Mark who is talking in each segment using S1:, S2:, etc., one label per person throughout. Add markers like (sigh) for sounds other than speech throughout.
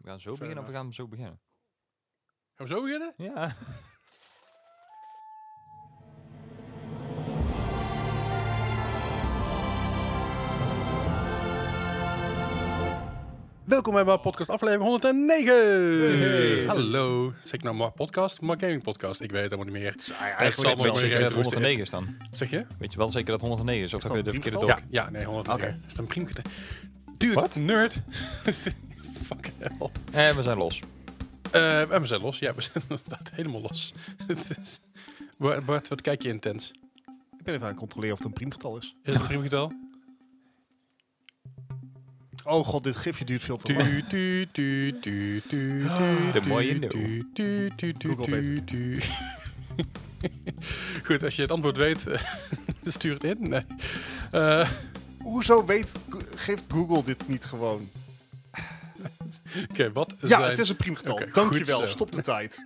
S1: We gaan zo
S2: Fair
S1: beginnen of
S2: enough.
S1: we gaan zo beginnen?
S2: Gaan we zo beginnen?
S1: Ja.
S2: Welkom bij mijn podcast aflevering 109.
S1: Hey.
S2: Hallo. Zeg ik nou maar podcast? Maar gaming podcast? Ik weet het helemaal niet meer.
S1: Eigenlijk
S2: zal
S1: weet je wel
S2: maar
S1: zeker
S2: weer
S1: dat
S2: uit rusten.
S1: 109 is dan.
S2: Zeg je?
S1: Weet je wel zeker dat 109 is? Of
S3: Is
S1: heb je de
S3: dat
S1: verkeerde
S3: een
S1: dok?
S2: Ja, ja nee, 109.
S1: Oké.
S2: Is het een priem? Dude,
S1: Wat?
S2: nerd. (laughs) Fuck hell.
S1: En we zijn los.
S2: Eh, en we zijn los. Ja, we zijn (laughs) inderdaad helemaal los. (laughs) Het is- Bart, Bart, wat kijk je intens?
S3: Ik ben even aan het controleren of het een priemgetal is.
S2: Is het een priemgetal?
S3: Oh god, dit gifje duurt veel te lang.
S2: Tu, tu, tu, tu, tu, tu,
S1: Ah, De
S2: tu,
S1: mooie nul.
S2: tu, tu, tu, tu,
S3: Google
S2: tu,
S3: weet
S2: tu. (laughs) Goed, als je het antwoord weet, (laughs) stuur het in. Nee. Eh,
S3: Hoezo weet, geeft Google dit niet gewoon?
S2: Oké, wat
S3: Ja,
S2: zijn...
S3: het is een priemgetal.
S2: Oké,
S3: Dankjewel,
S2: goed zo.
S3: stop de tijd.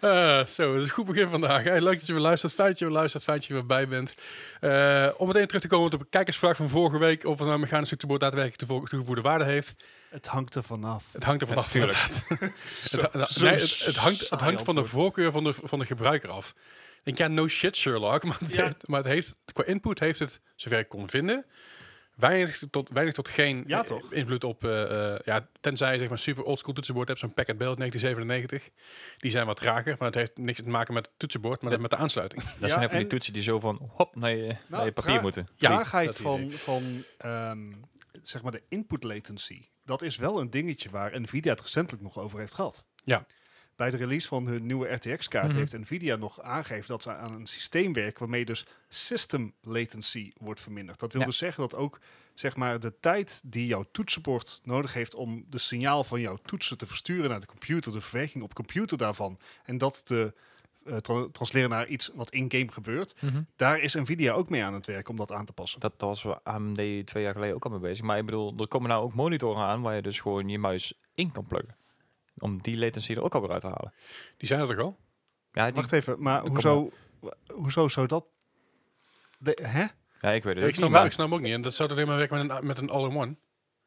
S2: Eh, zo, het is een goed begin vandaag. Hey, leuk dat je weer luistert. Fijn dat je weer luistert. Fijn dat je weer bij bent. Eh, om meteen terug te komen op de kijkersvraag van vorige week... of nou een mechanisch toetsenbord daadwerkelijk toevo- toegevoegde waarde heeft.
S3: (laughs) Het hangt er vanaf.
S2: Het hangt ervan af.
S1: Natuurlijk.
S2: inderdaad.
S3: (laughs) Zo-
S2: Het,
S3: zo
S2: nee, het, het hangt, het
S3: saai
S2: hangt van de
S3: antwoord.
S2: voorkeur van de, van de gebruiker af. Ik denk, ja, no shit, Sherlock. (laughs) Maar het,
S3: Ja.
S2: heeft, maar het heeft, qua input heeft het, zover ik kon vinden, weinig tot, weinig tot geen
S3: Ja,
S2: eh,
S3: toch?
S2: invloed op... eh, eh, ja, tenzij je zeg maar, super oldschool toetsenbord hebt, zo'n Packard Bell uit 1997. Die zijn wat trager, maar het heeft niks te maken met het toetsenbord, maar met de aansluiting. (laughs)
S1: Dat zijn even die
S3: en- Nou,
S1: toetsen die zo van hop naar je, naar je papier
S3: tra-
S1: moeten.
S3: Traagheid
S2: Dat idee.
S3: van, van ehm, zeg maar de input latency. Dat is wel een dingetje waar Nvidia het recentelijk nog over heeft gehad.
S2: Ja.
S3: Bij de release van hun nieuwe RTX-kaart
S1: Mhm.
S3: heeft Nvidia nog aangegeven dat ze aan een systeem werken waarmee dus system latency wordt verminderd. Dat wil
S1: Ja.
S3: dus zeggen dat ook zeg maar, de tijd die jouw toetsenbord nodig heeft om de signaal van jouw toetsen te versturen naar de computer, de verwerking op computer daarvan en dat te eh, tra- transleren naar iets wat in-game gebeurt, daar is Nvidia ook mee aan het werk om dat aan te passen.
S1: Dat was waar AMD twee jaar geleden ook al mee bezig. Maar ik bedoel, er komen nou ook monitoren aan waar je dus gewoon je muis in kan pluggen. Om die latency er ook alweer uit te halen.
S2: Die zijn er toch al?
S1: Ja, die-
S3: Wacht even, maar
S1: Kom
S3: hoezo, hoezo zou dat... De, hè?
S1: ja ik weet het
S2: Ik
S1: ook niet.
S2: snap,
S1: maar-
S2: ik snap ook niet. En dat zou toch helemaal werken met een, met een all-in-one?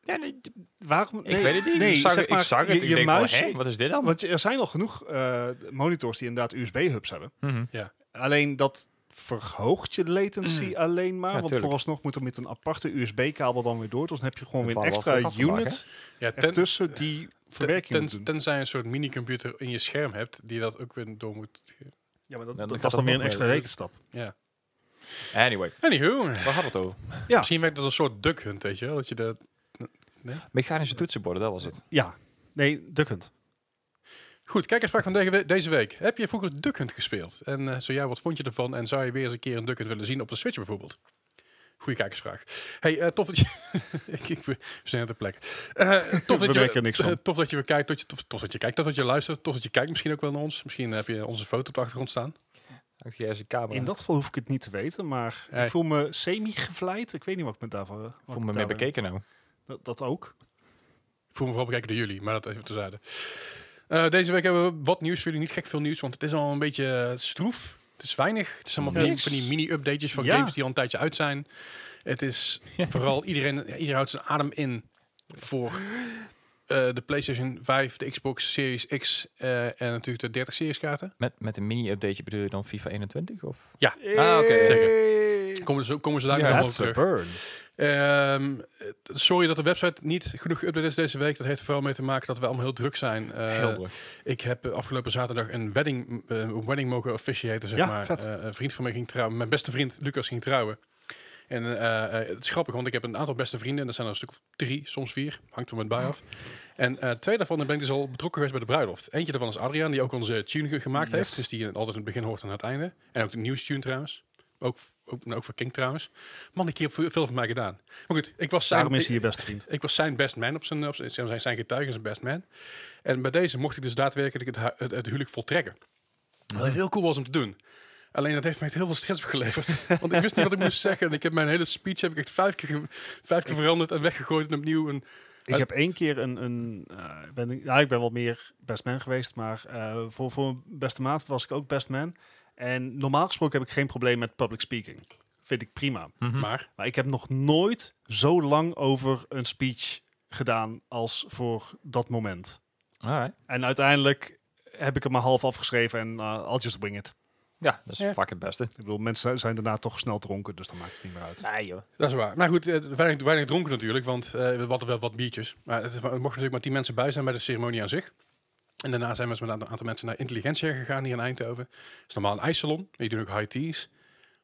S1: Ja, nee, d-
S3: Waarom?
S1: ik weet het niet.
S3: Nee,
S1: ik, zag,
S3: zeg
S1: het-
S3: maar,
S1: ik zag het.
S3: je,
S1: ik
S3: je
S1: denk
S3: muis...
S1: van, hé, wat is dit dan?
S3: Want je- er zijn al genoeg eh, monitors die inderdaad USB-hubs hebben.
S1: Mhm.
S3: Alleen dat verhoogt je latency alleen maar. want
S1: Mm. tuurlijk.
S3: vooralsnog moet er met een aparte USB-kabel dan weer door. Dus dan heb je gewoon
S1: Het
S3: weer een
S1: waren wel
S3: extra
S1: veel afgeslagen,
S3: unit
S2: Ja, ten,
S3: ertussen die verwerking
S2: ten,
S3: moet doen.
S2: tenzij je een soort minicomputer in je scherm hebt, die dat ook weer door moet... ge-
S3: Ja,
S1: Nou,
S3: maar dat,
S1: dan
S3: dat
S1: gaat
S3: was dan
S1: dat
S3: weer een
S1: nog
S3: extra
S1: meer.
S3: rekenstap.
S2: Ja.
S1: Anyway,
S2: Anywho,
S1: waar hadden we het over?
S3: Ja.
S2: Misschien werkt dat als een soort duck hunt, weet je wel? Dat je dat...
S1: Mechanische toetsenborden, dat was het.
S3: Ja, nee, dukkend.
S2: Goed, kijkersvraag van deze we- deze week. Heb je vroeger duck hunt gespeeld? En eh, zo ja, wat vond je ervan? En zou je weer eens een keer een duck hunt willen zien op de Switch bijvoorbeeld? Goeie kijkersvraag. Hey, eh, tof dat je... (laughs) ik, ik ben- we zijn ter plekke. Eh, tof,
S3: (laughs) We
S2: dat je,
S3: merken niks van.
S2: eh, tof dat je weer kijkt, tot je, tof, tof dat je kijkt, tof dat je luistert, tof dat je kijkt misschien ook wel naar ons. Misschien heb je onze foto op de achtergrond staan.
S1: Uit je eerste camera.
S3: In dat geval hoef ik het niet te weten, maar
S2: Hey.
S3: ik voel me semi-gevleid. Ik weet niet wat ik me daarvan... wat
S1: Voel
S3: ik
S1: me mee
S3: daar-
S1: bekeken nou.
S3: Dat, dat ook.
S2: Ik voel me vooral bekijken door jullie, maar dat even terzijde. Eh deze week hebben we wat nieuws voor jullie. Niet gek veel nieuws, want het is al een beetje eh, stroef. Het is weinig. Het is allemaal van die,
S3: Yes.
S2: van die mini-updates van
S3: Ja.
S2: games die al een tijdje uit zijn. Het is vooral iedereen, ja, iedereen houdt zijn adem in voor eh, de PlayStation 5, de Xbox Series X eh, en natuurlijk de 30 series kaarten.
S1: Met, met een mini-updateje bedoel je dan FIFA 21? Of?
S2: Ja,
S1: Ah, oké,
S3: zeker.
S2: komen ze, komen ze daar
S1: Ja,
S2: nog wel op
S3: That's a
S2: terug.
S3: burn.
S2: Ehm, sorry dat de website niet genoeg geüpdate is deze week. Dat heeft er vooral mee te maken dat we allemaal heel druk zijn. Eh,
S1: Helder.
S2: Ik heb eh, afgelopen zaterdag een wedding, eh, een wedding mogen officiëren, zeg
S3: Ja,
S2: maar.
S3: vet.
S2: Eh, een vriend van mij ging trouwen. Mijn beste vriend Lucas ging trouwen. En eh, eh, het is grappig, want ik heb een aantal beste vrienden. En dat zijn er een stuk of drie, soms vier. Hangt er met bij af. En eh, twee daarvan ben ik dus al betrokken geweest bij de bruiloft. Eentje daarvan is Adriaan, die ook onze tune ge- gemaakt
S3: Yes.
S2: heeft. Dus die je altijd in het begin hoort en aan het einde. En ook de nieuwstune trouwens. Ook, ook, nou, ook voor King trouwens. Man, ik heb veel van mij gedaan. Maar goed, ik was
S3: Daarom is
S2: ik-
S3: hij je beste vriend.
S2: ik was zijn best man op zijn, op zijn, zijn- zijn getuige, zijn best man. En bij deze mocht ik dus daadwerkelijk het, hu- het, het huwelijk voltrekken. Wat heel cool was om te doen. Alleen dat heeft mij echt heel veel stress opgeleverd. (laughs) Want ik wist niet wat ik moest zeggen. En ik heb mijn hele speech heb ik echt vijf keer, ge- vijf keer veranderd en weggegooid en opnieuw. En
S3: Ik
S2: Het-
S3: heb één keer een... een eh, ben, ik- nou, ik ben wel meer best man geweest, maar eh, voor, voor mijn beste maat was ik ook best man. En normaal gesproken heb ik geen probleem met public speaking. Vind ik prima.
S1: Mhm.
S2: Maar
S3: Maar ik heb nog nooit zo lang over een speech gedaan als voor dat moment.
S1: Alright.
S3: En uiteindelijk heb ik hem maar half afgeschreven en eh, I'll just wing it.
S1: Ja, dat is
S2: Ja.
S1: vaak het beste.
S3: Ik bedoel, mensen zijn daarna toch snel dronken, dus dan maakt het niet meer uit.
S1: Nee joh.
S2: dat is waar. Maar goed, eh, weinig, weinig dronken natuurlijk, want eh, we hadden wel wat biertjes. Maar het, er mochten natuurlijk maar tien mensen bij zijn bij de ceremonie aan zich. En daarna zijn we met een aantal mensen naar Intelligentia gegaan hier in Eindhoven. Dat is normaal een ijssalon. Die doen ook high teas.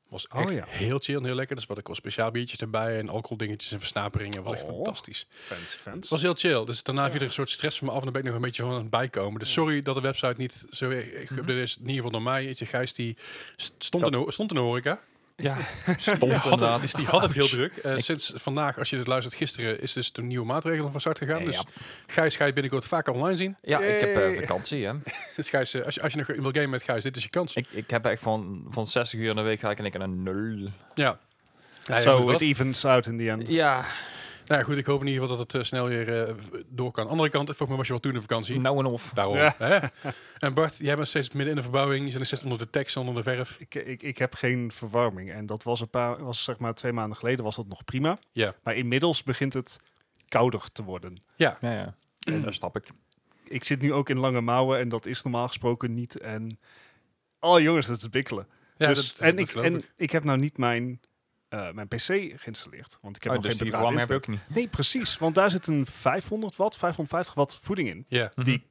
S2: Was
S3: Oh,
S2: echt
S3: ja.
S2: heel chill en heel lekker. Dus wat ik al speciaal biertjes erbij en alcoholdingetjes en versnaperingen. Wat echt
S3: Oh.
S2: fantastisch.
S3: Fancy,
S2: Het was heel chill. Dus daarna viel er een soort stress van me af. En dan ben ik nog een beetje van aan het bijkomen. Dus sorry dat de website niet zo eh, geüpdate is. In ieder geval door mij. Eetje Gijs die st- stond, in, de ho- stond in de horeca.
S1: Ja, stond
S2: Ja, had het,
S1: inderdaad.
S2: dus die had het heel druk. Eh, sinds vandaag, als je dit luistert, gisteren is dus de nieuwe maatregelen van start gegaan.
S1: Ja,
S2: dus
S1: ja.
S2: Gijs ga je binnenkort vaker online zien.
S1: Ja, ik heb eh,
S3: Yay.
S1: vakantie hè.
S2: Dus Gijs, eh, als, je, als je nog wil gamen met Gijs, dit is je kans.
S1: Ik, ik heb echt van, van 60 uur in de week ga ik in één keer naar nul.
S2: ja. Nou ja, goed,
S3: So
S2: wat?
S3: it evens out in the end.
S1: Ja,
S2: Nou ja, goed, ik hoop in ieder geval dat het eh, snel weer eh, door kan. Andere kant, volgens mij was je wel toen in vakantie.
S1: nou en of.
S2: Daarom.
S3: Mm. Ja.
S2: Hè? En Bart, jij bent steeds midden in de verbouwing. Je zit nog steeds onder de tekst, onder de verf.
S3: Ik, ik, ik heb geen verwarming. En dat was een paar, was zeg maar twee maanden geleden was dat nog prima.
S2: Ja.
S3: Maar inmiddels begint het kouder te worden.
S2: Ja,
S1: Ja, ja. En daar snap ik.
S3: Ik zit nu ook in lange mouwen en dat is normaal gesproken niet. En oh jongens, dat is bikkelen.
S2: ja
S3: Dus-
S2: dat,
S3: en,
S2: dat
S3: ik,
S2: geloof
S3: en ik heb nou niet mijn, eh, mijn PC geïnstalleerd. Want ik heb
S1: Oh,
S3: nog
S1: dus
S3: geen
S1: die
S3: bedraad
S1: verwarming heb je
S3: internet.
S1: ook niet.
S3: Nee, precies. Want daar zit een 500 watt, 550 watt voeding in.
S2: Ja,
S1: Mhm.
S3: Die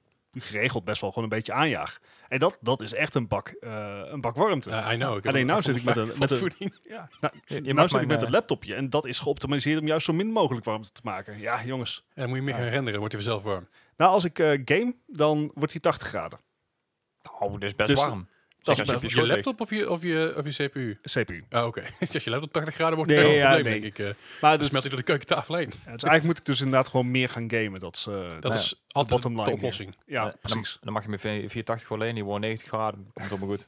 S3: geregeld best wel gewoon een beetje aanjaag. En dat, dat is echt een bak, eh, een bak warmte.
S2: Eh, I know. Ik heb
S3: Alleen
S2: ook
S3: nou
S2: een
S3: zit ik met een-
S2: van
S3: met een-
S2: voeding.
S3: ja. Nou,
S1: Je, je
S3: nou
S1: maakt
S3: zit ik
S1: mijn,
S3: met een
S1: eh,
S3: laptopje en dat is geoptimaliseerd om juist zo min mogelijk warmte te maken. Ja, jongens.
S2: En dan moet je meer gaan renderen, dan wordt hij vanzelf warm.
S3: Nou, als ik eh, game, dan wordt die 80 graden.
S1: Oh, dit is best
S3: Dus-
S1: warm.
S3: Dat
S1: Zeker
S3: is
S1: als
S2: Je,
S1: je op je laptop.
S2: laptop of je, of je, of je CPU?
S3: CPU.
S2: Ah, oké. (laughs) als je laptop 80 graden wordt,
S3: Nee,
S2: nee, wel een
S3: ja,
S2: probleem,
S3: nee.
S2: denk ik. eh. dan
S3: Maar dus,
S2: smelt hij door de keukentafel heen.
S3: dus eigenlijk moet ik dus inderdaad gewoon meer gaan gamen. Dat is, eh,
S2: Dat
S1: Ja.
S2: is altijd
S3: bottom
S2: de
S3: line
S2: oplossing.
S3: ja,
S1: Eh, dan,
S3: precies.
S1: dan mag je met 480 alleen, die wordt 90 graden. Komt allemaal goed.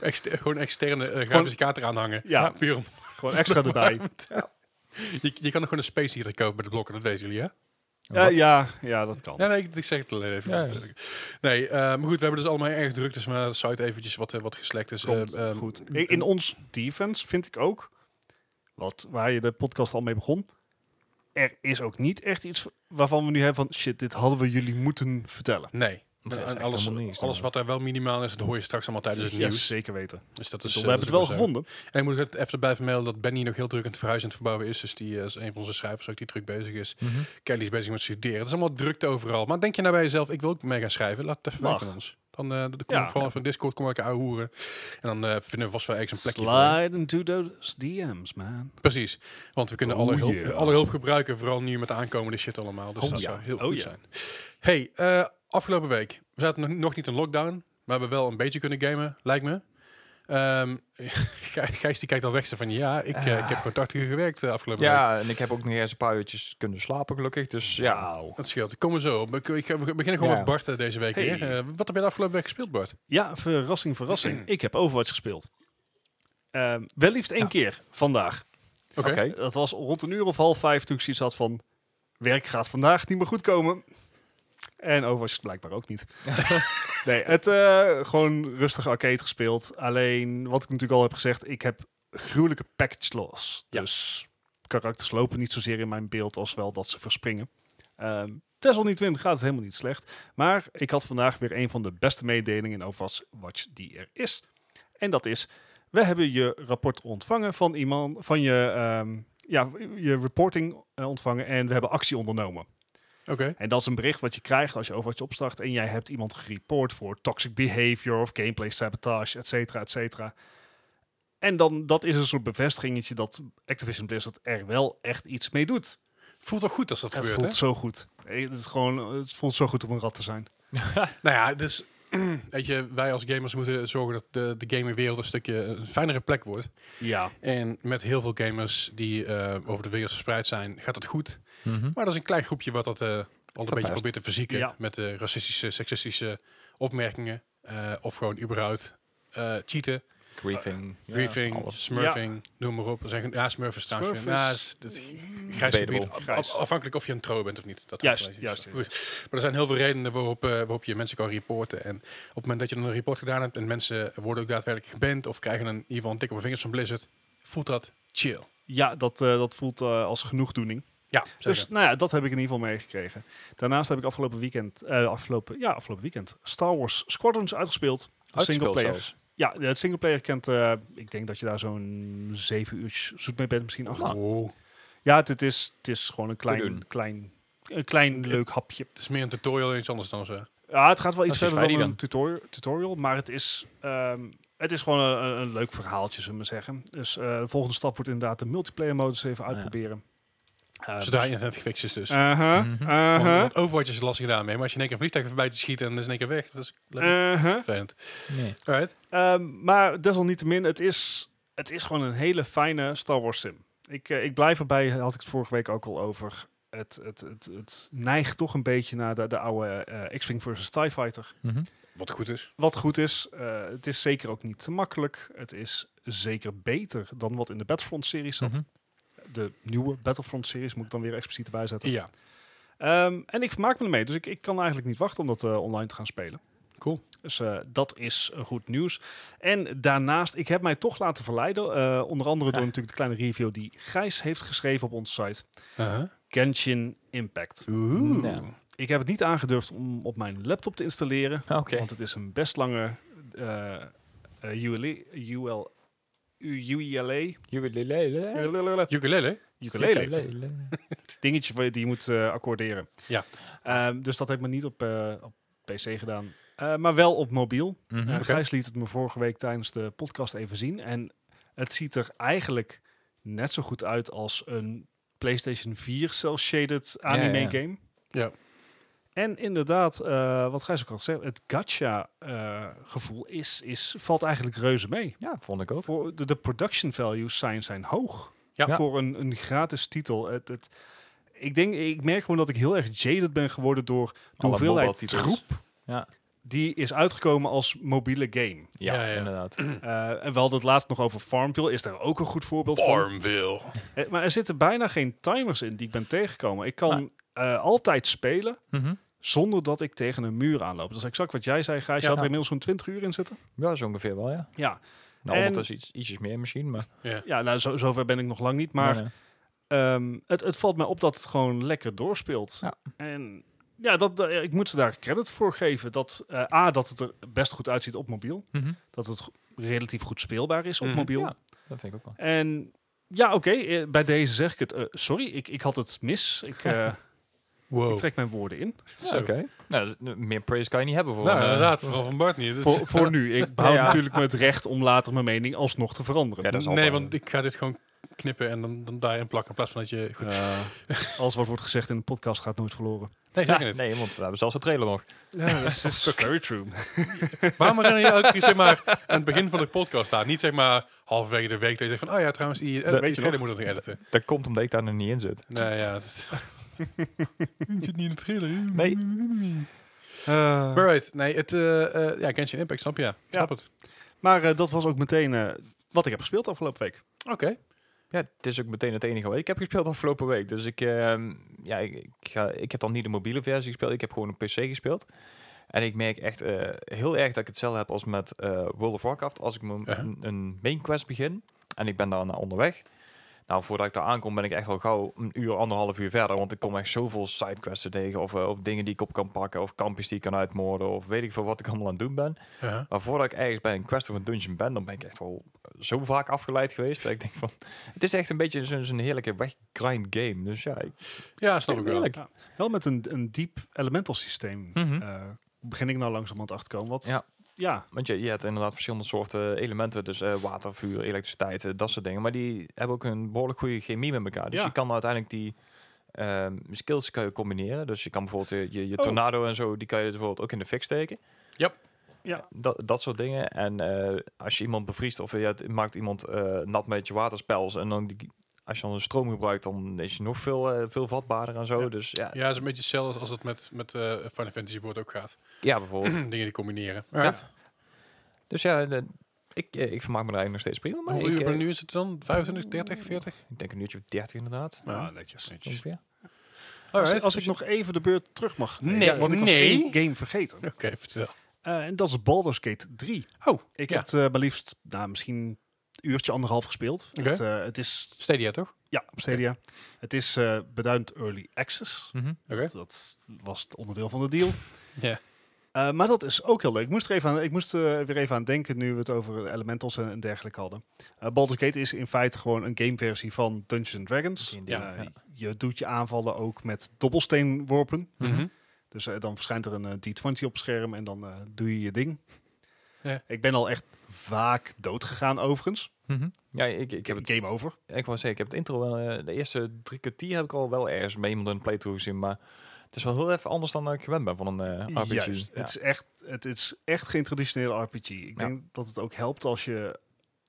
S2: Exter- gewoon externe eh, grafische kaart eraan hangen.
S3: Ja.
S2: Puur om, (laughs)
S3: Gewoon extra
S1: (laughs)
S3: erbij.
S2: je, je kan er gewoon een space heater kopen met de blokken, dat weten jullie, hè?
S3: Ja, Eh, ja, ja, dat kan.
S2: Ja, nee, ik, ik zeg het alleen even.
S1: Ja, ja.
S2: Nee, eh, maar goed, we hebben dus allemaal erg druk. Dus maar de site eventjes wat, eh, wat geslekt is.
S3: Komt
S2: Eh, ehm,
S3: goed. In, in ons defense vind ik ook, wat, waar je de podcast al mee begon, er is ook niet echt iets waarvan we nu hebben van, shit, dit hadden we jullie moeten vertellen.
S2: Nee.
S1: Dat is
S2: En
S1: echt
S2: alles,
S1: helemaal niks,
S2: alles
S1: inderdaad.
S2: wat daar wel minimaal is, dat hoor je straks allemaal tijdens het
S3: Ja,
S2: nieuws.
S3: zeker weten.
S2: Dus dat
S3: Dus
S2: is,
S3: we
S2: eh,
S3: hebben het
S2: dat
S3: wel
S2: is ook zo.
S3: gevonden.
S2: En ik moet het even erbij vermelden dat Benny nog heel druk aan het verhuizen en het verbouwen is. Dus die eh, is een van onze schrijvers ook die druk bezig is.
S1: Mhm.
S2: Kelly is bezig met studeren. Het is allemaal drukte overal. Maar denk je nou bij jezelf, ik wil ook mee gaan schrijven. Laat het even
S3: Mag.
S2: weten aan ons. Dan eh, dan kom
S3: Ja.
S2: ik vooral van Discord, kom ik ouwehoeren. En dan eh, vinden we vast wel ergens een plekje voor.
S3: Slide into those DM's, man.
S2: Precies. Want we kunnen
S3: Oh,
S2: alle, hulp,
S3: yeah.
S2: alle hulp gebruiken. Vooral nu met de aankomende shit allemaal. Dus
S1: Oh,
S2: dat
S1: ja.
S2: zou heel
S3: Oh,
S2: goed
S3: ja.
S2: zijn. Hey, eh, afgelopen week. We zaten nog, nog niet in lockdown. Maar we hebben wel een beetje kunnen gamen, lijkt me. Ehm, (laughs) Gij- Gijs die kijkt al weg. zo van ja, ik, eh, ik
S3: Ah.
S2: heb gewoon 80 uur gewerkt eh, afgelopen week.
S1: Ja, en ik heb ook nog eens een paar uurtjes kunnen slapen gelukkig. Dus ja,
S2: Dat scheelt. Komen we zo. op. Ik, ik, we beginnen gewoon
S1: Ja.
S2: met Bart eh, deze week
S3: Hey.
S2: weer. Eh, wat heb je de afgelopen week gespeeld, Bart?
S3: Ja, verrassing, verrassing. ik heb Overwatch gespeeld. Ehm wel liefst één keer vandaag.
S2: Oké.
S1: oké.
S3: Eh, Dat was rond een uur of half vijf toen ik zoiets had van... werk gaat vandaag niet meer goed komen. En Overwatch blijkbaar ook niet. nee, het eh, gewoon rustig arcade gespeeld. Alleen, wat ik natuurlijk al heb gezegd... ik heb gruwelijke package loss.
S2: Ja.
S3: Dus karakters lopen niet zozeer in mijn beeld... als wel dat ze verspringen. Ehm desalniettemin gaat het helemaal niet slecht. Maar ik had vandaag weer een van de beste mededelingen... in Overwatch Watch die er is. En dat is... We hebben je rapport ontvangen van iemand, van je, ehm, ja, je reporting eh, ontvangen en we hebben actie ondernomen.
S2: Oké.
S3: En dat is een bericht wat je krijgt als je Overwatch opstart en jij hebt iemand gereport voor toxic behavior of gameplay sabotage, et cetera, et cetera. En dan, dat is een soort bevestigingetje dat Activision Blizzard er wel echt iets mee doet.
S2: Voelt toch goed als dat
S3: Het
S2: gebeurt,
S3: voelt
S2: hè?
S3: zo goed. Eh, Het, is gewoon, het voelt zo goed om een rat te zijn.
S2: Nou ja, dus... (clears throat) Weet je, wij als gamers moeten zorgen dat de, de gamerwereld een stukje eh, een fijnere plek wordt.
S3: Ja.
S2: En met heel veel gamers die eh, over de wereld verspreid zijn, gaat het goed.
S1: Mhm.
S2: Maar dat is een klein groepje wat dat eh, al een beetje
S1: Verpest.
S2: probeert te verzieken.
S3: Ja.
S2: Met eh, racistische, seksistische opmerkingen. eh, of gewoon überhaupt eh, cheaten.
S1: Griefing.
S2: Eh,
S1: ja,
S2: Griefing,
S1: alles.
S2: smurfing, noem maar op. Zeggen, ja, smurf is trouwens
S3: Smurf
S2: weer- ja,
S3: is-
S2: is- dat is grijs gebied.
S1: Debatable.
S2: Af-
S3: Grijs.
S2: af- afhankelijk of je een trouw bent of niet. Dat
S3: Juist,
S2: is wel
S3: juist,
S2: iets. Goed. Maar er zijn heel veel redenen waarop, eh, waarop je mensen kan reporten. En op het moment dat je dan een report gedaan hebt... en mensen worden ook daadwerkelijk geband... of krijgen een, in ieder geval een tik op de vingers van Blizzard... voelt dat chill.
S3: Ja, dat, eh, dat voelt eh, als genoegdoening.
S2: Ja, zeker.
S3: Dus nou ja, dat heb ik in ieder geval meegekregen. Daarnaast heb ik afgelopen weekend, eh, afgelopen, ja, afgelopen weekend Star Wars Squadrons uitgespeeld.
S1: Uitgespeeld
S3: Singleplayer.
S1: zelfs.
S3: Ja, het singleplayer kent, eh, ik denk dat je daar zo'n zeven uurtjes zoet mee bent, misschien
S1: Nou.
S3: acht.
S2: Wow.
S3: Ja, het, het is, het is gewoon een klein,
S1: doen.
S3: klein, een klein leuk hapje.
S2: Het is meer een tutorial en iets anders dan eh, zo.
S3: Ja, het gaat wel
S1: Dat
S3: iets
S1: is
S3: verder dan,
S1: Spidey
S3: een tutorial, tutorial, maar het is, ehm, het is gewoon een, een- een leuk verhaaltje, zullen we zeggen. Dus eh, de volgende stap wordt inderdaad de multiplayer modus even
S1: Ah, ja.
S3: uitproberen. Eh,
S2: Zodra
S3: dus- Uh-huh.
S2: je net gefixt is dus.
S3: Aha,
S1: Mhm.
S2: Want-
S3: aha,
S2: want Overwatch is er lastig gedaan mee, maar als je in één keer een vliegtuig voorbij te schieten en dan is in één keer weg, dat is lekker
S3: aha.
S2: vervelend.
S1: Nee.
S2: Alright.
S3: Ehm, maar desalniettemin, het is, het is gewoon een hele fijne Star Wars sim. Ik, eh, ik blijf erbij, had ik het vorige week ook al over. Het, het, het, het neigt toch een beetje naar de, de oude eh, X-Wing versus TIE Fighter.
S1: Mhm.
S2: Wat goed is.
S3: Wat goed is, eh, het is zeker ook niet te makkelijk. Het is zeker beter dan wat in de Battlefront-series zat.
S1: Mhm.
S3: De nieuwe Battlefront-series moet ik dan weer expliciet erbij zetten.
S2: Ja.
S3: Ehm, en ik vermaak me ermee, dus ik, ik kan eigenlijk niet wachten om dat eh, online te gaan spelen.
S2: Cool.
S3: Dus eh, dat is eh, goed nieuws. En daarnaast, ik heb mij toch laten verleiden. eh, onder andere door natuurlijk de kleine review die Gijs heeft geschreven op onze site.
S2: Uh-huh.
S3: Genshin Impact.
S2: Oeh.
S1: Nou.
S3: Ik heb het niet aangedurfd om op mijn laptop te installeren.
S1: Oké.
S3: Want het is een best lange eh eh, ULE UL, ULA
S1: Jubilele.
S3: E,
S2: Ukulele?
S1: E.
S3: ukulele dingetje waar je- die je moet eh, accorderen.
S2: Ja.
S3: Ehm, dus dat heb ik maar niet op, eh, op PC gedaan, Eh, maar wel op mobiel.
S1: Mhm.
S3: Eh,
S2: Oké.
S3: Gijs liet het me vorige week tijdens de podcast even zien en het ziet er eigenlijk net zo goed uit als een PlayStation 4 cel-shaded anime
S1: ja.
S3: game.
S2: Ja.
S3: En inderdaad, eh, wat Gijs ook al zei, het gacha-gevoel is, is, valt eigenlijk reuze mee.
S1: Ja, vond ik ook.
S3: Voor de, de production values zijn, zijn hoog.
S2: Ja. Ja.
S3: Voor een, een gratis titel. Het, het, ik, denk, ik merk gewoon dat ik heel erg jaded ben geworden door de
S1: Alle
S3: hoeveelheid
S1: mobile-titels.
S3: troep
S1: Ja.
S3: die is uitgekomen als mobiele game.
S1: Ja,
S2: Ja, ja.
S1: inderdaad.
S3: Eh, en we hadden het laatst nog over Farmville. Is daar ook een goed voorbeeld van?
S2: Farmville.
S3: Eh, maar er zitten bijna geen timers in die ik ben tegengekomen. Ik kan eh, altijd spelen
S1: Mhm.
S3: zonder dat ik tegen een muur aanloop. Dat is exact wat jij zei, Gijs. Je
S2: Ja.
S3: had er inmiddels zo'n 20 uur in zitten.
S1: Ja, zo ongeveer wel, ja.
S3: Ja,
S1: Nou,
S3: En-
S1: ondertussen iets, ietsjes meer misschien, maar...
S2: Ja.
S3: ja nou, zo, zover ben ik nog lang niet. Maar
S1: Nee, nee.
S3: Ehm, het, het valt mij op dat het gewoon lekker doorspeelt.
S1: Ja.
S3: En ja, dat, dat- ik moet ze daar credit voor geven. Dat, eh, A, dat het er best goed uitziet op mobiel.
S1: Mhm.
S3: Dat het go- relatief goed speelbaar is op
S2: Mhm.
S3: mobiel.
S1: Ja, dat vind ik ook wel.
S3: En ja, oké, eh, bij deze zeg ik het. eh, sorry, ik, ik had het mis. Ik, eh, ik
S2: Wow.
S3: trek mijn woorden
S1: (laughs)
S3: in.
S2: Zo.
S1: Oké. Nou, dat is- meer praise kan je niet hebben voor
S2: Nou,
S1: een, eh,
S2: inderdaad, vooral van Bart niet. Dus-
S3: Voor, voor nu. Ik behoud
S1: Ja.
S3: natuurlijk me het recht om later mijn mening alsnog te veranderen.
S1: Ja, dat is
S2: nee,
S1: altijd-
S2: want ik ga dit gewoon knippen en dan, dan daarin plakken in plaats van dat je... Goed.
S3: Eh, alles wat wordt gezegd in een podcast gaat nooit verloren.
S2: Nee,
S1: Ja,
S2: zeker niet.
S1: nee, want we hebben zelfs een trailer nog.
S3: Ja,
S1: (laughs)
S3: dat is very true.
S2: Waarom herinner je elke keer zeg maar, aan het begin van de podcast aan? Niet zeg maar halverwege de week dat je zegt van... Oh ja, trouwens, die, eh,
S1: Dat-
S2: die
S1: weet je
S2: trailer moet nog editen.
S1: Dat komt omdat ik daar nog niet in zit.
S2: Nee, ja. Dat... Je zit niet in de trailer.
S1: Nee.
S3: Eh,
S2: Alright, nee, het, eh eh ja, Genshin Impact, snap je? Ja, snap het.
S3: Maar eh, dat was ook meteen eh, wat ik heb gespeeld afgelopen week.
S2: Oké.
S1: Ja, het is ook meteen het enige. wat Ik heb gespeeld afgelopen week. Dus ik, ehm, ja, ik, ik, ga, ik heb dan niet de mobiele versie gespeeld. Ik heb gewoon een PC gespeeld. En ik merk echt eh, heel erg dat ik hetzelfde heb als met eh, World of Warcraft. Als ik mijn-
S2: Ja.
S1: een, een main quest begin en ik ben daarna onderweg. Nou, voordat ik daar aankom ben ik echt al gauw een uur, anderhalf uur verder. Want ik kom echt zoveel sidequests tegen. Of, eh, of dingen die ik op kan pakken. Of kampjes die ik kan uitmoorden. Of weet ik veel wat ik allemaal aan het doen ben.
S2: Ja.
S1: Maar voordat ik ergens bij een quest of een dungeon ben, dan ben ik echt wel eh, zo vaak afgeleid geweest. Dat ik denk van, het is echt een beetje zo'n zo'n heerlijke weggrind game. Dus ja, ik,
S2: ja, snap ik wel.
S1: heerlijk.
S3: Wel met een, een diep elemental systeem
S1: Mhm.
S3: eh, begin ik nou langzaam aan het achterkomen. Wat, ja.
S1: Ja.
S3: ja,
S1: Want je, je hebt inderdaad verschillende soorten elementen. Dus eh, water, vuur, elektriciteit, eh, dat soort dingen. Maar die hebben ook een behoorlijk goede chemie met elkaar. Dus
S3: Ja.
S1: je kan uiteindelijk die ehm, skills kan je combineren. Dus je kan bijvoorbeeld eh, je, je
S3: Oh.
S1: tornado en zo, die kan je bijvoorbeeld ook in de fik steken.
S2: Yep.
S3: Ja.
S1: Dat, dat soort dingen. En eh, als je iemand bevriest of je hebt- maakt iemand eh, nat met je waterspels. En dan die, als je dan een stroom gebruikt, dan is je nog veel, eh, veel vatbaarder en zo.
S3: Ja.
S1: Dus ja, ja.
S2: Ja, het is een beetje hetzelfde als het met, met eh, Final Fantasy Board ook gaat.
S1: bijvoorbeeld.
S2: (clears throat) Dingen die combineren. Alright.
S1: Dus ja, de- ik, eh, ik vermaak me daar eigenlijk nog steeds prima. Maar
S2: Hoeveel
S1: ik,
S2: uur
S1: eh,
S2: per nu is het dan? 25, 30, 40?
S1: ik denk een uurtje of 30 inderdaad.
S2: Ja.
S3: nou, netjes.
S2: Netjes.
S1: Ongeveer.
S3: Als,
S2: Alright.
S3: als ik nog even de beurt terug mag.
S2: Nee,
S3: Ja, want ik was
S2: nee.
S3: één game vergeten.
S2: Oké, vertel.
S3: Eh, en dat is Baldur's Gate 3.
S2: Oh,
S3: Ik
S2: ja.
S3: heb het eh, maar liefst, nou, misschien uurtje, anderhalf gespeeld.
S2: Oké.
S3: Het, eh, het is,
S2: Stadia, toch?
S3: ja, op Stadia. Het is eh, beduidend early access.
S1: Mhm.
S2: Oké.
S3: Dat was het onderdeel van de deal.
S2: Ja.
S3: Eh, maar dat is ook heel leuk. Ik moest er even aan, ik moest eh, weer even aan denken nu we het over elementals en, en dergelijke hadden. Eh Baldur's Gate is in feite gewoon een gameversie van Dungeons and Dragons.
S1: D&D,
S2: ja.
S3: Eh, Je doet je aanvallen ook met dobbelsteenworpen.
S2: Mhm.
S3: Dus eh, dan verschijnt er een eh, D20 op scherm en dan eh, doe je je ding.
S2: Ja.
S3: Ik ben al echt vaak dood gegaan overigens.
S1: Mhm. Ja, ik, ik heb het.
S3: Game over.
S1: Ik wou zeggen, ik heb het intro wel, eh, de eerste drie kwartier heb ik al wel ergens mee met een playthrough gezien, maar het is wel heel even anders dan ik gewend ben van een eh, RPG.
S3: Juist.
S1: Ja.
S3: Het, is echt, het is echt geen traditionele RPG. Ik denk dat het ook helpt als je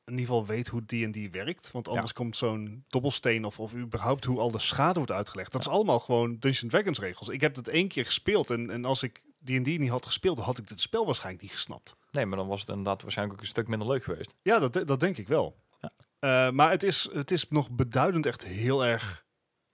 S3: in ieder geval weet hoe D&D werkt. Want anders komt zo'n dobbelsteen of, of überhaupt hoe al de schade wordt uitgelegd. Dat is allemaal gewoon Dungeons Dragons regels. Ik heb dat één keer gespeeld en, en als ik D&D niet had gespeeld, dan had ik dit spel waarschijnlijk niet gesnapt.
S1: Nee, maar dan was het inderdaad waarschijnlijk ook een stuk minder leuk geweest.
S3: Ja, dat, de- dat denk ik wel.
S1: Ja.
S3: Eh, maar het is, het is nog beduidend echt heel erg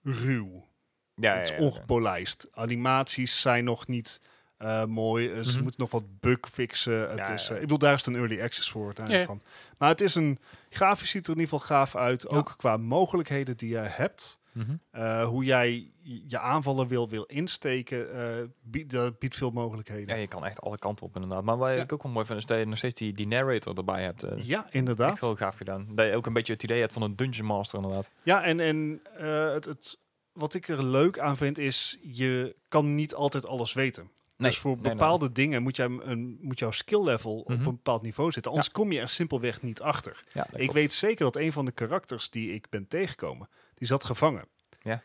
S3: ruw.
S1: Ja,
S3: het
S1: ja,
S3: is
S1: ja, ja.
S3: ongepolijst. Animaties zijn nog niet eh, mooi. Eh, ze
S1: Mhm.
S3: moeten nog wat bug fixen. Het
S1: Ja,
S3: is,
S1: ja.
S3: eh, ik bedoel, daar is het een early access voor. uiteindelijk
S2: Ja.
S3: Van. Maar het is een... Grafisch ziet er in ieder geval gaaf uit. Ook qua mogelijkheden die je hebt.
S1: Mhm.
S3: Eh, hoe jij je aanvallen wil, wil insteken. eh biedt, dat biedt veel mogelijkheden.
S1: Ja, je kan echt alle kanten op inderdaad. Maar wat
S3: Ja.
S1: ik ook wel mooi vind, is dat je nog steeds die, die narrator erbij hebt. eh.
S3: Ja,
S1: echt
S3: inderdaad.
S1: heel gaaf gedaan. Dat je ook een beetje het idee hebt van een dungeon master inderdaad.
S3: Ja, en, en eh, het, het, wat ik er leuk aan vind is, je kan niet altijd alles weten.
S1: Nee,
S3: dus voor
S1: nee, nee.
S3: bepaalde dingen moet, jij een, moet jouw skill level op
S1: Mhm.
S3: een bepaald niveau zitten. Anders kom je er simpelweg niet achter.
S1: Ja, dat
S3: ik
S1: klopt.
S3: weet zeker dat een van de karakters die ik ben tegengekomen, die zat gevangen.
S1: Ja.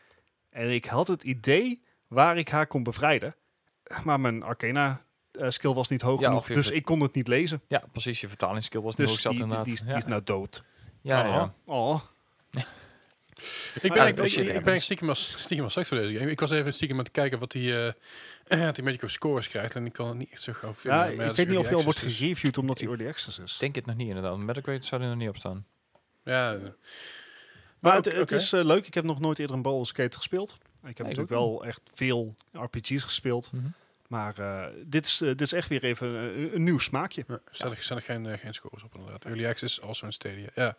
S3: En ik had het idee waar ik haar kon bevrijden. Maar mijn arcana eh, skill was niet hoog
S1: Ja,
S3: genoeg,
S1: of je
S3: dus
S1: ver-
S3: ik kon het niet lezen.
S1: Ja, precies. Je vertalingsskill was dus
S3: Dus
S1: zat
S3: die, die,
S1: inderdaad.
S3: die is- die
S1: ja.
S3: is nou dood.
S1: ja, ja,
S2: Oh.
S1: ja.
S3: Oh,
S2: Ik ben,
S1: Ja,
S2: eigenlijk-
S1: dat
S2: ik,
S1: shit
S2: ik, ben
S1: happens.
S2: echt stiekem wel stiekem wel slecht voor deze game. Ik was even stiekem aan het kijken wat hij eh (clears throat) een beetje qua scores krijgt. En ik kan het niet echt zo gauw vinden.
S3: ja,
S2: maar
S3: ik
S2: dat is
S3: weet niet of
S2: early
S3: je al wordt
S2: access,
S3: gereviewd omdat hij early access is.
S1: dus. Ik denk het nog niet inderdaad. Metacritic zou er nog niet op staan.
S2: dus- Ja, eh,
S3: Maar
S2: Maar
S3: het,
S2: ook-
S3: het
S2: oké.
S3: is eh, leuk. Ik heb nog nooit eerder een Baldur's Gate gespeeld. Ik heb natuurlijk
S1: ook
S3: wel echt veel RPG's gespeeld.
S1: Mhm.
S3: Maar eh, dit, is, eh, dit is echt weer even eh, een, een nieuw smaakje.
S2: Ja, er staan er staan er geen, eh, geen scores op inderdaad. Early Access, also in Stadia. Ja.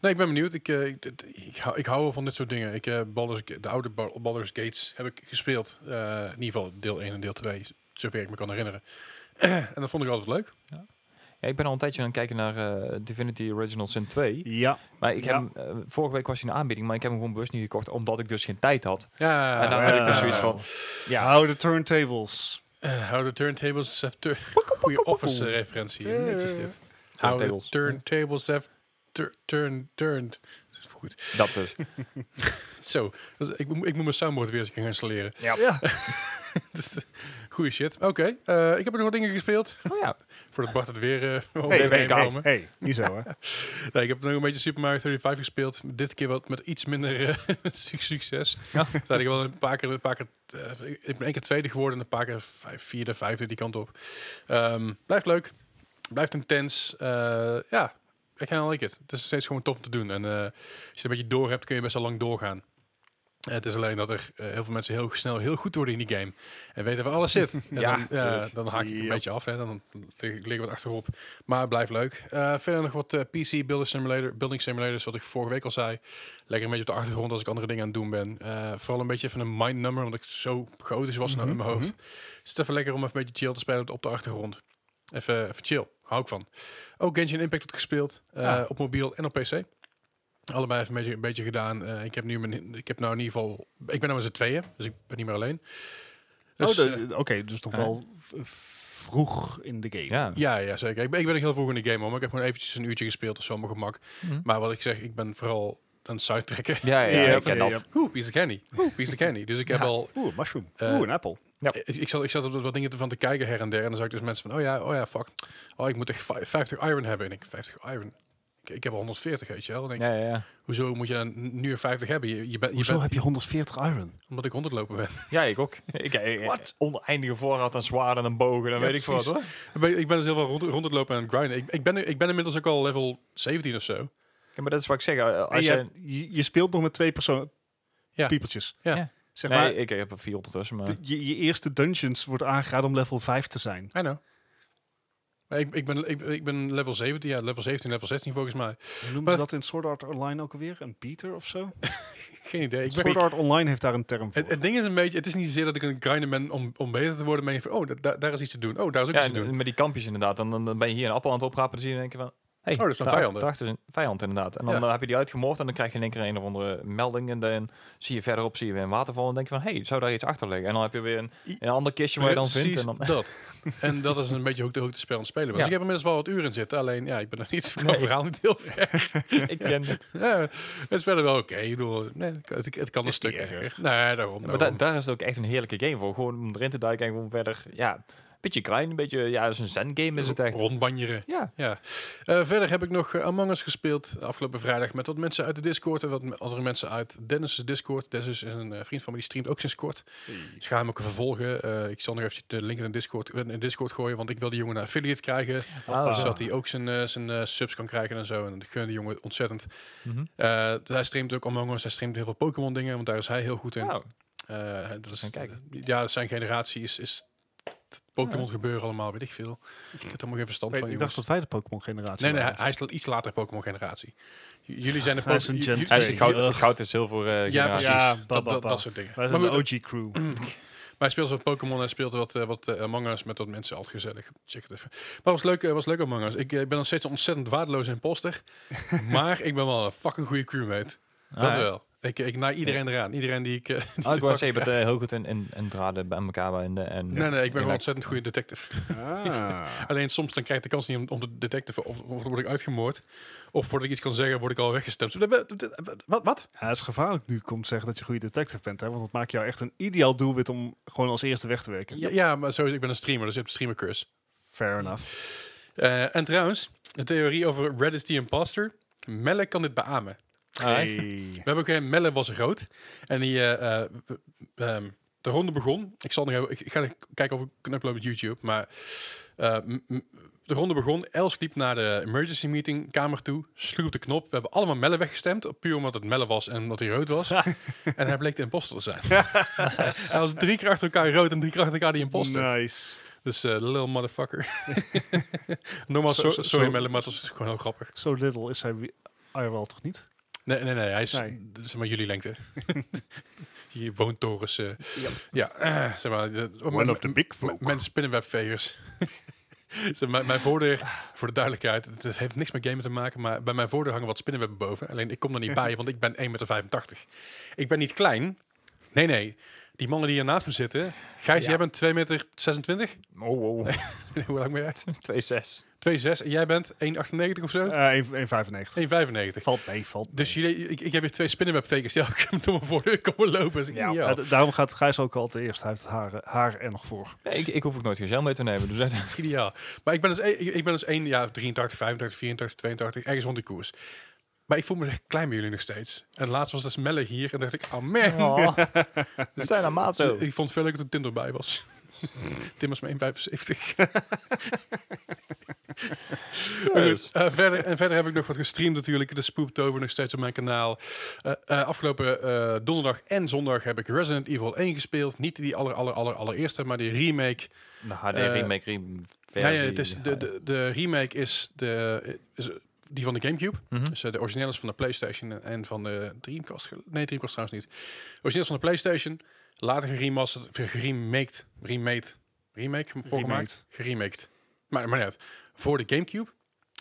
S2: Nee, ik ben benieuwd. Ik, eh, ik, dit- ik, hou, ik hou wel van dit soort dingen. Ik, eh Baldur's, Ga- de oude Ba- Baldur's Gates heb ik gespeeld. Eh, in ieder geval deel 1 en deel 2, zover ik me kan herinneren. (clears throat) en dat vond ik altijd leuk.
S1: Ja, ik ben al een tijdje aan het kijken naar eh, Divinity Original Sin 2.
S3: Ja,
S1: Maar ik
S3: Ja.
S1: heb, hem, eh, vorige week was hij in de aanbieding, maar ik heb hem gewoon bewust niet gekocht, omdat ik dus geen tijd had.
S2: Ja,
S1: En dan
S3: heb
S1: had ik dus zoiets van, ja,
S3: Ah, oh Hou de turntables.
S2: Eh, How the Turntables Have Tur- Goeie Office-referentie.
S3: Ja, ja,
S2: Netjes
S3: ja.
S2: dit.
S3: Eh,
S2: How the
S1: Turntables.
S2: Turntables Have tur- Turn Turned. Dat is Goed.
S1: dat dus.
S2: Zo, dat is- ik, moet- ik moet mijn soundboard weer eens gaan installeren.
S3: Ja.
S2: Goeie shit. Oké, eh, ik heb nog wat dingen gespeeld.
S1: Oh ja,
S2: Voordat Bart het weer eh (laughs) over de
S3: Hey, hey,
S2: heen
S3: hey,
S2: komen.
S3: hey, niet zo hè.
S2: Nee, ik heb nog een beetje Super Mario 35 gespeeld. Dit keer wat met iets minder eh, (laughs) suc- succes.
S1: Ja.
S2: Toen had ik wel een paar keer... Een paar keer eh, ik ben één keer tweede geworden en een paar keer vijf, vierde, vijfde die kant op. Ehm, blijft leuk. Blijft intens. Eh, ja, ik ga like it. Het is steeds gewoon tof om te doen. En eh, als je het een beetje door hebt, kun je best wel lang doorgaan. Eh, het is alleen dat er eh, heel veel mensen heel snel heel goed worden in die game. En weten waar alles
S1: (laughs)
S2: zit. En
S1: Ja,
S2: dan, eh,
S1: tuurlijk.
S2: dan haak ik een
S3: Yep.
S2: beetje af. Hè. Dan lig ik lig ik wat achterop. Maar het blijft leuk. Eh, verder nog wat eh, PC building, simulator, building simulators, wat ik vorige week al zei. Lekker een beetje op de achtergrond als ik andere dingen aan het doen ben. Eh, vooral een beetje van een mind number, omdat ik zo chaotisch was nou in
S1: Mhm,
S2: mijn hoofd. Is het even lekker om even een beetje chill te spelen op de achtergrond. Even, even chill, hou ik van. Ook Genshin Impact had gespeeld, eh,
S3: Ah.
S2: op mobiel en op PC. Allebei even een beetje, een beetje gedaan. Eh, ik heb nu mijn, ik heb nou in ieder geval, ik ben nou met z'n tweeën, dus ik ben niet meer alleen. (laughs) Dus,
S3: oh,
S2: eh,
S3: de- Oké, dus nog
S1: eh.
S3: wel v- vroeg in de game.
S1: ja.
S2: Ja, ja, zeker. Ik ben, ik ben ook heel vroeg in de game, hoor, maar ik heb gewoon eventjes een uurtje gespeeld of zo, op mijn gemak.
S1: Mhm.
S2: Maar wat ik zeg, ik ben vooral aan het sidetracken.
S1: Ja, ja,
S3: Ja,
S1: ik ken
S3: ja,
S1: dat.
S2: Oeh, piece of candy. Oeh, piece of candy. Dus ik heb
S1: Ja.
S2: al
S3: Oeh, mushroom.
S2: Eh,
S3: Oeh, een appel.
S1: Ja.
S2: Ik, ik zat, ik zat op wat dingen ervan te kijken her en der. En dan zag ik dus mensen van, oh ja, oh ja, fuck. Oh, ik moet echt vij- 50 iron hebben. En ik, 50 iron? Ik, ik heb al 140, weet je wel. En ik,
S1: Ja, ja, ja.
S2: Hoezo moet je dan nu 50 hebben? Je, je bent, je
S3: Hoezo
S2: bent,
S3: heb je 140 iron?
S2: omdat ik 100 lopen ben. (laughs)
S1: ja, ik
S3: (laughs)
S1: ook. Ik, eh,
S3: Wat?
S1: Oneindige voorraad aan zwaarden en bogen en
S2: Ja,
S1: weet ik veel wat hoor.
S2: precies. ik, ben, ik ben dus heel veel rond, rond het lopen en aan het grinden. Ik, ik, ben, ik ben inmiddels ook al level 17 of zo.
S1: Ja, maar dat is wat ik zeg. eh, Als
S3: En Ah, je,
S1: je,
S3: hebt- je, je speelt nog met twee personen.
S2: Ja.
S3: Piepeltjes.
S2: Ja.
S1: Ja.
S3: Zeg
S1: nee, eh.
S3: maar,
S1: ik, ik heb er vier ondertussen, maar...
S3: de- je, je eerste dungeons wordt aangeraden om level 5 te zijn.
S2: I know. Maar ik, ik, ben, ik, ik ben level 17, ja, level 17, level 16 volgens mij. (laughs)
S3: Hoe noemen
S2: Maar-
S3: ze dat in Sword Art Online ook alweer? Een beater of zo?
S2: Geen idee. Ik ben,
S3: Sword Art Online heeft daar een term voor.
S2: het, het ding is een beetje, het is niet zozeer dat ik een grinder ben om, om beter te worden, maar je van, oh, da- da- daar is iets te doen. Oh, daar is ook
S1: Ja,
S2: iets te doen.
S1: en met die kampjes inderdaad. En dan, dan ben je hier een appel aan het oprapen. Dan zie je in één keer van... Hey,
S2: Oh, dat is dan
S1: daar-
S2: vijanden.
S1: daarachter is een vijand inderdaad. En dan,
S2: Ja.
S1: eh, heb je die uitgemoord en dan krijg je in één keer een of andere melding. En dan zie je verderop zie je weer een waterval en denk je van... Hé, hey, zou daar iets achter liggen? En dan heb je weer een,
S2: I-
S1: een ander kistje waar je dan vindt. En
S2: Precies
S1: dan,
S2: dat. En dat is een beetje ook de, ook de spel aan het spelen.
S1: (laughs)
S2: ben.
S1: Ja.
S2: Dus ik heb inmiddels wel wat uren in zitten. Alleen, ja, ik ben nog niet, ik
S1: Nee.
S2: verhaal niet heel ver.
S1: (laughs) ik ken het.
S2: (laughs) Ja, het is verder wel oké. Ik bedoel, nee, het, het kan een
S3: niet
S2: stuk
S3: erg.
S2: erger. Nee, daarom.
S1: maar da-
S2: daarom.
S1: daar is het ook echt een heerlijke game voor. Gewoon om erin te duiken en gewoon verder... Ja, een beetje klein, een beetje... Ja, het is een zen-game is het echt.
S2: Rondbanjeren.
S1: Ja,
S2: Ja. Eh, verder heb ik nog eh, Among Us gespeeld afgelopen vrijdag met wat mensen uit de Discord en wat me- andere mensen uit Dennis' Discord. Dennis is een eh, vriend van me, die streamt ook sinds kort. Dus ga hem ook vervolgen. Eh, ik zal nog even de link in de Discord, in de Discord gooien, want ik wil die jongen naar affiliate krijgen.
S1: Ah, zo.
S2: Zodat hij ook zijn, eh, zijn eh, subs kan krijgen en zo. En ik gun die jongen ontzettend.
S1: Mhm.
S2: Eh, hij streamt ook Among Us, hij streamt heel veel Pokémon dingen, want daar is hij heel goed in.
S1: Nou,
S2: Eh, dat is,
S1: gaan kijken.
S2: ja, zijn generatie is, is het Pokémon gebeuren allemaal, weet ik veel. Ik heb er nog geen verstand
S3: Weet-
S2: van,
S3: ik
S2: jongens.
S3: dacht dat wij de Pokémon-generatie
S2: Nee, nee, hij,
S3: waren.
S2: hij is la- iets later Pokémon-generatie. J- Jullie zijn de
S3: Hij is een
S2: Pokémon-
S3: Gen
S2: j- j-
S1: hij is een
S3: Twee.
S1: goud,
S3: Ugh.
S1: goud en zilver eh,
S2: Ja,
S1: generatie.
S2: precies.
S3: Ja, ba,
S2: dat,
S3: ba,
S2: dat,
S3: ba.
S2: dat soort dingen.
S3: Wij
S2: Maar
S3: zijn de
S2: goed, eh, (clears throat) maar
S3: (laughs) OG-crew.
S2: hij speelt wat Pokémon en speelt wat, eh, wat eh, Among Us met wat mensen. Altijd gezellig. Check het even. Maar was leuk, eh, was leuk Among Us. Ik eh, ben nog steeds een ontzettend waardeloze
S3: (laughs)
S2: imposter. maar ik ben wel een fucking goede crewmate.
S1: Ah,
S2: dat
S1: ja.
S2: wel. Ik, ik na iedereen eraan. Iedereen die ik... eh, die
S1: Ah,
S2: te
S1: ik wou
S2: pakken
S1: zeggen, je
S2: krijg.
S1: bent eh, heel goed in, in, in draden bij elkaar. En, en,
S2: (laughs) Nee, nee, ik ben
S1: in-
S2: wel ontzettend goede detective.
S3: Ah.
S2: Alleen soms dan krijg ik de kans niet om, om te detecten. Of, of word ik uitgemoord. Of voordat ik iets kan zeggen, word ik al weggestemd. Wat? Wat?
S3: Ja, het is gevaarlijk nu komt zeggen dat je goede detective bent, hè? want dat maakt jou echt een ideaal doelwit om gewoon als eerste weg te werken.
S2: Ja, ja, maar sowieso, ik ben een streamer, dus je hebt streamercurse.
S3: Fair enough.
S2: Eh en trouwens, de theorie over Red is the imposter. Melle kan dit beamen.
S1: Hey.
S2: We hebben ook een Melle was rood. En die, eh, eh, w- ehm, de ronde begon. Ik, zal nog even, ik ga even kijken of ik kan uploaden op YouTube. Maar eh, m- m- de ronde begon. Els liep naar de emergency meeting kamer toe. Sloeg op de knop. We hebben allemaal Melle weggestemd. Puur omdat het Melle was en omdat hij rood
S3: (laughs)
S2: was. en hij bleek de imposter te zijn. hij was drie keer achter elkaar rood en drie keer achter elkaar die imposter.
S3: Nice.
S2: Dus eh little
S3: (laughs)
S2: motherfucker. Normaal,
S3: Zo-
S2: so,
S3: zo-
S2: sorry
S3: zo-
S2: Melle, maar dat is gewoon heel grappig.
S3: Zo little is hij wi- IRL toch niet?
S2: Nee, nee, nee, hij is,
S3: Nee.
S2: d- zeg maar, jullie lengte. Je woontorens. eh Ja, (clears throat) eh, zeg maar. de- oh, mijn-
S3: big
S2: m- Mijn spinnenwebvegers. (laughs) zeg, mijn, mijn voordeur, voor de duidelijkheid, het is- heeft niks met gamen te maken, maar bij mijn voordeur hangen wat spinnenwebben boven. Alleen ik kom er niet bij, want ik ben 1,85 meter. Ik ben niet klein. Nee, nee. Die mannen die hier naast me zitten. Gijs,
S1: Ja.
S2: jij bent 2,26 meter? 26?
S1: Oh, oh.
S2: (laughs) Hoe lang ben jij?
S1: 2-6.
S2: 2,6 en jij bent 1,98 of
S3: Eh.
S2: zo?
S3: 1,95.
S2: 1,95.
S3: Valt mee, valt mee.
S2: Dus jullie, ik, ik heb hier twee spinnenwebtekens die (laughs) elke keer door mijn voordeur komen lopen. Dus ik- ja.
S3: Ja, Eh, d- daarom gaat Gijs ook al te eerst. Hij heeft haar, eh, haar er nog voor.
S1: Nee, ik, ik hoef ook nooit gezel mee te nemen. Dus dat
S2: (laughs) Dat is ideaal. Maar ik ben dus, één- ik, ik ben dus 1, ja, 83, 85, 84, 82, ergens rond die koers. Maar ik voel me echt klein bij jullie nog steeds. En laatst was dus Melle hier en dacht ik, oh man.
S1: Oh, we zijn aan maat zo.
S2: (laughs) Ik vond het veel leuker toen Tim erbij was. (laughs) Tim was mijn 1,75. Maar
S1: (laughs)
S2: goed,
S1: Dus.
S2: eh, verder, en verder heb ik nog wat gestreamd natuurlijk. De spoept over nog steeds op mijn kanaal. Eh, eh, afgelopen eh, donderdag en zondag heb ik Resident Evil 1 gespeeld. Niet die aller, aller, aller, allereerste, maar die remake.
S1: De HD
S2: Eh,
S1: remake rem
S2: Ja, ja, het is, de, de, de remake is, de, is die van de Gamecube.
S1: Mhm.
S2: Dus eh, de origineel is van de PlayStation en van de Dreamcast. gel- Nee, Dreamcast trouwens niet. Origineel is van de PlayStation. Later geremasterd, geremaked, remade, remake, voorgemaakt, geremaked. Maar, maar net, voor de Gamecube.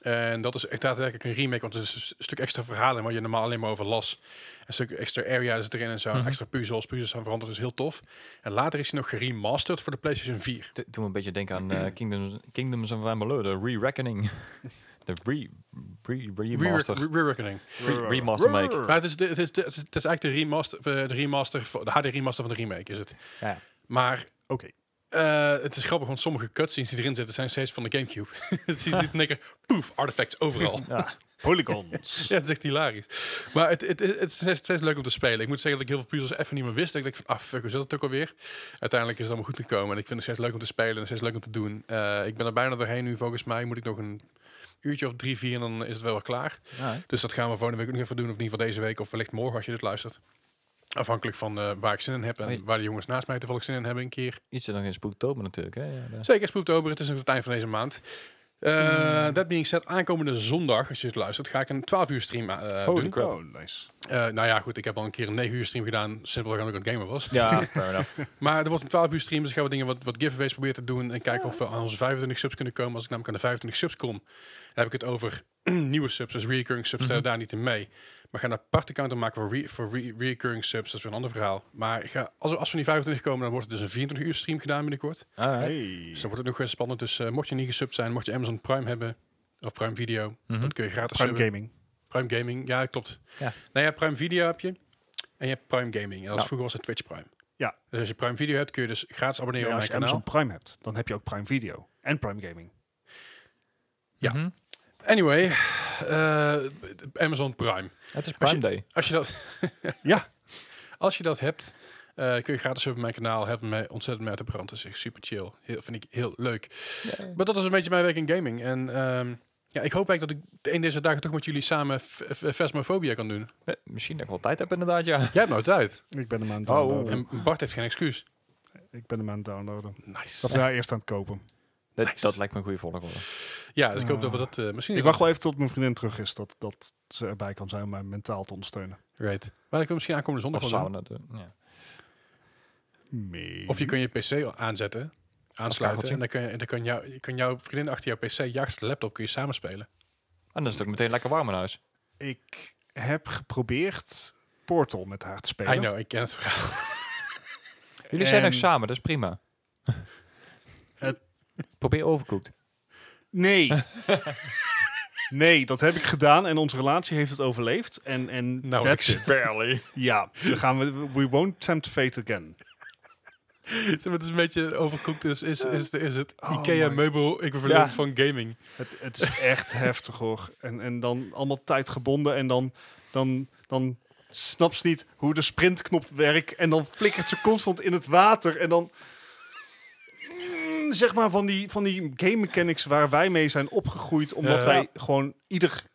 S2: En dat is echt daadwerkelijk een remake, want het is een s- stuk extra verhalen waar je normaal alleen maar over las. Een stuk extra area zit erin en zo,
S1: Mhm.
S2: extra puzzels, puzzels zijn veranderd, dus heel tof. En later is hij nog geremasterd voor de PlayStation 4.
S1: T- Toen een beetje denken aan eh, Kingdoms, Kingdoms of Amalur, de
S2: (laughs)
S1: re-reckoning. De re, re, remaster.
S2: Re- re- Re-reckoning.
S1: Re- remaster make.
S2: Maar het is, de- het, is, de- het is het is eigenlijk de remaster, eh, de remaster, van- de HD remaster van de remake is het.
S1: Ja.
S2: Maar
S3: Oké.
S2: eh, het is grappig, want sommige cutscenes die erin zitten zijn steeds van de Gamecube. (laughs) dus je ziet in één keer, poef, artifacts overal.
S3: (laughs) Polygons.
S2: Ja, het is echt hilarisch. Maar het, het, het, is steeds, steeds leuk om te spelen. Ik moet zeggen dat ik heel veel puzzels even niet meer wist. Ik dacht van, ah fuck, hoe zit dat ook alweer? Uiteindelijk is het allemaal goed gekomen. En ik vind het steeds leuk om te spelen en steeds leuk om te doen. Eh, ik ben er bijna doorheen nu. Volgens mij moet ik nog een uurtje of drie, vier en dan is het wel weer klaar.
S1: Ja, hè.
S2: Dus dat gaan we volgende week ook nog even doen. Of in ieder geval deze week. Of wellicht morgen als je dit luistert. Afhankelijk van eh, waar ik zin in heb. En
S1: Hoi.
S2: waar de jongens naast mij toevallig zin in hebben een keer.
S1: Iets zit nog in spooktober natuurlijk. Hè? Ja, dat-
S2: Zeker Spooktober. Het is nog het eind van deze maand. Eh,
S1: Hmm.
S2: Dat being said, aankomende zondag, als je het luistert, ga ik een 12 uur stream eh,
S1: Holy
S2: doen.
S1: crap.
S3: Oh, nice.
S2: Eh, nou ja, goed, ik heb al een keer een 9 uur stream gedaan, simpelweg omdat ik aan het gamen was.
S1: (laughs)
S2: (laughs)
S1: Ja, fair enough.
S2: Maar er wordt een 12 uur stream, dus gaan we dingen wat, wat giveaways proberen te doen. En kijken of we aan onze 25 subs kunnen komen. Als ik namelijk aan de 25 subs kom, dan heb ik het over (clears throat) nieuwe subs. Dus recurring subs tellen daar niet in mee. Maar ga een aparte counter maken voor, re- voor re- recurring subs. Dat is weer een ander verhaal. Maar ga, als, we, als we aan die 25 komen, dan wordt het dus een 24 uur stream gedaan binnenkort.
S3: Eh,
S1: Alright.
S3: Hey.
S2: Dus dan wordt het nog eens spannend. Dus eh, mocht je niet gesubd zijn, mocht je Amazon Prime hebben, of Prime Video,
S1: Mhm.
S2: dan kun je gratis
S3: Prime
S2: subben.
S3: Gaming.
S2: Prime Gaming, ja, klopt.
S1: Ja.
S2: Nou ja, Prime Video heb je. En je hebt Prime Gaming. En dat is
S1: Ja.
S2: vroeger was het Twitch Prime.
S3: Ja.
S2: Dus als je Prime Video hebt, kun je dus gratis abonneren
S3: Ja,
S2: op
S3: als
S2: mijn
S3: je
S2: kanaal.
S3: Amazon Prime hebt, dan heb je ook Prime Video en Prime Gaming.
S2: Ja.
S1: Mhm.
S2: Anyway, eh, Amazon Prime.
S1: Het is Prime Day.
S2: Als je dat, (laughs)
S3: Ja.
S2: als je dat hebt, eh, kun je gratis op mijn kanaal. Helpen mij ontzettend mee uit de brand. Dat is echt super chill. Heel, vind ik heel leuk. Maar dat is een beetje mijn week in gaming. En ehm, ja, ik hoop eigenlijk dat ik een deze dagen toch met jullie samen F- F- Phasmophobia kan doen.
S1: Eh, Misschien dat ik wel tijd heb inderdaad, ja.
S2: Jij hebt nou tijd.
S3: Ik ben hem aan het
S1: Oh.
S3: downloaden.
S2: En Bart heeft geen excuus.
S3: Ik ben hem aan het downloaden.
S2: Nice.
S3: Dat daar eerst aan het kopen.
S1: Dat,
S2: Nice.
S1: dat lijkt me een goede volgorde.
S2: Ja, dus ik hoop dat we dat eh, misschien...
S3: Ik wacht wel even tot mijn vriendin terug is, dat, dat ze erbij kan zijn om mij mentaal te ondersteunen.
S2: Right. Maar ik wil misschien aankomende zondag
S1: Of
S2: wel doen.
S1: samen dat doen. Ja.
S3: Mee.
S2: Of je kun je PC aanzetten, aansluiten.
S1: kakeltje.
S2: En dan kun je, dan kan, jou, kan jouw vriendin achter jouw PC, jouw achter de laptop, kun je samen spelen.
S1: En dan is het ook meteen lekker warm in huis.
S3: Ik heb geprobeerd Portal met haar te spelen.
S2: I know, ik ken het verhaal.
S1: Jullie zijn nog
S3: En-
S1: samen, dat is (laughs) prima.
S3: Het-
S1: Probeer overkoekt.
S3: Nee. nee, dat heb ik gedaan en onze relatie heeft het overleefd. En, en
S2: Nou,
S3: that's
S2: ik-
S3: it.
S1: Barely.
S3: Ja, dan gaan we. We won't tempt fate
S2: (laughs)
S3: again.
S2: Zeg maar, Het is een beetje overkoekt, is, is, is, is het
S3: Oh my-
S2: IKEA-meubel ik ben verloren
S1: Ja.
S2: van gaming.
S3: Het, het is echt (laughs) heftig hoor. En, en dan allemaal tijdgebonden en dan, dan, dan snapt ze niet hoe de sprintknop werkt. En dan flikkert ze constant in het water. En dan. Mm, Zeg maar van die, van die game mechanics waar wij mee zijn opgegroeid. Omdat
S2: Ja.
S3: wij gewoon. Ieder kind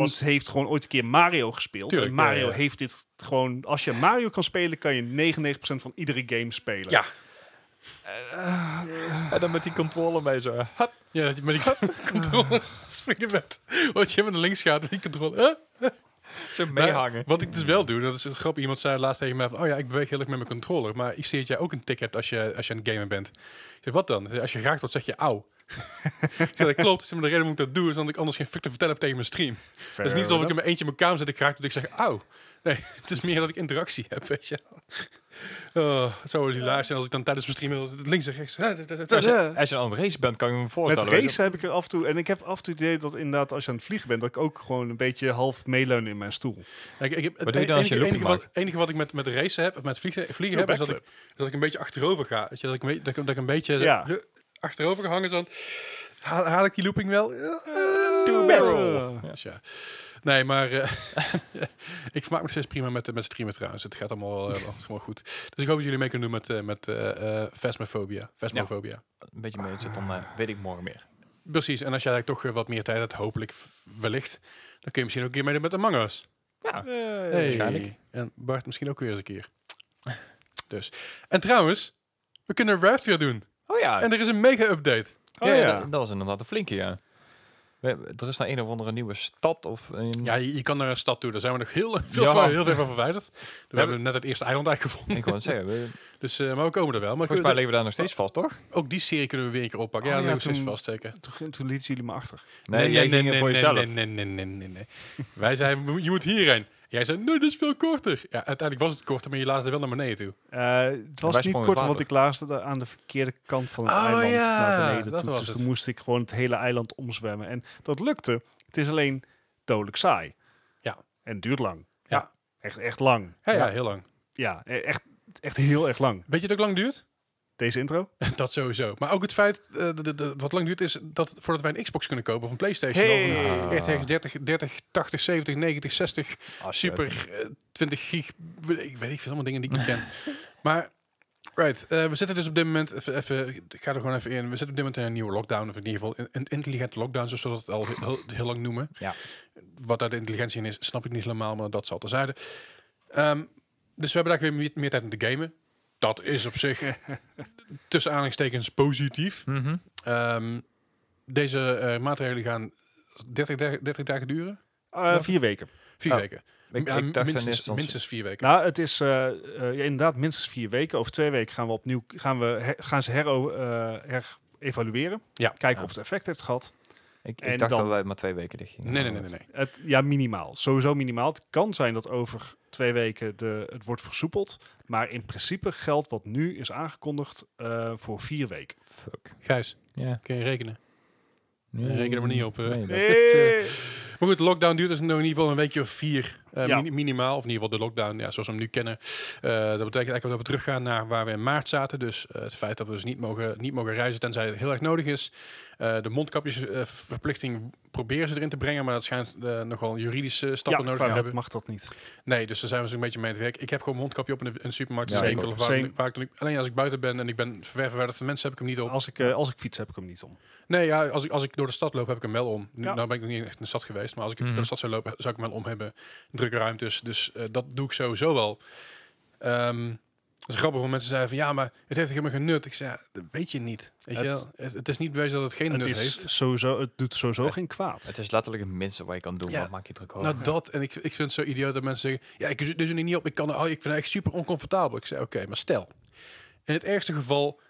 S1: Alles.
S3: heeft gewoon ooit een keer Mario gespeeld.
S2: Tuurlijk,
S3: en Mario
S2: ja, ja.
S3: heeft dit gewoon. Als je Mario kan spelen, kan je 99% van iedere game spelen.
S2: Ja.
S1: (laughs) En dan met die controle mee zo. Hup.
S2: Ja, dat je met (laughs) die controle springen bent. Want je met naar links gaat met die controle. Huh?
S1: Zo
S2: Maar
S1: meehangen.
S2: Wat ik dus wel doe, dat is een grap. Iemand zei laatst tegen mij van, oh ja, ik beweeg heel erg met mijn controller. Maar ik zie dat jij ook een tik hebt als je, als je aan het gamen bent. Ik zeg, wat dan? Als je geraakt wordt, zeg je auw. (laughs) ik zeg, dat klopt. Ik zeg, maar de reden waarom ik dat doe, is omdat ik anders geen fuck te vertellen heb tegen mijn stream. Het is dus niet alsof ik in mijn eentje in mijn kamer zit en geraakt word. Ik zeg, auw. Nee, (laughs) het is meer dat ik interactie heb, weet je. Oh, het zou wel hilarisch zijn als ik dan tijdens mijn stream heel- links en rechts... eh,
S1: Als je, als je aan het race bent, kan je me
S3: Met
S1: voorstellen. weet je.
S3: race heb ik er af en toe. En ik heb af en toe het idee dat inderdaad als je aan het vliegen bent, dat ik ook gewoon een beetje half meeleun in mijn stoel.
S2: Ja, ik, ik heb, het e-
S1: doe je dan als je
S2: enige,
S1: looping
S2: enige wat, enige wat ik met, met racen heb, of met vliegen, vliegen heb, is dat ik,
S3: backflip.
S2: dat ik een beetje achterover ga. Weet je, dat, ik, een beetje- dat, ik, dat ik een beetje
S3: Ja.
S2: zo- achterover gehangen dan haal, haal ik die looping wel.
S3: Two
S1: barrel.
S2: Dus ja. Nee, maar eh, (laughs) ik vermaak me steeds prima met, met streamen trouwens. Het gaat allemaal wel, eh, wel gewoon goed. Dus ik hoop dat jullie mee kunnen doen met, eh, met eh eh Vesmophobia. Vesmophobia.
S1: Een beetje mee zit, dan eh, weet ik morgen meer.
S2: Precies, en als jij toch eh, wat meer tijd hebt, hopelijk v- wellicht, dan kun je misschien ook een keer meedoen met de mangas.
S1: Eh,
S2: Hey.
S1: Waarschijnlijk.
S2: En Bart misschien ook weer eens een keer. Dus. En trouwens, we kunnen Raft weer doen.
S1: Oh ja.
S2: En er is een mega-update.
S3: Oh
S1: ja, ja,
S3: ja.
S1: Dat, dat was inderdaad een flinke, ja. We, er is nou een of andere nieuwe stad of... Een,
S2: Ja, je, je kan naar een stad toe. Daar zijn we nog heel (laughs) veel,
S1: Ja.
S2: van, heel veel van verwijderd. We, hebben
S1: hebben-
S2: net het eerste eiland eigenlijk gevonden.
S1: Ik wou het zeggen. (laughs) we-
S2: Dus, eh, maar we komen er wel. Maar
S1: volgens mij
S2: kunnen-
S1: leven we daar nog steeds vast, toch?
S2: ook die serie kunnen we weer een keer oppakken.
S3: Oh
S2: ja,
S3: ja,
S2: dat is
S3: toen-
S2: vaststeken.
S3: Toen, toen lieten jullie me achter.
S1: Nee, jij ging er voor
S2: nee,
S1: jezelf.
S2: Nee, nee, nee, nee, nee. nee. Wij zeiden, (laughs) je moet hierheen. Jij zei, nee, dit is veel korter. Ja, uiteindelijk was het korter, maar je laasde wel naar beneden toe.
S3: Eh, het was
S1: wij
S3: niet
S1: sprongen
S3: kort,
S1: het
S3: want
S1: water.
S3: ik laasde daar aan de verkeerde kant van het
S2: Oh
S3: eiland
S2: ja,
S3: naar beneden.
S2: dat
S3: Toe.
S2: was
S3: Dus
S2: het.
S3: toen moest ik gewoon het hele eiland omzwemmen. En dat lukte. Het is alleen dodelijk saai.
S2: Ja.
S3: En het duurt lang.
S2: Ja.
S3: Echt, echt lang.
S2: Ja, ja,
S1: Ja.
S2: heel lang.
S3: Ja, e- echt, echt heel erg lang.
S2: Weet je dat ook lang duurt?
S3: Deze intro.
S2: (laughs) Dat sowieso. Maar ook het feit, eh, de, de, de- wat lang duurt, is dat voordat wij een Xbox kunnen kopen of een PlayStation.
S3: Hey.
S2: Of een RTX 30, 30, 80, 70, 90, 60,
S1: Ah, shit.
S2: super eh, 20 gig. we- Ik weet niet veel, allemaal dingen die ik niet ken. (laughs) maar, right, eh, we zitten dus op dit moment, even, even, ik ga er gewoon even in. We zitten op dit moment in een nieuwe lockdown, of in ieder geval een, een intelligente lockdown, zoals we dat al heel, heel- heel lang noemen.
S1: Ja.
S2: Wat daar de intelligentie in is, snap ik niet helemaal, maar dat zal terzijde. Ehm dus we hebben daar weer meer, meer tijd om te gamen. Dat is op zich tussen aanhalingstekens positief.
S1: Mhm.
S2: Ehm, deze eh, maatregelen gaan 30, dagen- 30 dagen duren?
S3: Eh, vier weken.
S2: Vier
S3: Ja.
S2: weken.
S1: Ik,
S2: Ja,
S1: ik dacht in eerste
S2: minstens,
S1: instantie-
S2: minstens vier weken.
S3: Nou, het is eh, eh, ja, inderdaad minstens vier weken. Over twee weken gaan we opnieuw gaan we her- gaan ze hero, eh, her evalueren.
S2: Ja.
S3: Kijken
S1: Ja.
S3: of het effect heeft gehad.
S1: ik, ik
S3: en
S1: dacht
S3: dan-
S1: dat wij maar twee weken dicht gingen.
S2: nee, nee, nee, nee. nee.
S3: Het, ja, minimaal. Sowieso minimaal. Het kan zijn dat over twee weken de, het wordt versoepeld. Maar in principe geldt wat nu is aangekondigd eh, voor vier weken.
S1: Fuck.
S2: Gijs,
S1: Ja.
S2: kun je rekenen?
S1: Nee,
S2: reken er maar niet op, eh.
S1: nee, dat-
S2: eh, Maar goed, de lockdown duurt dus nog in ieder geval een weekje of vier eh,
S3: Ja.
S2: mini- minimaal. Of in ieder geval de lockdown, ja, zoals we hem nu kennen. Eh, dat betekent eigenlijk dat we teruggaan naar waar we in maart zaten. Dus eh, het feit dat we dus niet mogen, niet mogen reizen tenzij het heel erg nodig is. Eh, de mondkapjesverplichting proberen ze erin te brengen. Maar dat schijnt eh, nogal juridische
S3: ja,
S2: stappen nodig
S3: qua
S2: te
S3: wet
S2: hebben.
S3: mag dat niet.
S2: Nee, dus daar zijn we zo'n beetje mee aan het werk. Ik heb gewoon mondkapje op in de, in de supermarkt.
S1: Ja,
S2: Ja,
S1: ik
S2: winkel,
S3: ook.
S2: of waar,
S3: Same.
S2: waar ik dan ook- alleen als ik buiten ben en ik ben ver verwijderd van mensen heb ik hem niet op.
S3: Als ik, eh, als ik fiets heb ik hem niet om.
S2: Nee, ja, als, ik, als ik door de stad loop, heb ik hem wel om. Nu,
S3: Ja.
S2: Nou ben ik nog niet echt in de stad geweest, maar als ik
S1: Mhm.
S2: door de stad zou lopen, zou ik hem wel om hebben. Drukke ruimtes, dus eh, dat doe ik sowieso wel. Ehm dat is grappig, want mensen zeiden van, ja, maar het heeft helemaal geen nut. Ik zei, ja, dat weet je niet. Weet je
S3: Het-
S2: wel? Het, het is niet bewezen dat het geen
S3: Het,
S2: nut
S3: is
S2: heeft.
S3: sowieso, het doet sowieso geen kwaad.
S1: Het is letterlijk het minste wat je kan doen.
S2: Ja.
S1: Wat maak je druk over?
S2: Nou, dat. En ik, ik vind het zo idioot dat mensen zeggen... Ja, ik zit dus er niet op. Ik, kan, er- oh, ik vind het echt super oncomfortabel. Ik zei, oké, maar stel. In het ergste geval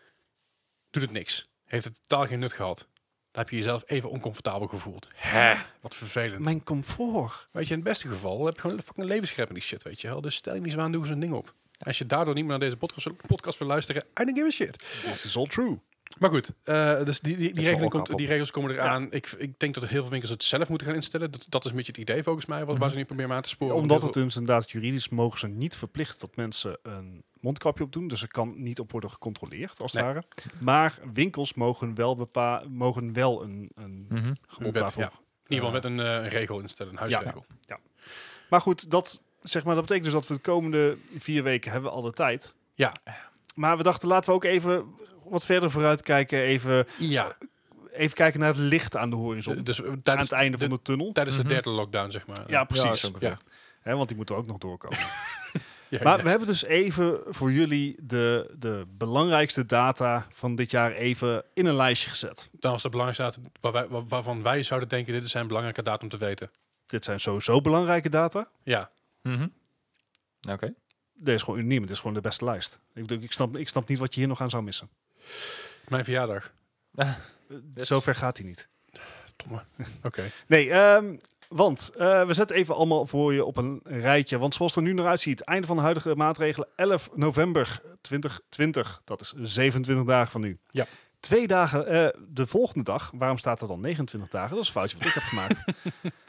S2: doet het niks. Heeft het totaal geen nut gehad. Dan heb je jezelf even oncomfortabel gevoeld. Hè? Wat vervelend.
S3: Mijn comfort.
S2: Weet je, in het beste geval heb je gewoon een fucking levensgreep in die shit, weet je wel. Dus stel je niet zo aan, doe eens een ding op. Als je daardoor niet meer naar deze podcast, podcast wil luisteren, I don't give a shit.
S3: This is all true.
S2: Maar goed, eh, dus die, die, die,
S1: wel
S2: regeling komt,
S1: knap op.
S2: die regels komen eraan. Ik, ik denk dat heel veel winkels het zelf moeten gaan instellen. Dat, dat is een beetje het idee volgens mij, wat, waar ze nu proberen aan te sporen.
S3: Mhm. Omdat het
S2: Want
S3: dus inderdaad juridisch mogen ze niet verplicht dat mensen een mondkapje op doen. Dus er kan niet op worden gecontroleerd, als het
S2: Nee.
S3: ware. Maar winkels mogen wel, bepa mogen wel een, een
S1: Mhm.
S3: gebod
S2: Hm, Een wet,
S3: daarvoor.
S2: ja. in ieder geval met een eh, regel instellen, een huisregel.
S3: Maar goed, dat, zeg maar, dat betekent dus dat we de komende vier weken hebben we al de tijd.
S2: Ja.
S3: Maar we dachten, laten we ook even wat verder vooruit kijken. Even,
S2: Ja,
S3: even kijken naar het licht aan de horizon.
S2: d- dus eh,
S3: aan
S2: tijdens,
S3: het einde van
S2: de-
S3: de tunnel.
S2: tijdens
S1: Mhm.
S2: de derde lockdown, zeg maar.
S3: Ja, precies.
S1: zo ongeveer.
S2: Ja.
S3: Hè, want die moeten we ook nog doorkomen.
S2: Ja,
S3: Maar
S2: ja.
S3: we hebben dus even voor jullie de, de belangrijkste data van dit jaar even in een lijstje gezet.
S2: Dan als de belangrijkste staat waar wij, waar- waarvan wij zouden denken, dit zijn belangrijke data om te weten.
S3: Dit zijn sowieso belangrijke data.
S2: Ja,
S1: Mhm. Oké.
S3: Dit is gewoon unaniem. Dit is gewoon de beste lijst. Ik, bedoel, ik, snap, ik snap niet wat je hier nog aan zou missen.
S2: mijn verjaardag.
S3: Eh, Zover gaat hij niet.
S2: Domme. Oké.
S3: Nee, ehm, want eh, we zetten even allemaal voor je op een rijtje. Want zoals het er nu naar uitziet, einde van de huidige maatregelen 11 november 2020. Dat is 27 dagen van nu.
S2: Ja.
S3: Twee dagen, eh, de volgende dag, waarom staat er dan 29 dagen? Dat is een foutje wat ik heb gemaakt.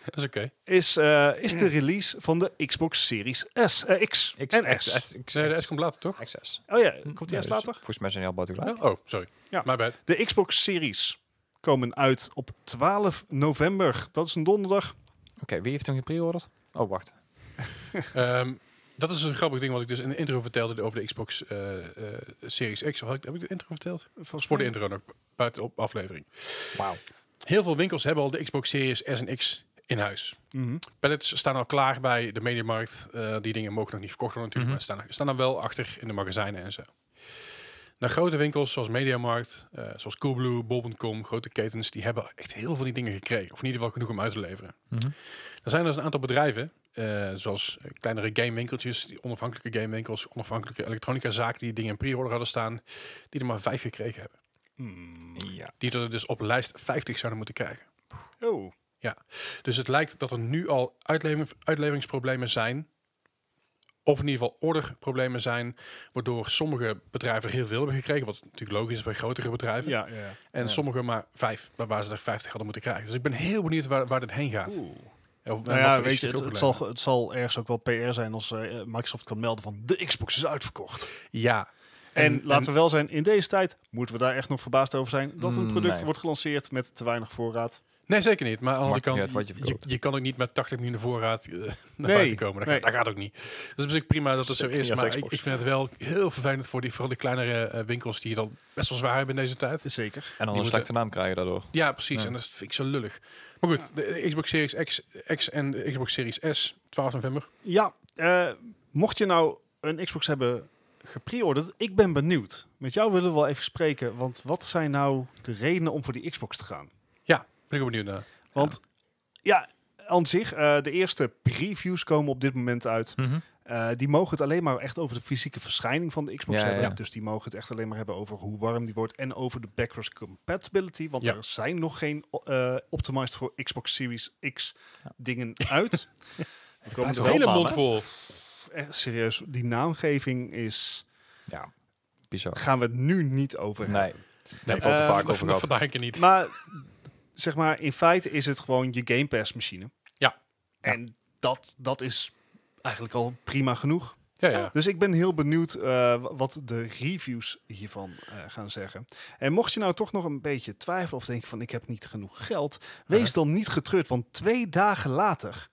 S2: Dat is oké.
S3: is, eh, is de release van de Xbox Series S, eh, X,
S1: X-
S3: en S.
S1: X- X- X-
S2: Nee, de S
S1: X-
S2: komt later, toch?
S1: XS.
S3: Oh ja, komt die
S1: Ja,
S3: S
S1: dus
S3: later?
S1: Volgens mij zijn die al buiten
S2: Ja?
S1: gelijk.
S2: Oh, sorry.
S3: Ja.
S2: Ja. My bad.
S3: De Xbox Series komen uit op 12 november. Dat is een donderdag.
S1: Oké, wie heeft hem gepreorderd? Oh, wacht.
S2: Ehm, dat is een grappig ding wat ik dus in de intro vertelde over de Xbox eh, eh, Series X. Of had ik, heb ik de intro verteld?
S3: Volgens
S2: Voor de
S3: mij.
S2: intro nog, buiten op aflevering.
S1: Wauw.
S2: Heel veel winkels hebben al de Xbox Series S en X in huis.
S3: Mhm.
S2: Pallets staan al klaar bij de mediamarkt. Eh, die dingen mogen nog niet verkocht worden natuurlijk,
S1: Mhm.
S2: maar staan, staan er wel achter in de magazijnen en zo. Naar grote winkels zoals Mediamarkt, eh, zoals Coolblue, Bol.com, grote ketens, die hebben echt heel veel die dingen gekregen. Of in ieder geval genoeg om uit te leveren.
S1: Mhm.
S2: Er zijn dus een aantal bedrijven, eh, zoals eh, kleinere gamewinkeltjes, die onafhankelijke gamewinkels, onafhankelijke elektronica zaken die dingen in pre-order hadden staan, die er maar vijf gekregen hebben.
S3: Mm.
S1: Ja.
S2: Die er dus op lijst 50 zouden moeten krijgen.
S3: Oh,
S2: Dus het lijkt dat er nu al uitlever- uitleveringsproblemen zijn. Of in ieder geval orderproblemen zijn. Waardoor sommige bedrijven er heel veel hebben gekregen. Wat natuurlijk logisch is bij grotere bedrijven.
S3: ja, ja.
S2: en
S1: ja.
S2: sommige maar vijf. Waar, waar ze er 50 hadden moeten krijgen. Dus ik ben heel benieuwd waar, waar dit heen gaat.
S3: Oeh.
S2: En of- en
S3: Nou
S2: wat
S3: ja,
S2: voor
S3: weet je, het,
S2: structureel
S3: het,
S2: probleem.
S3: zal, het zal ergens ook wel PR zijn als eh, Microsoft kan melden van de Xbox is uitverkocht.
S2: Ja,
S3: En,
S2: En-
S3: laten we wel zijn, in deze tijd moeten we daar echt nog verbaasd over zijn dat een
S1: Mm,
S3: product
S1: nee.
S3: wordt gelanceerd met te weinig voorraad.
S2: nee zeker niet. Maar aan de andere
S1: Maakt niet uit wat
S2: kant,
S1: je
S2: je, je,
S1: verkoopt.
S2: kan ook niet met 80 miljoen voorraad eh, (laughs) naar
S3: Nee,
S2: buiten komen. Dat,
S3: nee.
S2: gaat, dat gaat ook niet. Dus het is op zich prima dat het
S3: Zeker
S2: zo
S3: niet
S2: is.
S3: als
S2: Maar ik,
S3: Xbox.
S2: ik vind het wel heel vervelend voor die, vooral die kleinere eh, winkels die het al best wel zwaar hebben in deze tijd.
S3: Zeker.
S1: En dan
S2: moeten-
S1: een slechte naam krijgen daardoor.
S2: Ja, precies.
S1: Ja.
S2: En dat vind ik zo lullig. Maar goed, de de Xbox Series X, X en de Xbox Series S, 12 november.
S3: Ja, eh, mocht je nou een Xbox hebben gepreorderd, ik ben benieuwd. Met jou willen we wel even spreken, want wat zijn nou de redenen om voor die Xbox te gaan?
S2: Ben ik ook benieuwd naar.
S3: Want ja, aan zich, eh, de eerste previews komen op dit moment uit.
S1: Mhm.
S3: Eh, die mogen het alleen maar echt over de fysieke verschijning van de Xbox
S1: Ja,
S3: hebben.
S1: ja.
S3: Dus die mogen het echt alleen maar hebben over hoe warm die wordt. En over de backwards compatibility. Want
S2: Ja.
S3: er zijn nog geen eh, optimized voor Xbox Series X
S1: Ja. dingen
S3: dingen
S1: (laughs)
S3: uit. We komen
S1: blijft
S2: Een
S3: er
S1: wel
S3: wel
S2: hele
S1: man,
S2: mond
S1: hè?
S2: vol.
S3: echt serieus. Die naamgeving is.
S1: Ja, bizar.
S3: Gaan we het nu niet over hebben.
S1: Nee,
S2: Nee,
S1: we hebben het
S3: Eh,
S1: vaak over
S2: vanaf
S1: gehad.
S2: (laughs) vandaag keer niet.
S3: Maar zeg maar, in feite is het gewoon je Game Pass machine.
S2: Ja.
S3: En Dat, dat is eigenlijk al prima genoeg.
S2: Ja, ja.
S3: Dus ik ben heel benieuwd eh, wa- wat de reviews hiervan eh, gaan zeggen. En mocht je nou toch nog een beetje twijfelen of denken van ik heb niet genoeg geld, wees
S2: Ja.
S3: dan niet getreurd, want twee dagen later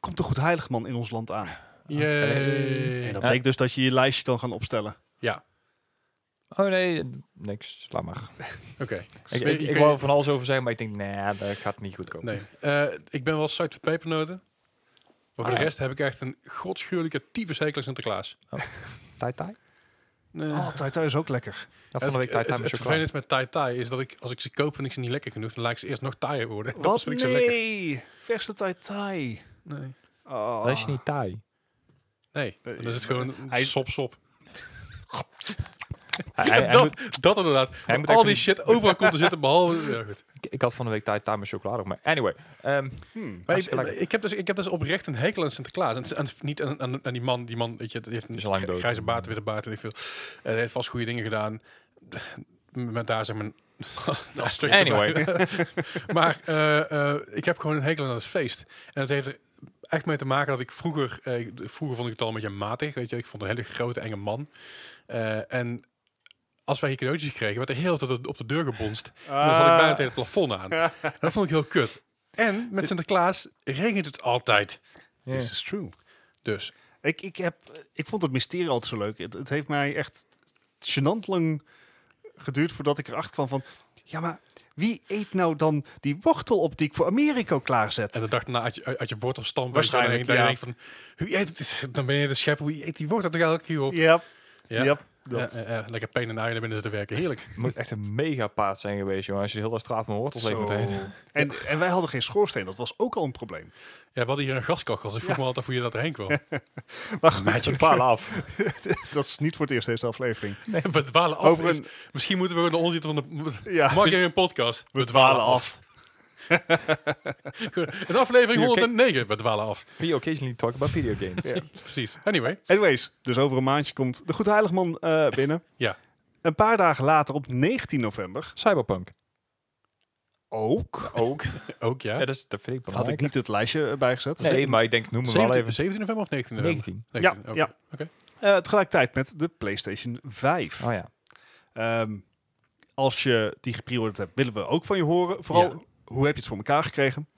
S3: komt de Goed Heiligman in ons land aan.
S2: Yay.
S3: En dat
S1: Ja.
S3: betekent dus dat je je lijstje kan gaan opstellen.
S2: Ja,
S1: Oh nee, niks. Laat maar.
S2: oké.
S1: Ik,
S2: Kun
S1: ik,
S2: je-
S1: ik wou er van alles over zeggen, maar ik denk, nee, dat gaat niet goed komen.
S2: Nee. Eh, ik ben wel site voor pepernoten. Maar
S1: Ah,
S2: voor de
S1: ja.
S2: rest heb ik echt een godschuwelijke tyfus hekel aan Sinterklaas.
S1: Tai Tai?
S2: Nee.
S3: Oh, Tai Tai is ook lekker.
S1: Ja, van
S2: het,
S1: de week Tai Tai
S2: het, het
S1: met chocola.
S2: vervelend met tai tai is dat ik, als ik ze koop en ik ze niet lekker genoeg, dan laat ik ze eerst nog taaier worden. (laughs) Dat
S3: Wat?
S2: vind ik ze lekker.
S3: Nee! Verse Tai Tai.
S2: Nee.
S3: Oh.
S1: Dat is niet Tai.
S2: Ah. Nee,
S3: Nee,
S2: dan is het gewoon
S3: Eh,
S2: (laughs)
S3: hij-
S2: sop sop.
S1: Hij-
S2: Ja,
S1: hij- hij
S2: dat,
S1: moet-
S2: dat inderdaad.
S1: hij
S2: Want
S1: moet
S2: al
S1: even
S2: die
S1: die-
S2: shit overal komt te zitten, behalve... Ja, goed.
S1: Ik ik had van de week Tai Tai met chocola ook, maar anyway. ehm,
S3: Hmm.
S2: Maar ik,
S1: Hartstikke lekker.
S2: ik heb dus, ik heb dus oprecht een hekel aan Sinterklaas. En, en niet aan, aan, aan die man, die man weet je, die heeft een
S1: Is al lang
S2: gr-
S1: dood.
S2: grijze baard, witte baard, weet ik veel. En hij heeft vast goede dingen gedaan. Met
S1: (laughs)
S2: daar zeg maar... een- een stuk
S1: Anyway.
S2: erbij. (laughs) maar eh, eh, ik heb gewoon een hekel aan het feest. En het heeft er echt mee te maken dat ik vroeger... eh, ik- vroeger vond ik het al een beetje matig, weet je. Ik vond een hele grote, enge man. Eh, en als wij hier cadeautjes kregen, werd er heel veel op de- op de deur gebonst. En dan
S1: Ah.
S2: zat ik bijna
S3: Ah.
S2: tegen het plafond aan. En dat vond ik heel kut. En met Sinterklaas regent het altijd.
S1: ja.
S3: This is true.
S2: Dus
S3: Ik, ik, heb, ik vond het mysterie altijd zo leuk. Het, het heeft mij echt gênant lang geduurd voordat ik erachter kwam van... Ja, maar wie eet nou dan die wortel op die ik voor Amerika klaarzet?
S2: en de dag daarna uit je, uit je wortelstam.
S3: Waarschijnlijk,
S2: Dan
S3: ja.
S2: denk je van, hoe eet het? Dan ben je de schepper, hoe eet die wortel toch elke keer op?
S3: Ja,
S2: Ja.
S3: ja.
S2: Ja,
S3: dat.
S2: ja, ja. lekker pijn en uien binnen zitten werken. Heerlijk.
S1: Het moet echt een mega paard zijn geweest, jongen. Als je de hele straat met wortels leeg
S3: Zo.
S1: moet (laughs) eten.
S3: En, en wij hadden geen schoorsteen, dat was ook al een probleem.
S2: Ja, we hadden hier een gaskachel. Dus ik vroeg me altijd af hoe je dat erheen kwam.
S3: Maar goed,
S1: Met je paal af.
S3: (laughs) dat is niet voor het eerst deze aflevering.
S2: (laughs) We dwalen af.
S3: Over
S2: is-
S3: een-
S2: misschien moeten we gewoon de ondertitel van de... (laughs)
S3: Ja,
S2: Maak jij een podcast? (laughs)
S3: we dwalen af.
S2: Een aflevering 109. We dwalen af.
S1: We occasionally talk about video games.
S3: Ja.
S2: Precies. Anyway.
S3: Anyways, dus over een maandje komt de Goed Heiligman eh, binnen.
S2: (laughs) Ja.
S3: Een paar dagen later, op 19 november,
S1: Cyberpunk.
S3: ook...
S1: Ook.
S2: Ook ja.
S1: Ja, dat, is, dat vind ik
S3: Had ik
S1: belangrijk.
S3: niet het lijstje erbij gezet.
S1: Nee, maar ik denk, noem me wel
S2: 17,
S1: even.
S2: 17 november of 19 november?
S1: 19.
S3: Ja,
S2: 19, oké.
S3: ja.
S2: Oké.
S3: Eh, tegelijkertijd met de PlayStation 5.
S1: Oh ja.
S3: Ehm, als je die gepreorderd hebt, willen we ook van je horen. Vooral,
S2: Ja.
S3: hoe heb je het voor elkaar gekregen?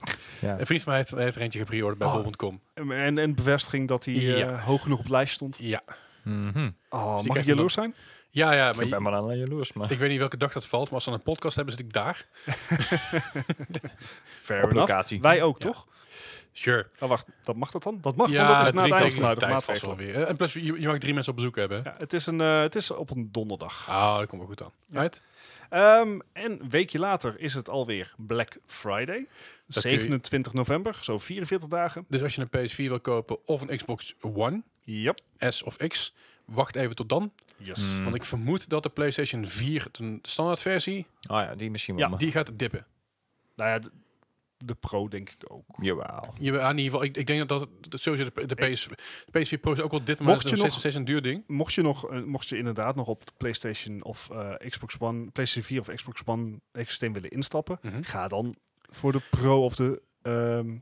S1: ja.
S2: Een vriend van mij heeft, heeft er eentje gepreorderd bij
S3: Oh.
S2: bol.com.
S3: En, en, en bevestiging dat hij eh,
S2: Ja.
S3: hoog genoeg op het lijst stond.
S2: Ja.
S1: Mhm.
S3: Oh,
S2: Dus die
S3: mag ik
S2: krijg je
S3: jaloers zijn?
S2: Ja, ja, maar
S1: Ik ben maar aan jaloers, maar...
S2: ik weet niet welke dag dat valt, maar als ze dan een podcast hebben, zit ik daar.
S3: Fair
S1: Op
S3: enough.
S1: locatie.
S3: Wij ook,
S2: Ja.
S3: toch?
S2: Sure.
S3: Oh, wacht. Dat mag dat dan? Dat mag,
S2: ja,
S3: (laughs) want dat is na
S2: drie
S3: het einde
S2: tegen
S3: van
S2: de
S3: de
S2: tijd vast
S3: maatregelen.
S2: wel weer. Eh, En plus, je, je mag drie mensen op bezoek hebben. hè?
S3: Ja, het, is een, eh, het is op een donderdag.
S2: Ah, dat komt wel goed aan.
S3: Ja.
S2: Right?
S3: Ehm, en een weekje later is het alweer Black Friday.
S2: Dat kun je-
S3: 27 november, zo 44 dagen.
S2: Dus als je een PS4 wil kopen of een Xbox One,
S3: Yep.
S2: S of X, wacht even tot dan.
S3: Yes.
S1: Mm.
S2: Want ik vermoed dat de PlayStation 4, de standaardversie,
S1: Oh ja, die misschien wel.
S3: Ja,
S1: maar-
S2: die gaat dippen.
S3: Nou ja, de, de pro denk ik ook.
S1: Jawel.
S2: Je, ah, in ieder geval, ik, ik denk dat, dat, dat sowieso de, de, PS, de PS4 Pro is ook wel dit, maar
S3: Mocht
S2: dat is nog steeds,
S3: je nog-
S2: steeds een duur ding.
S3: Mocht je, nog, eh, mocht je inderdaad nog op de PlayStation of eh, Xbox One, PlayStation 4 of Xbox One systeem willen instappen,
S2: Mhm.
S3: ga dan voor de Pro of de ehm,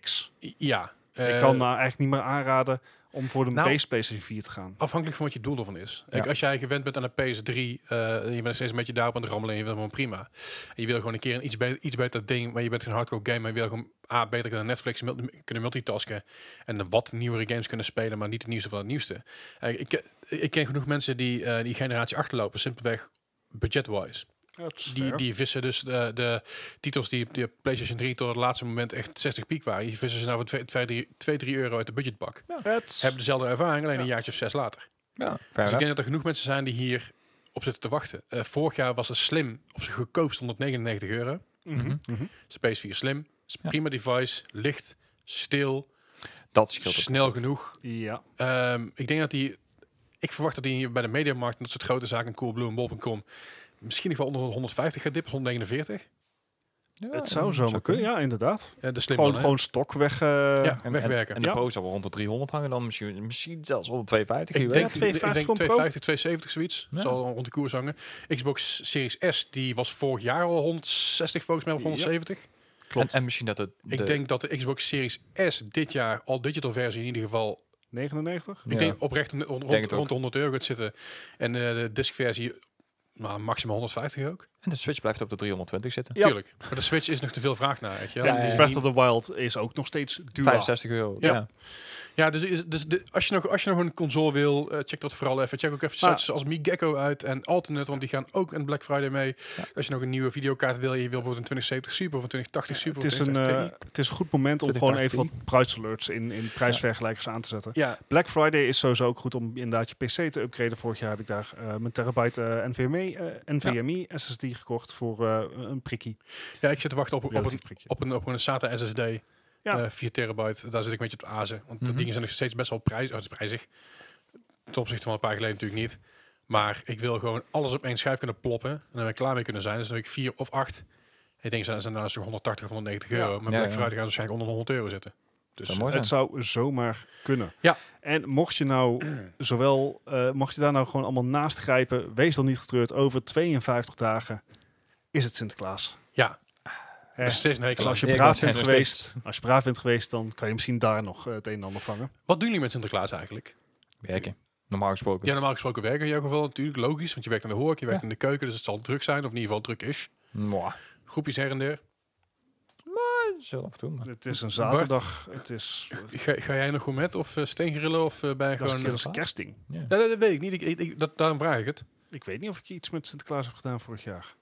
S3: X.
S2: Ja.
S3: ik
S2: eh,
S3: kan nou eigenlijk niet meer aanraden om voor de
S2: Nou-
S3: base PlayStation 4 te gaan.
S2: Afhankelijk van wat je doel ervan is.
S1: Ja.
S2: Kijk, Als jij gewend bent aan een PS3, eh, en je bent steeds een beetje daarop aan het rammelen en je vindt hem gewoon prima. En je wil gewoon een keer een iets, be- iets beter ding, maar je bent geen hardcore gamer. Je wil gewoon A, beter dan Netflix mul- kunnen multitasken en dan wat nieuwere games kunnen spelen, maar niet het nieuwste van het nieuwste. Eh, ik, ik ken genoeg mensen die eh, die generatie achterlopen, simpelweg budget-wise. Die, die vissen dus de, de titels die op de PlayStation 3 tot het laatste moment echt 60 piek waren. Die vissen ze nou voor 2, 3 euro uit de budgetbak. Hebben dezelfde ervaring, alleen een jaartje of zes later.
S1: Ja,
S2: Dus ik denk dat er genoeg mensen zijn die hier op zitten te wachten. Eh, vorig jaar was het slim op zijn goedkoopst 199 euro.
S1: Mhm.
S3: Mhm.
S2: Space 4 slim. Is
S1: Ja.
S2: Prima device. Licht. Stil.
S1: Dat scheelt ook.
S2: Snel genoeg.
S3: Ja.
S2: Ehm, ik denk dat die... Ik verwacht dat die bij de Mediamarkt en dat soort grote zaken, Coolblue en bol.com, misschien nog wel onder de 150 gaat dippen, 149.
S1: Ja,
S3: het zou zomaar kunnen, ja, inderdaad.
S2: Eh, de slim
S3: Gewoon,
S2: dan, hè?
S3: gewoon stok weg. eh,
S2: ja,
S1: En, en,
S2: wegwerken.
S1: en de
S3: Ja.
S1: pro zou wel rond de 300 hangen dan. Misschien, misschien zelfs rond de 250. wie
S2: ik
S1: weet.
S2: denk,
S3: 250
S2: ik denk
S3: gewoon pro.
S2: 250, 270 zoiets.
S1: Ja.
S2: Zal rond de koers hangen. Xbox Series S, die was vorig jaar al 160 volgens mij, of
S3: Ja.
S2: 170.
S1: En, en misschien dat het...
S2: Ik
S1: de-
S2: denk dat de Xbox Series S dit jaar, al digital versie in ieder geval,
S3: 99?
S1: Ja.
S2: ik denk oprecht rond, rond,
S1: Denk het ook.
S2: rond de 100 euro gaat zitten. En eh, de diskversie, nou, maximaal 150 ook.
S1: En de Switch blijft op de 320 zitten.
S3: Ja.
S2: Tuurlijk. Maar de Switch is nog te veel vraag naar, weet je wel.
S1: Ja,
S2: Dus- Die
S1: ja,
S2: is
S1: ja.
S3: Breath of the Wild is ook nog steeds duur.
S1: 65 euro.
S2: Ja.
S1: Ja.
S2: Ja, dus, is- dus de- als, je nog, als je nog een console wil, eh, check dat vooral even. Check ook even
S3: Maar-
S2: sites zoals MiGecko uit en Alternate, want die gaan ook een Black Friday mee.
S1: Ja.
S2: Als je nog een nieuwe videokaart wil, je wil bijvoorbeeld een 2070 Super of een 2080 Super. of
S3: Het is, een,
S2: 2080
S3: eh, het is een goed moment om
S1: 20,
S3: gewoon even
S1: 18.
S3: wat prijsalerts in, in prijsvergelijkers aan te zetten.
S2: Ti. ja,
S3: Black Friday is sowieso ook goed om inderdaad je PC te upgraden. Vorig jaar heb ik daar eh, mijn terabyte eh, NVMe, eh, NVMe SSD gekocht voor eh, een prikkie.
S2: ja, ik zit te wachten op, op, een,
S3: Relatief prikkie.
S2: op, een, op een SATA SSD.
S3: Ja.
S2: eh, 4 terabyte, daar zit ik een beetje op te azen. Want de
S1: Mhm.
S2: dingen zijn nog steeds best wel prijs, oh, het is prijzig. Ten opzichte van een paar geleden natuurlijk niet. Maar ik wil gewoon alles op één schijf kunnen ploppen. En dan ben ik klaar mee kunnen zijn. Dus dan heb ik vier of acht. Ik denk, zijn zijn naast 180 of 190
S3: Ja.
S2: euro. Maar
S1: Ja,
S2: Black
S1: ja.
S2: Friday gaat waarschijnlijk onder de 100 euro zitten. Dus
S1: Zou mooi zijn.
S3: Het zou zomaar kunnen.
S2: Ja.
S3: En mocht je nou zowel, eh, mocht je daar nou gewoon allemaal naast grijpen, wees dan niet getreurd. Over 52 dagen is het Sinterklaas.
S2: ja,
S3: Hè?
S2: dus steeds een week
S3: En als je
S1: Ik
S3: braaf
S1: was
S3: bent
S1: er
S3: geweest, als je braaf bent geweest, dan kan je misschien daar nog eh, het een en ander vangen.
S2: Wat doen jullie met Sinterklaas eigenlijk?
S1: Werken. Normaal gesproken.
S2: Ja, normaal gesproken werken in jouw geval natuurlijk logisch. Want je werkt aan de hoek, je werkt
S1: Ja.
S2: in de keuken. Dus het zal druk zijn, of in ieder geval druk is.
S1: Mwah.
S2: Groepjes her en der.
S1: Zo af en toe. maar-
S3: Het is een zaterdag. Het is,
S2: Ga, ga jij nog goed met? Of eh, steengrillen? Of eh, ben je
S3: dat is,
S2: gewoon...
S3: dat is
S1: waar?
S3: kerstding.
S1: Ja.
S2: Ja, dat, dat weet ik niet. Ik, ik, ik- dat, daarom vraag ik het.
S3: Ik weet niet of ik iets met Sinterklaas heb gedaan vorig jaar.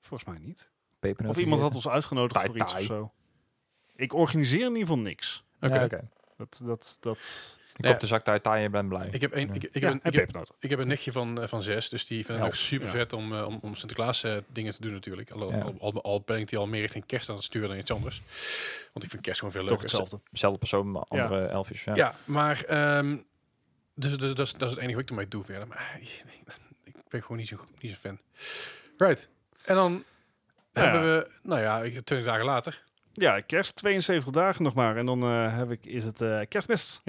S3: Volgens mij niet. Of
S1: Pepernoten
S3: iemand had
S1: gegeten.
S3: ons uitgenodigd
S1: Tai
S3: voor iets of
S1: tai.
S3: zo. Ik organiseer in ieder geval niks.
S2: Oké.
S1: Ja, oké.
S3: Dat, dat, dat...
S1: Ik
S2: Ja.
S1: op de zak tijd taaien en ben blij.
S2: Ik heb een, ik, ik,
S3: ja,
S2: heb, een,
S3: en
S2: ik, heb,
S3: pepernoten.
S2: ik heb een nichtje van, eh, van zes, dus die vindt het
S3: Help,
S2: ook super
S3: ja.
S2: vet om, eh, om, om Sinterklaas eh, dingen te doen natuurlijk. Al,
S1: Ja.
S2: al, al, al ben ik die al meer richting kerst aan het sturen dan iets anders. Want ik vind kerst gewoon veel
S3: Toch
S2: leuker.
S3: hetzelfde.
S1: Zelfde persoon, maar
S3: Ja.
S1: andere elfjes. Ja.
S2: Ja, maar ehm, dus, dus, dat, is, dat is het enige wat ik ermee doe verder. Maar eh, ik ben gewoon niet zo, niet zo fan. Right. En dan
S3: Ja.
S2: hebben we, nou ja, ik- 20 dagen later.
S3: Ja, kerst. 72 dagen nog maar. En dan eh, heb ik, is het eh, kerstmis.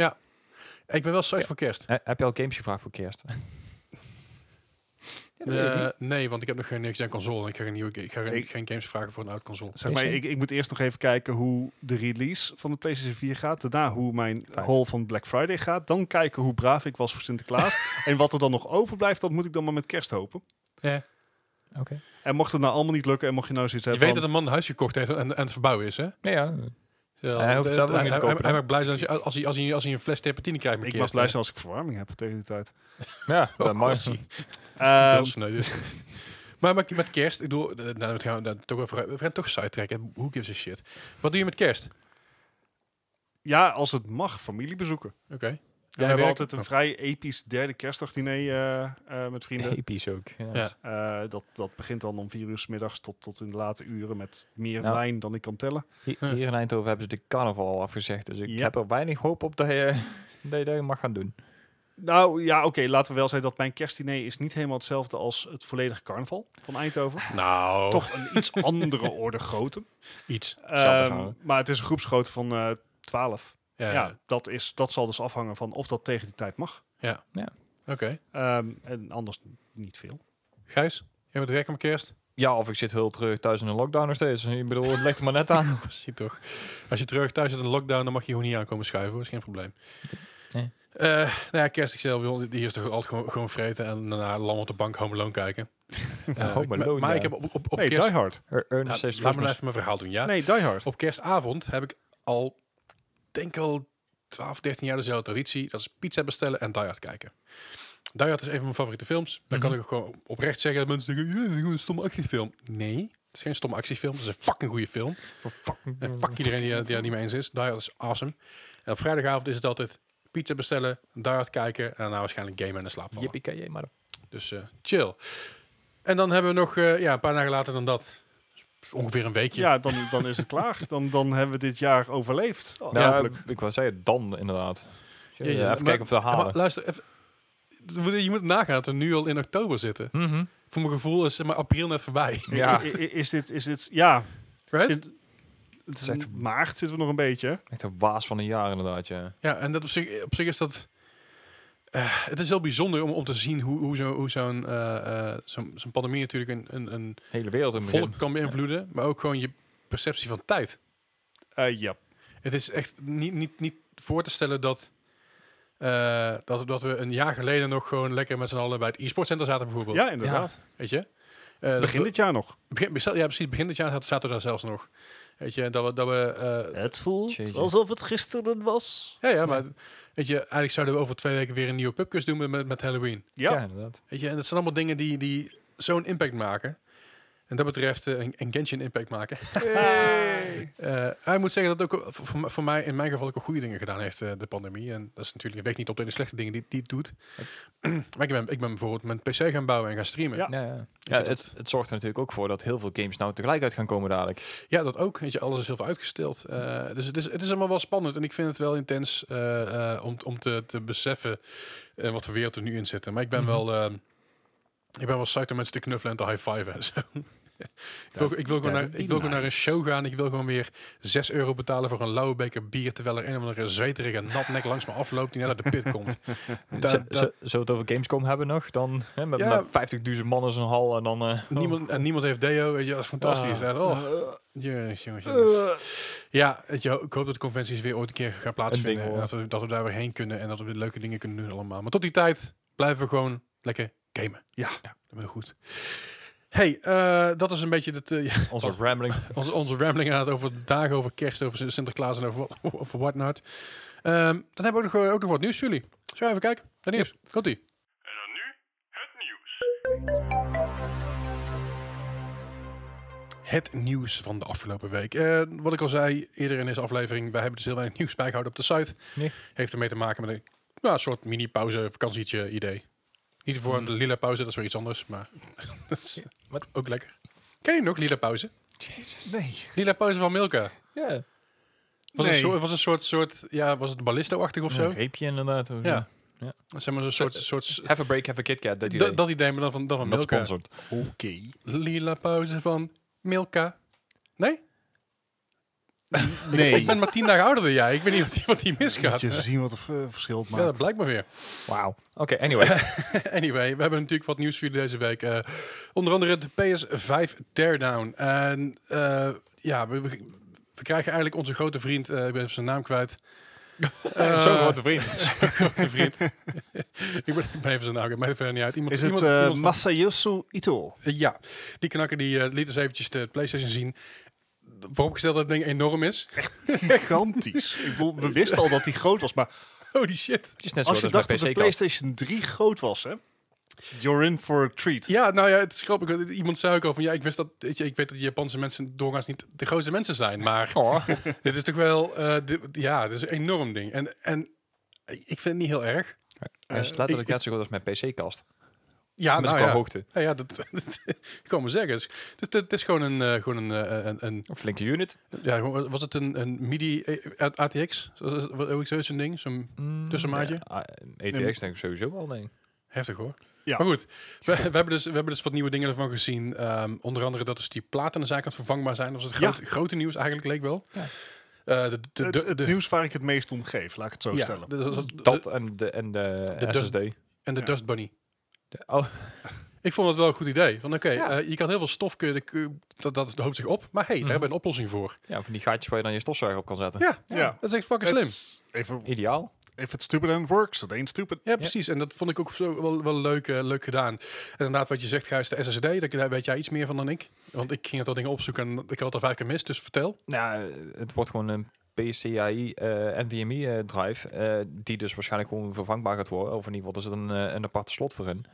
S2: Ik ben wel psyched
S1: Ja.
S2: voor kerst.
S1: He- heb je al games gevraagd voor kerst?
S2: Eh, nee, want ik heb nog geen niks aan console en ik ga geen, nieuwe, ga- ik ga geen,
S3: Ik-
S2: geen games vragen voor een oud console.
S3: Zeg maar,
S1: Is er?
S3: ik, ik moet eerst nog even kijken hoe de release van de PlayStation 4 gaat. Daarna hoe mijn
S1: Vijf.
S3: haul van Black Friday gaat. Dan kijken hoe braaf ik was voor Sinterklaas.
S2: (laughs)
S3: en wat er dan nog overblijft, dat moet ik dan maar met kerst hopen.
S2: Ja.
S1: Oké.
S3: En mocht het nou allemaal niet lukken en mocht je nou zoiets
S2: Je
S3: hebben
S2: weet dat
S3: van-
S2: een man een huis gekocht heeft en, en aan het verbouwen is, hè?
S1: Ja, ja.
S2: (laughs) Ja,
S1: Hij hoeft
S2: de-
S1: zelf ook
S2: hij-
S1: niet te
S2: hij-
S1: kopen,
S2: Hij
S1: hè?
S2: mag blij zijn als, je, als, hij, als, hij, als hij een fles terpentine krijgt met
S3: Ik mag
S2: kerst,
S3: blij
S2: hè?
S3: zijn als ik verwarming heb tegen die tijd.
S1: ja
S2: Oh,
S1: dat mag. (laughs)
S2: (laughs) gossie.
S3: Ehm,
S2: Heel sneu, dit. (laughs) maar met, met kerst, ik bedoel, eh, nou, we gaan we daar toch wel vooruit- we gaan toch sidetracken. Who gives a shit? Wat doe je met kerst? Oké.
S3: ja, als het mag, familie bezoeken. we hebben
S2: werkt?
S3: altijd een vrij episch derde kerstdagdiner eh, eh, met vrienden.
S1: Episch ook. Ja.
S2: Ja.
S3: Eh, dat, dat begint dan om vier uur 's middags tot, tot in de late uren met meer
S1: Nou.
S3: wijn dan ik kan tellen.
S1: Hi-
S2: Ja.
S1: Hier in Eindhoven hebben ze de carnaval al afgezegd. Dus ik
S3: Ja.
S1: heb er weinig hoop op dat je, (laughs) dat je dat mag gaan doen.
S3: Nou ja, oké, laten we wel zeggen dat mijn kerstdiner is niet helemaal hetzelfde als het volledige carnaval van Eindhoven.
S2: Nou, toch
S3: Toch een
S2: (laughs)
S3: iets andere orde grootte.
S2: iets.
S1: Hetzelfde
S3: Ehm,
S1: verhaal.
S3: maar het is een groepsgrootte van eh 12.
S2: Ja,
S3: Ja, dat, is, dat zal dus afhangen van of dat tegen die tijd mag.
S2: Oké.
S3: Ehm, en anders niet veel.
S2: Gijs, jij bent het werken met kerst?
S1: Ja, of ik zit heel terug thuis in een lockdown nog steeds. Ik bedoel, het ligt er maar net
S2: (laughs)
S1: aan.
S2: Zie toch. Als je terug thuis zit in de lockdown, dan mag je gewoon niet aankomen schuiven. hoor. is geen probleem.
S1: Nee.
S2: Eh, nou ja, kerst ikzelf, joh, die is toch altijd gewoon, gewoon vreten en daarna lang op de bank Home Alone kijken. Eh,
S1: Home
S2: ik- maar-
S1: Alone,
S2: maar
S1: ja.
S2: ik heb op, op, op
S3: nee,
S2: kerst...
S3: Die Hard.
S1: Er-
S2: Nou,
S1: Ernest
S2: laat
S1: heeft
S2: me nou
S1: Christmas.
S2: even mijn verhaal doen, ja.
S3: Nee, Die Hard.
S2: Op kerstavond heb ik al, denk al 12, 13 jaar dezelfde traditie. Dat is pizza bestellen en Die Hard kijken. Die Hard is een van mijn favoriete films. Dan kan ik ook gewoon oprecht zeggen dat mensen zeggen, "Ja, dat is gewoon een stomme actiefilm. Nee, het is geen stomme actiefilm. Het is een fucking goede film. En Eh, fuck iedereen die, die daar niet mee eens is. Die Hard is awesome. En op vrijdagavond is het altijd pizza bestellen, Die Hard kijken en daarna waarschijnlijk gamen en in slaap vallen.
S1: Yippie maar.
S2: Dus eh, chill. En dan hebben we nog eh, ja, een paar dagen later dan dat ongeveer een weekje.
S3: Ja, dan, dan is het klaar. Dan, dan hebben we dit jaar overleefd.
S1: Nou,
S3: hopelijk.
S1: ik wou zeggen, dan inderdaad. Ja,
S2: Jezus,
S1: even
S2: maar-
S1: kijken of we dat
S2: Ja, maar
S1: halen.
S2: luister, even, je moet- je moet nagaan dat we nu al in oktober zitten.
S1: Mhm.
S2: Voor mijn gevoel is zeg maar april net
S1: (laughs)
S2: voorbij.
S1: ja.
S3: I- i- Is dit, is dit, ja.
S2: Right?
S3: Zit- het is
S1: Zegt-
S3: in maart zitten we nog een beetje.
S1: Echt een waas van een jaar inderdaad, ja.
S2: Ja, en dat op, zich, op zich is dat... eh, het is heel bijzonder om, om te zien hoe, hoe zo'n hoe zo'n eh, eh, zo'n- zo'n pandemie natuurlijk een, een, een
S1: Hele wereld in het begin.
S2: volk kan beïnvloeden. Maar ook gewoon je perceptie van tijd.
S3: Eh, ja.
S2: Het is echt niet, niet, niet voor te stellen dat, eh, dat, dat we een jaar geleden nog gewoon lekker met z'n allen bij het e-sportcenter zaten bijvoorbeeld.
S3: ja, inderdaad.
S2: Weet je? Eh, dat
S3: Begin
S2: we-
S3: dit jaar nog.
S2: begin- besa- ja, precies. Begin dit jaar zaten- zaten we daar zelfs nog. Weet je, dat we... Dat we eh,
S3: Het voelt
S1: Jeetje.
S3: alsof het gisteren was.
S2: ja, ja, maar... Weet je, eigenlijk zouden we over twee weken weer een nieuwe pubquiz doen met, met, met Halloween.
S1: Ja.
S3: Ja,
S1: inderdaad.
S2: Weet je, en dat zijn allemaal dingen die, die zo'n impact maken. En dat betreft eh, een, een Genshin impact maken.
S3: Hey.
S2: Eh, hij moet zeggen dat het ook voor, voor- voor mij in mijn geval ook al goede dingen gedaan heeft, eh, de pandemie. En dat is natuurlijk, je weet niet op de hele slechte dingen die, die het doet. (clears throat) maar ik ben, ik ben bijvoorbeeld mijn PC gaan bouwen en gaan streamen.
S3: Ja.
S2: Ja,
S1: Ja, ja.
S2: Ja,
S1: Ja, het, het zorgt er natuurlijk ook voor dat heel veel games nou tegelijk uit gaan komen dadelijk.
S2: dat ook. Weet je, alles is heel veel uitgesteld. Eh, dus het is, het is allemaal wel spannend en ik vind het wel intens eh, eh, om, om te, te beseffen eh, wat voor wereld er nu in zitten. Maar ik ben
S1: Mhm.
S2: wel. eh, ik ben wel psyched om mensen te knuffelen en te high-fiven (laughs) Dus en zo. ik wil, ik wil
S3: Ja,
S2: gewoon, naar,
S3: that'd
S2: ik wil
S3: be
S2: gewoon naar een
S3: nice.
S2: show gaan. Ik wil gewoon weer 6 euro betalen voor een lauwe beker bier... terwijl er een of andere zweterige natnek langs me afloopt... die net uit de pit komt. Da-
S1: Z- z-
S2: da-
S1: Zullen we het over Gamescom hebben nog? Dan hè, met,
S2: Ja.
S1: met 50.000 man in zijn hal en dan... eh,
S2: niemand, en niemand heeft deo. Weet je, dat is fantastisch.
S1: Ja.
S2: Ja.
S3: Ah.
S2: Oh, jongens, jongens, jongens. Ja, weet je, ik hoop dat de conventies weer ooit een keer gaan plaatsvinden.
S1: wordt.
S2: en dat, we, dat we daar weer heen kunnen en dat we weer leuke dingen kunnen doen allemaal. Maar tot die tijd blijven we gewoon lekker gamen.
S3: Ja.
S2: dat is heel goed. hey, eh, dat is een beetje het, eh, ja,
S1: onze
S2: Oh.
S1: rambling.
S2: onze, onze rambling gaat over dagen, over kerst, over Sin- Sinterklaas en over, wa- over whatnot. Ehm, dan hebben we ook nog, eh, ook nog wat nieuws voor jullie. Zullen we even kijken? Het nieuws. Komt-ie.
S4: En dan nu het nieuws.
S2: Het nieuws van de afgelopen week. Eh, wat ik al zei eerder in deze aflevering, wij hebben dus heel weinig nieuws bijgehouden op de site.
S1: Nee.
S2: Heeft ermee te maken met een nou, soort mini-pauze, vakantietje idee. Niet voor een lila pauze, dat is weer iets anders, maar (laughs) dat is
S1: Wat?
S2: ook lekker. Ken je nog lila pauze?
S3: Nee.
S2: Lila pauze van Milka.
S1: Ja.
S2: Was,
S3: Nee.
S2: een, soort, was een soort, soort, ja, was het ballisto-achtig of zo?
S1: Een reepje inderdaad. of-
S2: Ja. Zeg maar zo'n soort, soort
S1: Have a break, have a KitKat. eh, Dat idee.
S2: dat, dat idee, maar dan van, dan van
S1: Not
S2: Milka.
S1: sponsored.
S3: Oké.
S2: Lila pauze van Milka. Nee?
S3: Nee.
S2: Ik ben maar tien dagen ouder dan jij. Ik weet niet wat die, wat die misgaat.
S3: Moet je
S2: Ja,
S3: zien wat het eh, verschil het
S2: dat
S3: maakt.
S2: blijkt maar weer. (laughs)
S1: Wauw. Oké, anyway.
S2: Anyway, we hebben natuurlijk wat nieuws voor jullie deze week. Eh, onder andere de PS5 Teardown. En eh, ja, we, we, we krijgen eigenlijk onze grote vriend, eh, ik ben even zijn naam kwijt. (laughs) Eh,
S1: Zo'n grote vriend.
S2: grote vriend. (laughs) ik, ben, ik ben even zijn naam kwijt, maar dat verder niet uit. Iemand,
S3: is het
S2: iemand,
S3: eh,
S2: iemand van-
S3: Masayosu Ito?
S2: Eh, ja, die knakker die eh, liet dus eventjes de PlayStation zien. Vooropgesteld dat het ding enorm is.
S3: Gigantisch. Ik bedoel, we wisten al dat hij groot was, maar
S2: (laughs) Holy shit.
S1: Het is net
S3: als
S1: zo
S3: je
S1: als bij
S3: dacht dat de
S1: PC kast.
S3: PlayStation 3 groot was, hè? You're in for a treat.
S2: Ja, nou ja, het is grappig. want Iemand zei ook al van ja, ik wist dat. Weet je, ik weet dat de Japanse mensen doorgaans niet de grootste mensen zijn, (laughs) maar
S1: Oh.
S2: dit is toch wel. eh, dit- ja, dit is een enorm ding. En, en ik vind het niet heel erg.
S1: Hij is
S2: Eh,
S1: letterlijk
S2: ik-
S1: net zo groot als mijn PC-kast.
S2: Ja,
S1: Tenminste,
S2: nou
S1: qua
S2: ja.
S1: hoogte.
S2: Ja, ja, dat, (laughs) ik kan maar zeggen. Het is, het, het is gewoon een, eh, gewoon een, eh, een, een
S1: Een flinke unit.
S2: ja, gewoon- was het een, een MIDI eh, ATX? Was- was- was- Ook zo'n ding, zo'n
S1: Mm,
S2: Tussenmaatje?
S1: ja, eh, ETX denk ik sowieso wel, nee.
S2: Heftig hoor.
S3: Ja.
S2: Maar goed, we, we, hebben dus, we hebben dus wat nieuwe dingen ervan gezien. Ehm, onder andere dat dus die platen aan de zijkant vervangbaar zijn. Dat was het
S3: Ja.
S2: grote, grote nieuws eigenlijk, leek wel.
S1: Ja.
S2: Eh, de, de,
S3: het
S2: de-
S3: het
S2: de-
S3: nieuws waar ik het meest om geef, laat ik het zo
S2: ja,
S3: stellen.
S2: de- de- de-
S1: Dat en de, en de,
S2: De dus-
S1: SSD.
S2: en de
S3: ja.
S2: Dust Bunny.
S1: De- oh,
S2: Ik vond het wel een goed idee. Van oké,
S1: Ja.
S2: eh, je kan heel veel stof kunnen, kun- dat, dat hoopt zich op. Maar hey, daar
S1: Mhm.
S2: hebben we een oplossing voor.
S1: ja, van die gaatjes waar je dan je stofzuiger op kan zetten.
S2: Ja,
S3: Ja.
S2: dat is echt fucking slim.
S3: It's- Even,
S1: Ideaal.
S3: if it's stupid and it works, it ain't stupid.
S2: Ja, precies. En dat vond ik ook zo wel, wel leuk, eh, leuk gedaan. En inderdaad, wat je zegt, Gijs, de SSD, daar- daar weet jij iets meer van dan ik. Want ik ging dat dingen opzoeken en ik had het al vaak mis, dus vertel.
S1: Nou, eh, het wordt gewoon een PCI eh NVMe eh, drive, eh, die dus waarschijnlijk gewoon vervangbaar gaat worden. Of in ieder geval, er zit een, eh, een aparte slot voor in.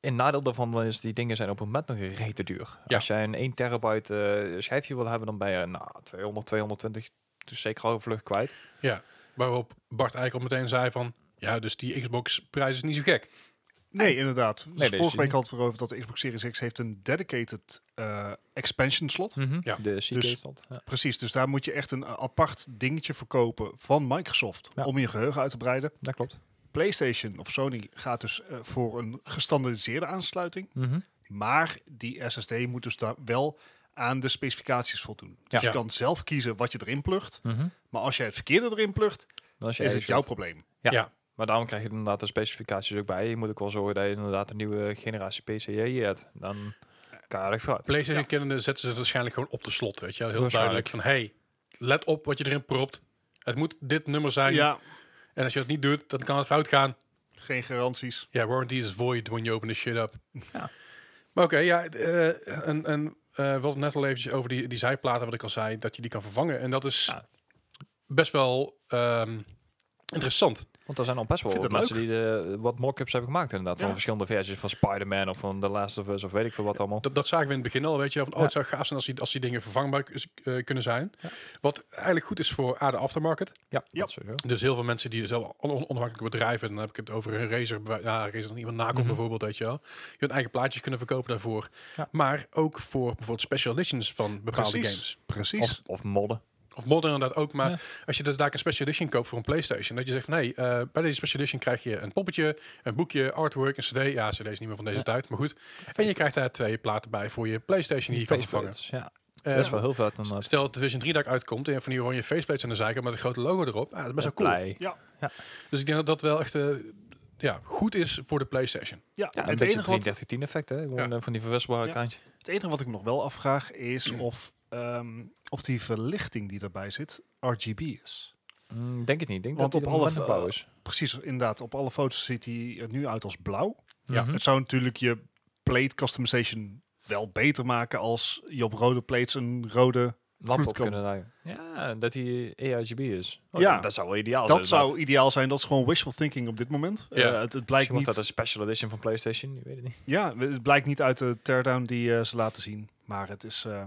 S1: En nadeel daarvan is, die dingen zijn op het moment nog rete duur.
S2: Ja.
S1: Als jij een 1 terabyte eh, schijfje wil hebben, dan ben je nou, 200, 220, dus zeker al vlug kwijt.
S2: Waarop Bart eigenlijk al meteen zei van... Ja, dus die Xbox-prijs is niet zo gek.
S3: Nee, inderdaad. Dus
S1: deze is
S3: vorige week
S1: niet.
S3: hadden we erover dat de Xbox Series X heeft een dedicated eh, expansion slot.
S1: Hm.
S2: Ja.
S1: De CK
S3: Dus-
S1: stond. Ja.
S3: Precies, dus daar moet je echt een eh, apart dingetje voor kopen van Microsoft
S1: Ja.
S3: om je geheugen uit te breiden.
S1: Dat klopt.
S3: PlayStation of Sony gaat dus eh, voor een gestandardiseerde aansluiting, maar die SSD moet dus daar wel aan de specificaties voldoen. Dus
S2: Ja.
S3: je kan zelf kiezen wat je erin plugt, maar als jij het verkeerde erin plugt,
S1: Dan is, je
S3: is het
S1: ergens
S3: jouw
S1: wat.
S3: probleem.
S1: Maar daarom krijg je inderdaad de specificaties ook bij. Je moet ook wel zorgen dat je inderdaad een nieuwe generatie PCI hebt. Dan kan je er echt vooruit.
S2: PlayStation kennende zetten ze het waarschijnlijk gewoon op de slot, weet je wel. Heel
S1: Waarschijnlijk.
S2: duidelijk van, hey, let op wat je erin propt. Het moet dit nummer zijn.
S3: Ja,
S2: En als je dat niet doet, dan kan het fout gaan.
S3: geen garanties.
S2: Ja, warranty is void when you open the shit up.
S1: Ja.
S2: Maar oké, ja, het, eh, en, en eh, wat net al eventjes over die, die zijplaten, wat ik al zei, dat je die kan vervangen. En dat is
S1: Ja.
S2: best wel ehm, interessant.
S1: Want er zijn al best
S3: Ik
S1: wel
S3: vind het
S1: mensen die de, wat mock-ups hebben gemaakt inderdaad.
S3: Ja.
S1: Van verschillende versies van Spider-Man of van The Last of Us of weet ik veel wat allemaal.
S2: Dat, dat zagen we in het begin al, weet je, van oh, het zou gaaf zijn als die, als die dingen vervangbaar k- is- eh, kunnen zijn.
S1: Ja.
S2: Wat eigenlijk goed is voor A, de aftermarket.
S1: Ja,
S3: Ja.
S1: dat sowieso.
S2: Dus heel veel mensen die zelf on- on- onafhankelijke bedrijven, dan heb ik het over een Razer, bij- ja, Razer, iemand nakomt
S1: Mhm.
S2: bijvoorbeeld, weet je wel. Je hun eigen plaatjes kunnen verkopen daarvoor.
S1: Ja.
S2: Maar ook voor bijvoorbeeld special editions van bepaalde
S3: Precies.
S2: games.
S3: Precies.
S1: Of, of modden.
S2: Of modder inderdaad ook. Maar
S1: Ja.
S2: als je dus daar een special edition koopt voor een PlayStation. Dat je zegt van nee, eh, bij deze special edition krijg je een poppetje, een boekje, artwork, een CD. Ja, CD is niet meer van deze
S1: Ja.
S2: tijd, maar goed. En je krijgt daar twee platen bij voor je PlayStation die je kan vervangen.
S1: Faceplates, Ja,
S2: Eh,
S1: dat is wel heel vet. inderdaad.
S2: Stel dat Division 3 dat ik uitkomt en je hebt van die oranje faceplates aan de zijkant met een grote logo erop. Ah, dat is best wel cool.
S1: Blij.
S3: Ja.
S2: Dus ik denk dat dat wel echt eh, ja, goed is voor de PlayStation.
S3: Ja,
S1: Ja, een
S3: het,
S1: beetje
S3: enige wat,
S1: 3310 effect, hè? Gewoon
S2: Ja.
S1: eh, van die verwisselbare
S3: Ja.
S1: kantje.
S3: het enige wat ik me nog wel afvraag is of, ehm, of die verlichting die erbij zit RGB is.
S1: Mm, denk het niet. Denk
S3: Want
S1: dat die
S3: op alle
S1: moment
S3: v- ah,
S1: blauw is.
S3: Precies, inderdaad. Op alle foto's ziet hij er nu uit als blauw.
S2: Ja.
S1: Mhm.
S3: Het zou natuurlijk je plate customization wel beter maken als je op rode plates een rode...
S1: lamp op
S3: vloedkamp.
S1: kunnen draaien. Ja, dat hij ARGB is. Oh,
S3: Ja.
S1: ja. Dat zou wel ideaal zijn.
S3: dat zou ideaal zijn. Dat is gewoon wishful thinking op dit moment.
S2: Ja.
S3: Eh, het, het
S1: Lijkt
S3: blijkt niet,
S1: dat een special edition van PlayStation? Ik weet het niet.
S3: ja, het blijkt niet uit de teardown die eh, ze laten zien. Maar het is, eh,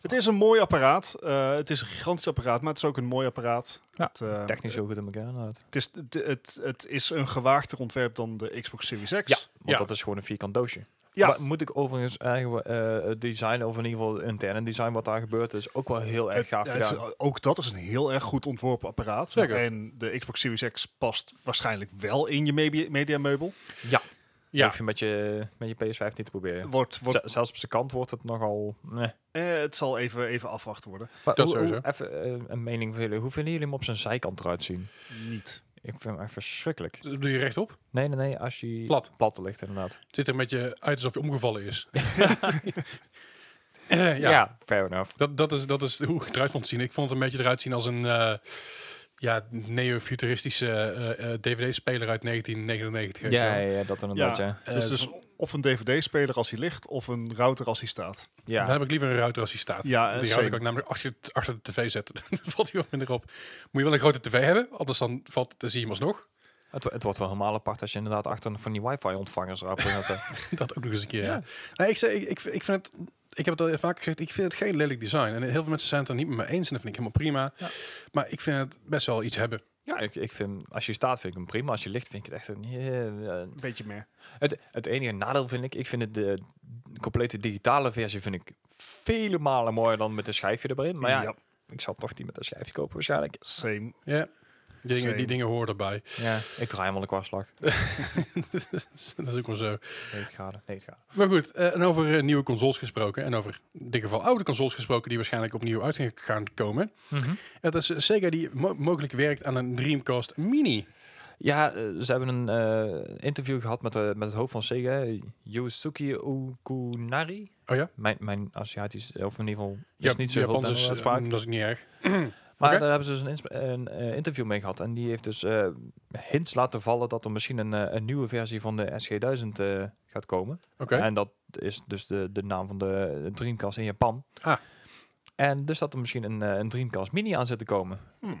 S3: het is een mooi apparaat. Eh, het is een gigantisch apparaat, maar het is ook een mooi apparaat.
S1: Ja,
S3: het, eh,
S1: Technisch heel goed in elkaar. inderdaad.
S3: Het is, het, het, het is een gewaagder ontwerp dan de Xbox Series X.
S1: Ja, want
S2: Ja.
S1: dat is gewoon een vierkant doosje.
S3: Ja.
S1: Maar moet ik overigens eigenlijk eh, het design, of in ieder geval het interne design wat daar gebeurt, is ook wel heel erg gaaf
S3: Ja, het is-
S1: gedaan.
S3: ook dat is een heel erg goed ontworpen apparaat.
S2: Zeker.
S3: En de Xbox Series X past waarschijnlijk wel in je media- mediameubel.
S1: ja,
S2: Ja.
S1: hoef je met je, met je PS5 niet te proberen.
S3: Wordt, wordt,
S1: Z- zelfs op zijn kant wordt het nogal... meh.
S3: eh, het zal even, even afwachten worden.
S1: Maar
S2: Dat
S1: hoe- hoe-
S2: sowieso.
S1: even eh, een mening van jullie. Hoe vinden jullie hem op zijn zijkant eruit zien?
S3: Niet.
S1: Ik vind hem echt verschrikkelijk.
S2: Dat doe je rechtop.
S1: Nee, nee, nee. Als je
S2: Plat.
S1: plat ligt, inderdaad.
S2: Het ziet er met je uit alsof je
S1: (laughs)
S2: omgevallen is. Eh, ja.
S1: fair enough.
S2: Dat, dat, is, dat is hoe ik het eruit vond zien. Ik vond het een beetje eruit zien als een eh ja, neo-futuristische eh, eh, DVD-speler uit 1999. weet je
S1: Ja,
S2: wel.
S1: ja, ja, dat inderdaad,
S3: Ja.
S1: ja.
S2: Eh,
S3: dus, dus of een DVD-speler als hij ligt, of een router als hij staat.
S1: Ja,
S2: Dan heb ik liever een router als die staat.
S3: Ja, eh,
S2: die
S3: same.
S2: router kan ik namelijk achter, achter de tv zetten. (laughs) dan valt hij wat minder op. Moet je wel een grote tv hebben, anders dan, valt, dan zie je hem alsnog. (laughs)
S1: Het, wo- het wordt wel helemaal apart als je inderdaad achter een- van die wifi-ontvangers erop gaat zetten.
S2: Dat ook nog eens een keer. Ja. Nee, ik, zeg, ik, ik, ik vind het... Ik heb het al vaak gezegd, ik vind het geen lelijk design. En heel veel mensen zijn het er niet met me eens. En dat vind ik helemaal prima.
S1: Ja.
S2: Maar ik vind het best wel iets hebben.
S1: Ja, ik, ik vind, als je staat vind ik hem prima. Als je ligt vind ik het echt een... eh, eh,
S3: Een beetje meer.
S1: Het, het enige nadeel vind ik, ik vind het de complete digitale versie vind ik vele malen mooier dan met een schijfje erin. Maar ja, ik zal toch die met een schijfje kopen waarschijnlijk.
S3: same.
S2: Ja. Die dingen,
S3: Same.
S2: die dingen horen erbij. (laughs)
S1: Ja, ik draai hem al een kwartslag.
S2: dat is ook wel zo.
S1: 90 graden, 90 graden.
S2: Maar goed, eh, en over eh, nieuwe consoles gesproken. En over in dit geval oude consoles gesproken, die waarschijnlijk opnieuw uit gaan komen.
S1: Mhm.
S2: Het is eh, Sega die mo- mogelijk werkt aan een Dreamcast Mini.
S1: Ja, eh, ze hebben een eh, interview gehad met, de, met het hoofd van Sega, Yosuke Okunari.
S2: Oh ja?
S1: Mijn, mijn Aziatisch, of in ieder geval, is niet zo heel
S2: Japans
S1: goed
S2: is,
S1: is,
S2: eh,
S1: uitspraak.
S2: dat is niet erg.
S1: Maar
S2: Oké.
S1: daar hebben ze dus een, insp- een eh, interview mee gehad. En die heeft dus eh, hints laten vallen dat er misschien een, eh, een nieuwe versie van de SG-1000 eh, gaat komen.
S2: Oké.
S1: En dat is dus de, de naam van de Dreamcast in Japan.
S2: Ah.
S1: En dus dat er misschien een, eh, een Dreamcast Mini aan zit te komen.
S2: Hmm.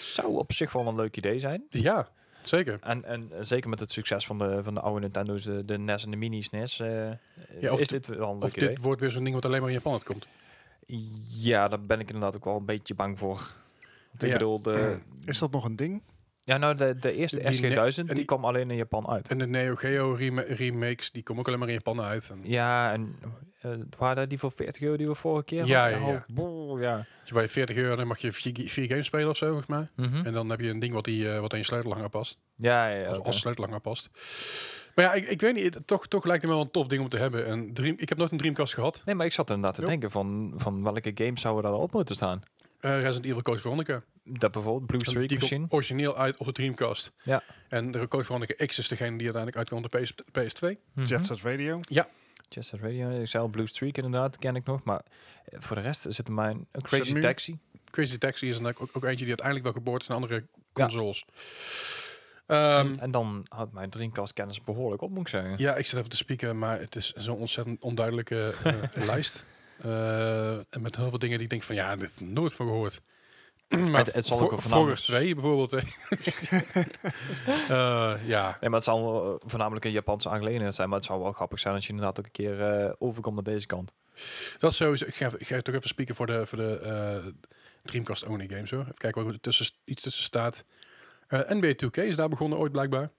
S1: Zou op zich wel een leuk idee zijn.
S2: Ja, zeker.
S1: En, en eh, zeker met het succes van de, van de oude Nintendo's, de, de NES en de Mini's NES, eh,
S2: Ja, of
S1: is
S2: dit-
S1: dit wel een leuk
S2: Of
S1: idee.
S2: dit wordt weer zo'n ding wat alleen maar in Japan uitkomt.
S1: Ja, daar ben ik inderdaad ook wel een beetje bang voor. Want ik
S2: Ja.
S1: bedoel, de,
S2: Mhm.
S3: Is dat nog een ding?
S1: Ja, nou, de, de eerste
S2: Die ne-
S1: SG-1000, die,
S2: die-
S1: kwam alleen in Japan uit.
S2: En de Neo Geo rem- remakes, die komen ook alleen maar in Japan uit. En,
S1: Ja, en eh, waren dat die voor 40 euro die we vorige keer
S2: Ja,
S1: hadden?
S2: ja,
S1: Nou,
S2: ja.
S1: boe, ja.
S2: als je bij 40 euro dan mag je vier, ge- vier games spelen of zo, volgens mij.
S1: Mhm.
S2: En dan heb je een ding wat, die, eh, wat aan je sleutelhanger past.
S1: ja, ja, ja,
S2: Als,
S1: oké.
S2: als sleutelhanger past. Maar ja, ik, ik weet niet, het- toch, toch lijkt het me wel een tof ding om te hebben. En Dream, ik heb nooit een Dreamcast gehad.
S1: Nee, maar ik zat inderdaad te
S3: Joep.
S1: denken van, van welke games zouden daar op moeten staan?
S2: Eh Resident Evil Code Veronica.
S1: Dat bijvoorbeeld Blue
S2: En
S1: Streak
S2: die komt
S1: Machine.
S2: origineel uit op de Dreamcast.
S1: Ja.
S2: En de Code Veronica X is degene die uiteindelijk uitkwam op de PS, PS2.
S3: Jet Set Radio.
S1: Mhm. Jet Set Radio. Ik zei al Blue Streak inderdaad, ken ik nog. Maar eh, voor de rest zit er mij een een Crazy
S3: Shenmue.
S1: Taxi.
S2: Crazy Taxi is dan ook, ook eentje die uiteindelijk wel geboord is aan andere consoles. Ehm,
S1: En- eh, en dan houdt mijn Dreamcast kennis behoorlijk op, moet ik zeggen.
S2: ja, ik zit even te spieken, maar het is zo'n ontzettend onduidelijke eh,
S1: (laughs)
S2: lijst. Eh, en met heel veel dingen die ik denk van ja, dit heb ik nooit van gehoord. (clears throat) maar
S1: Het- het zal
S2: Vo-
S1: ook wel
S2: Forge
S1: voornamelijk-
S2: 2 bijvoorbeeld. hè. (laughs) Eh, ja,
S1: Nee, maar het zal wel, eh, voornamelijk een Japanse aangelegenheid zijn. Maar het zou wel grappig zijn als je inderdaad ook een keer eh, overkomt naar deze kant.
S2: dat sowieso. Ik ga, ik ga toch even spieken voor de, voor de eh, Dreamcast Only games hoor. Even kijken wat er tussen, iets tussen staat. Eh NBA 2K is daar begonnen ooit blijkbaar.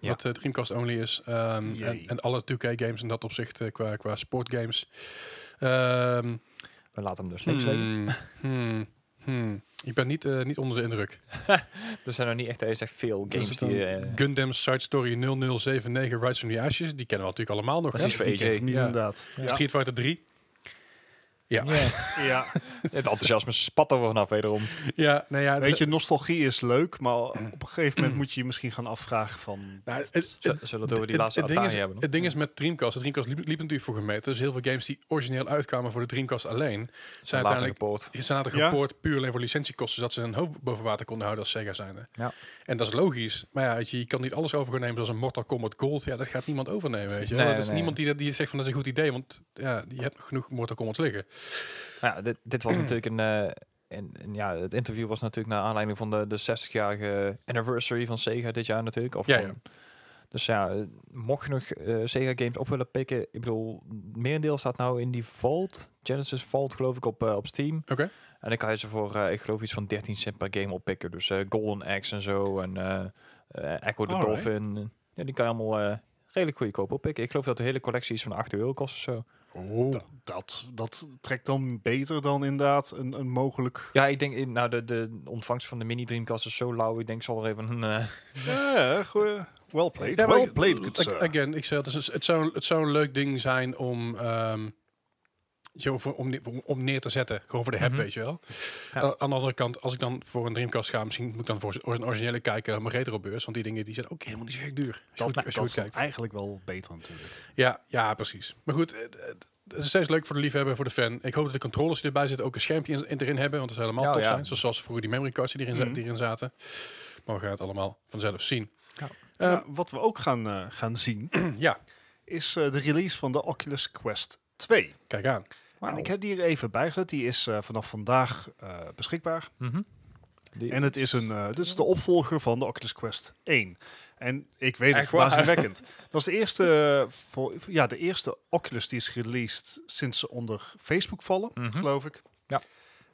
S1: Ja.
S2: Wat eh, Dreamcast Only is. Ehm, en,
S3: Jee.
S2: en alle 2K games in dat opzicht eh, qua, qua sportgames. Ehm
S1: We laten hem dus links liggen.
S2: hmm, hmm, hmm. Ik ben niet, eh, niet onder de indruk.
S1: Er zijn nog niet echt, echt veel
S2: Is
S1: games
S2: het
S1: die...
S2: dan
S1: eh,
S2: Gundam Side Story 0079 Rise from the Ashes. Die kennen we natuurlijk allemaal nog.
S1: Dat is
S2: hè?
S1: voor
S3: Die
S1: AJ.
S3: kent hem niet
S2: Ja.
S3: inderdaad. Ja.
S2: Street Fighter 3. Ja.
S3: Ja.
S1: (laughs) Het enthousiasme spat er vanaf wederom.
S2: ja, nou ja,
S3: (laughs) Weet je, nostalgie is leuk, maar op een gegeven moment moet je je misschien gaan afvragen van...
S2: Nou, het-
S1: Z- Zullen we die laatste
S2: ding is,
S1: Atari hebben?
S2: het ding is met Dreamcast. De Dreamcast liep, liep natuurlijk voor gemeten. Dus heel veel games die origineel uitkwamen voor de Dreamcast alleen... zijn
S1: Later
S2: uiteindelijk
S1: gepoord.
S2: Die zijn later
S3: Ja.
S2: gepoord puur alleen voor licentiekosten, zodat ze hun hoofd boven water konden houden als Sega zijnde.
S1: Ja.
S2: En dat is logisch. Maar ja, weet je, je kan niet alles over gaan nemen zoals een Mortal Kombat Gold. Ja, dat gaat niemand overnemen, weet je. wel.
S1: Nee,
S2: dat is
S1: nee.
S2: niemand die, dat- die zegt van dat is een goed idee, want ja, je hebt nog genoeg Mortal Kombat liggen.
S1: Nou ja, dit, dit was natuurlijk een... eh, en, en ja, het interview was natuurlijk naar aanleiding van de, de 60-jarige anniversary van Sega dit jaar natuurlijk. Of
S2: Ja,
S1: van- Dus ja, eh, mocht je nog eh, Sega games op willen pikken, ik bedoel, merendeel staat nou in die Vault, Genesis Vault geloof ik op, eh, op Steam.
S2: Oké.
S1: En dan kan je ze voor, eh, ik geloof iets van 13 cent per game oppikken. Dus eh, Golden Axe en zo en eh, eh, Echo the
S3: Alright.
S1: Dolphin. Ja, die kan je allemaal eh, redelijk goedkoop oppikken. Ik geloof dat de hele collectie is van 8 euro kost of zo.
S3: Da- Dat, dat trekt dan beter dan inderdaad een, een mogelijk...
S1: Ja, ik denk, eh, nou, de, de ontvangst van de mini Dreamcast is zo lauw. Ik denk, ik zal er even een... eh,
S3: Ja, goeie. Well played.
S2: Ja, maar
S3: well
S2: ik-
S3: played, good
S2: ag-
S3: sir.
S2: Again, ik zei, het, eh, is, het, zou, het zou een leuk ding zijn om, ehm, zo voor, om, ne- om- om neer te zetten. Gewoon voor de heb,
S1: Mhm.
S2: weet je wel.
S1: Ja.
S2: A- Aan de andere kant, als ik dan voor een Dreamcast ga, misschien moet ik dan voor z- voor een originele kijken, mijn retrobeurs. Want die dingen die zijn ook helemaal niet zo gek duur. Als je
S3: Dat,
S2: goed- als je
S3: dat
S2: goed
S3: is dan
S2: kijkt.
S3: eigenlijk wel beter natuurlijk.
S2: Ja, ja, precies. Maar goed, eh, eh, het is steeds leuk voor de liefhebber, voor de fan. Ik hoop dat de controllers die erbij zitten ook een schermpje in, in- erin hebben, want dat zou helemaal
S1: Ja,
S2: tof
S1: ja.
S2: zijn. Zoals, zoals vroeger die memory cards die erin, za-
S3: Mhm.
S2: die erin zaten. Maar we gaan het allemaal vanzelf zien.
S1: Ja.
S2: Ehm,
S3: Ja, wat we ook gaan, eh, gaan zien,
S2: (clears throat) ja,
S3: is eh, de release van de Oculus Quest 2.
S2: kijk aan.
S3: En ik heb die er even bijgezet. Die is eh, vanaf vandaag eh, beschikbaar.
S1: Mhm. Die-
S3: En het is, een, eh, dit is de opvolger van de Oculus Quest 1. En ik weet het,
S2: Echt waar? (laughs)
S3: verbazingwekkend. Dat is de eerste, eh, voor, ja, de eerste Oculus die is released sinds ze onder Facebook vallen,
S1: Mhm.
S3: geloof ik.
S1: Ja.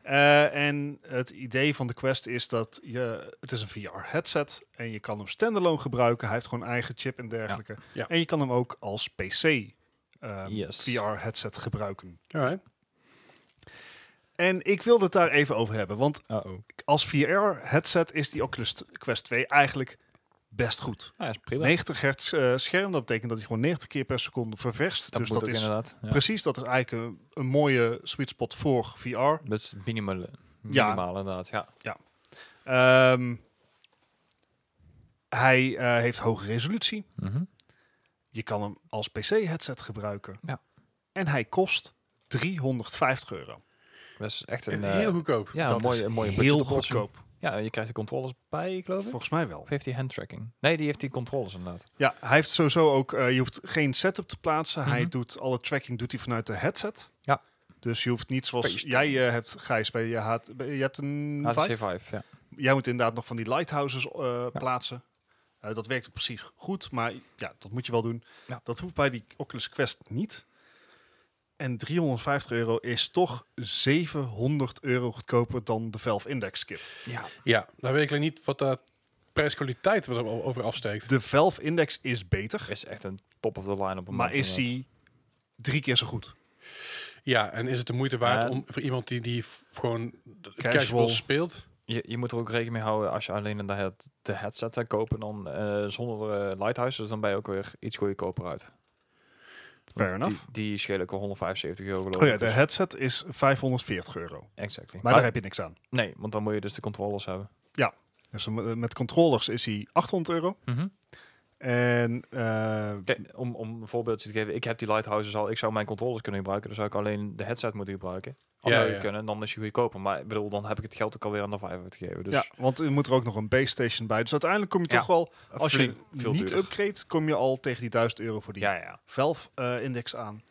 S3: Eh, en het idee van de Quest is dat je, het is een VR-headset en je kan hem standalone gebruiken. Hij heeft gewoon eigen chip en dergelijke.
S2: Ja.
S3: En je kan hem ook als PC ehm,
S1: Yes.
S3: VR-headset gebruiken.
S2: Alright.
S3: En ik wil het daar even over hebben, want
S1: Uh-oh.
S3: als VR-headset is die Oculus t- Quest 2 eigenlijk best goed.
S1: Ja, is prima.
S3: 90 hertz eh, scherm, dat betekent dat hij gewoon 90 keer per seconde ververst.
S1: dat
S3: dus
S1: moet
S3: dat
S1: ook
S3: is
S1: inderdaad. Ja.
S3: precies, dat is eigenlijk een, een mooie sweet spot voor VR.
S1: Dat is minimale,
S3: Ja.
S1: minimaal inderdaad, ja.
S3: Ehm, hij eh, heeft hoge resolutie.
S1: Mhm.
S3: Je kan hem als PC-headset gebruiken.
S1: Ja.
S3: En hij kost 350 euro.
S1: Dat is echt een,
S2: En
S1: eh,
S2: heel goedkoop.
S1: ja,
S3: dat
S1: een mooie,
S3: is
S1: een mooie
S3: heel
S1: budgetoplossing.
S3: goedkoop.
S1: Ja, en je krijgt de controllers bij, geloof ik.
S3: Volgens mij wel.
S1: Of heeft hij handtracking? Nee, die heeft die controllers inderdaad.
S3: Ja, hij heeft sowieso ook, eh, je hoeft geen setup te plaatsen. Hij
S1: Mhm.
S3: doet alle tracking doet hij vanuit de headset.
S1: Ja.
S3: Dus je hoeft niet zoals
S1: FaceTime.
S3: jij eh, hebt, Gijs, bij je, haat, bij- je hebt een
S1: HTC
S3: 5.
S1: Vive, ja.
S3: Jij moet inderdaad nog van die lighthouses eh, plaatsen. Eh, dat werkt precies goed, maar ja, dat moet je wel doen.
S1: Ja.
S3: Dat hoeft bij die Oculus Quest niet. En 350 euro is toch 700 euro goedkoper dan de Valve Index Kit.
S1: Ja,
S2: Ja, nou weet ik alleen niet wat daar prijs-kwaliteit wat er o- over afsteekt.
S3: De Valve Index is beter,
S1: Is echt een top of the line op een
S3: maar is die drie keer zo goed?
S2: Ja, en is het de moeite waard
S1: Ja.
S2: om voor iemand die, die f- gewoon casual.
S3: Casual.
S2: casual speelt?
S1: Je, je moet er ook rekening mee houden als je alleen de, head- de headset gaat kopen dan eh, zonder eh Lighthouse, dus dan ben je ook weer iets goedkoper uit.
S3: Fair
S1: Die,
S3: enough.
S1: die schelen ook al 175 euro geloof
S3: Oh ja,
S1: ik.
S3: de
S1: Dus-
S3: headset is 540 euro. Maar,
S1: exactly.
S3: daar heb je niks aan.
S1: Nee, want dan moet je dus de controllers hebben.
S3: Dus eh, met controllers is hij 800 euro. En eh,
S1: Kijk, om, om een voorbeeldje te geven, ik heb die lighthouses al, ik zou mijn controllers kunnen gebruiken, dan zou ik alleen de headset moeten gebruiken. Als
S2: Ja,
S1: zou je
S2: ja.
S1: kunnen, dan is je goedkoper. Maar ik bedoel, dan heb ik het geld ook alweer aan de vijf uitgegeven. Dus
S3: ja, want er moet er ook nog een base station bij. Dus uiteindelijk kom je
S1: Ja.
S3: toch wel, als je
S1: flink
S3: niet
S1: duurder.
S3: upgrade, kom je al tegen die 1000 euro voor die
S1: Ja, ja.
S3: Valve eh, index aan.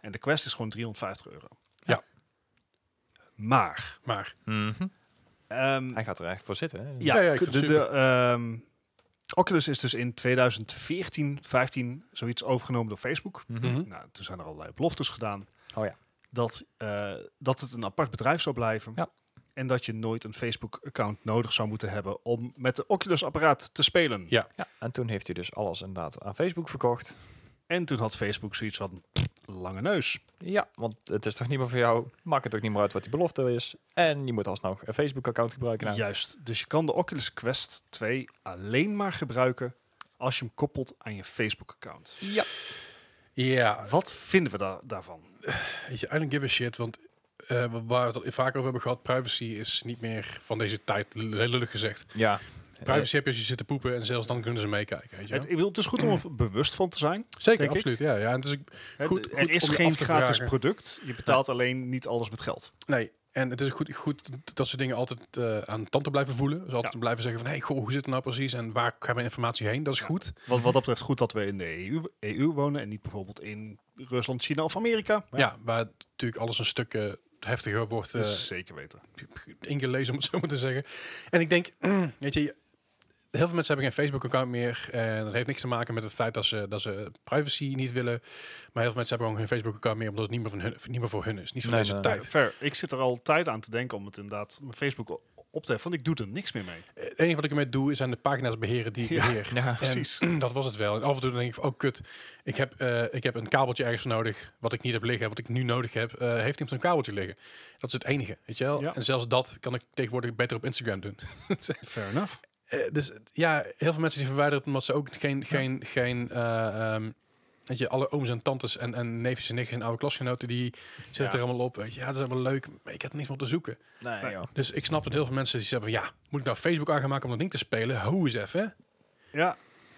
S3: En de Quest is gewoon 350 euro.
S2: Ja.
S3: Maar,
S2: Maar
S1: Mhm.
S3: ehm,
S1: Hij gaat er echt voor zitten. Hè?
S3: ja,
S2: Ja, ja, ik
S3: k-
S2: vind
S3: de,
S2: het
S3: de, ehm, Oculus is dus in 2014, 15 zoiets overgenomen door Facebook.
S1: Mhm.
S2: Mhm.
S3: Nou, toen zijn er allerlei beloftes gedaan.
S1: Oh ja.
S3: Dat, eh, dat het een apart bedrijf zou blijven.
S1: Ja.
S3: En dat je nooit een Facebook-account nodig zou moeten hebben om met de Oculus-apparaat te spelen.
S2: Ja.
S1: Ja, en toen heeft hij dus alles inderdaad aan Facebook verkocht.
S3: En toen had Facebook zoiets van "Pff, lange neus.
S1: Ja, want het is toch niet meer voor jou. Maakt het ook niet meer uit wat die belofte is. En je moet alsnog een Facebook-account gebruiken. nou.
S3: Juist. Dus je kan de Oculus Quest 2 alleen maar gebruiken als je hem koppelt aan je Facebook-account.
S1: ja.
S2: ja,
S3: Wat vinden we da- daarvan?
S2: weet je, I don't give a shit, want eh, wa- waar we het al vaker over hebben gehad, privacy is niet meer van deze tijd, l- heel lullig gezegd.
S1: Ja.
S2: Privacy heb je als je zit te poepen en zelfs dan kunnen ze meekijken, weet je wel.
S3: Het, ik bedoel, het is goed om
S2: (clears throat)
S3: er bewust van te zijn.
S2: Zeker,
S3: denk ik.
S2: absoluut. Ja, ja. En, dus ik,
S3: Hè,
S2: Goed-
S3: d-
S2: goed
S3: er is
S2: om je
S3: geen
S2: af te
S3: gratis
S2: vragen.
S3: product. Je betaalt alleen niet alles met geld.
S2: nee, en het is goed, goed dat soort dingen altijd eh, aan de tand te blijven voelen. Dus altijd
S3: Ja.
S2: blijven zeggen van, hey, goh, hoe zit het nou precies en waar gaat mijn informatie heen? Dat is goed.
S3: Wat, wat dat betreft goed dat we in de E EU, EU wonen en niet bijvoorbeeld in Rusland, China of Amerika.
S2: Ja, waar het natuurlijk alles een stuk eh, heftiger wordt
S3: Dat
S2: eh,
S3: is zeker weten.
S2: ingelezen, om het zo maar te zeggen. En ik denk, (clears throat) weet je, heel veel mensen hebben geen Facebook-account meer. En dat heeft niks te maken met het feit dat ze, dat ze privacy niet willen. Maar heel veel mensen hebben gewoon geen Facebook-account meer, omdat het niet meer, van hun, niet meer voor hun is. Niet van
S1: Nee,
S2: deze
S1: nee.
S2: tijd.
S3: Fair. Ik zit er al tijd aan te denken om het inderdaad mijn Facebook o- op te heffen, want ik doe er niks meer mee.
S2: Het enige wat ik ermee doe, is aan de pagina's beheren die ik
S3: Ja.
S2: beheer.
S1: Ja.
S3: Precies.
S2: En (clears throat) dat was het wel. En af en toe dan denk ik, van, oh kut, ik heb, eh, ik heb een kabeltje ergens nodig, wat ik niet heb liggen, wat ik nu nodig heb. Eh, heeft iemand een kabeltje liggen? Dat is het enige, weet je wel?
S3: Ja.
S2: En zelfs dat kan ik tegenwoordig beter op Instagram doen.
S3: Fair enough.
S2: Eh, dus eh, ja, heel veel mensen die verwijderen het omdat ze ook geen, geen, geen eh, ehm, weet je, alle ooms en tantes en, en neefjes en nichtjes en oude klasgenoten, die zitten
S3: Ja.
S2: er allemaal op. Weet je, ja, dat is wel leuk, maar ik heb er niks meer op te zoeken.
S1: Nee,
S3: Nee.
S1: joh.
S2: Dus ik snap dat heel veel mensen die zeggen, van, ja, moet ik nou Facebook aan gaan maken om dat ding te spelen? Hoe eens even, hè?
S3: Ja,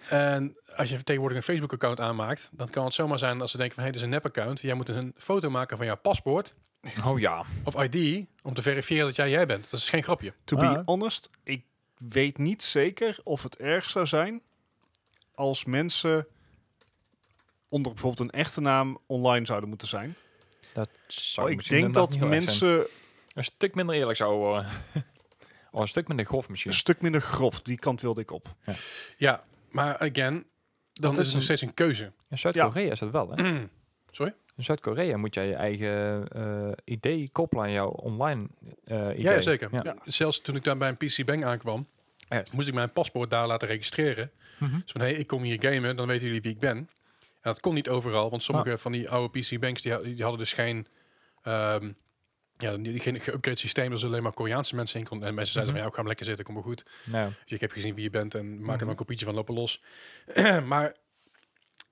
S2: En als je tegenwoordig een Facebook-account aanmaakt, dan kan het zomaar zijn als ze denken van, hé, dit is een nep-account. Jij moet een foto maken van jouw paspoort
S1: Oh ja.
S2: of ID om te verifiëren dat jij jij bent. Dat is geen grapje.
S3: to
S1: Ah.
S3: be honest, ik weet niet zeker of het erg zou zijn als mensen onder bijvoorbeeld een echte naam online zouden moeten zijn.
S1: Dat zou
S3: Oh, ik
S1: misschien
S3: denk
S1: inderdaad
S3: dat
S1: niet heel erg zijn.
S3: mensen
S1: een stuk minder eerlijk zou worden. (laughs) Oh, een stuk minder grof
S3: een
S1: misschien.
S3: stuk minder grof, die kant wilde ik op.
S2: Ja, maar again, dan
S1: is
S2: is het
S1: een-
S2: nog steeds een keuze. (clears throat)
S1: In Zuid-Korea is dat wel, hè?
S2: Sorry?
S1: In Zuid-Korea moet jij je eigen eh, idee koppelen aan jouw online eh idee.
S2: Ja, zeker.
S1: Ja.
S3: Ja.
S2: Zelfs toen ik daar bij een PC Bang aankwam,
S1: Echt.
S2: moest ik mijn paspoort daar laten registreren.
S1: Mhm.
S2: Dus van, hé, ik kom hier gamen, dan weten jullie wie ik ben. En dat kon niet overal, want
S1: Ah.
S2: sommige van die oude PC Banks, die, ha- die hadden dus geen... ehm, ja, die, geen geüpgrade systeem, dus alleen maar Koreaanse mensen in konden. En mensen zeiden
S1: Mhm.
S2: van, ja, ik ga maar lekker zitten, kom maar goed.
S1: Nou,
S2: Dus ik heb gezien wie je bent en maak er
S1: Mhm.
S2: maar een kopietje van, lopen los. (clears throat) maar,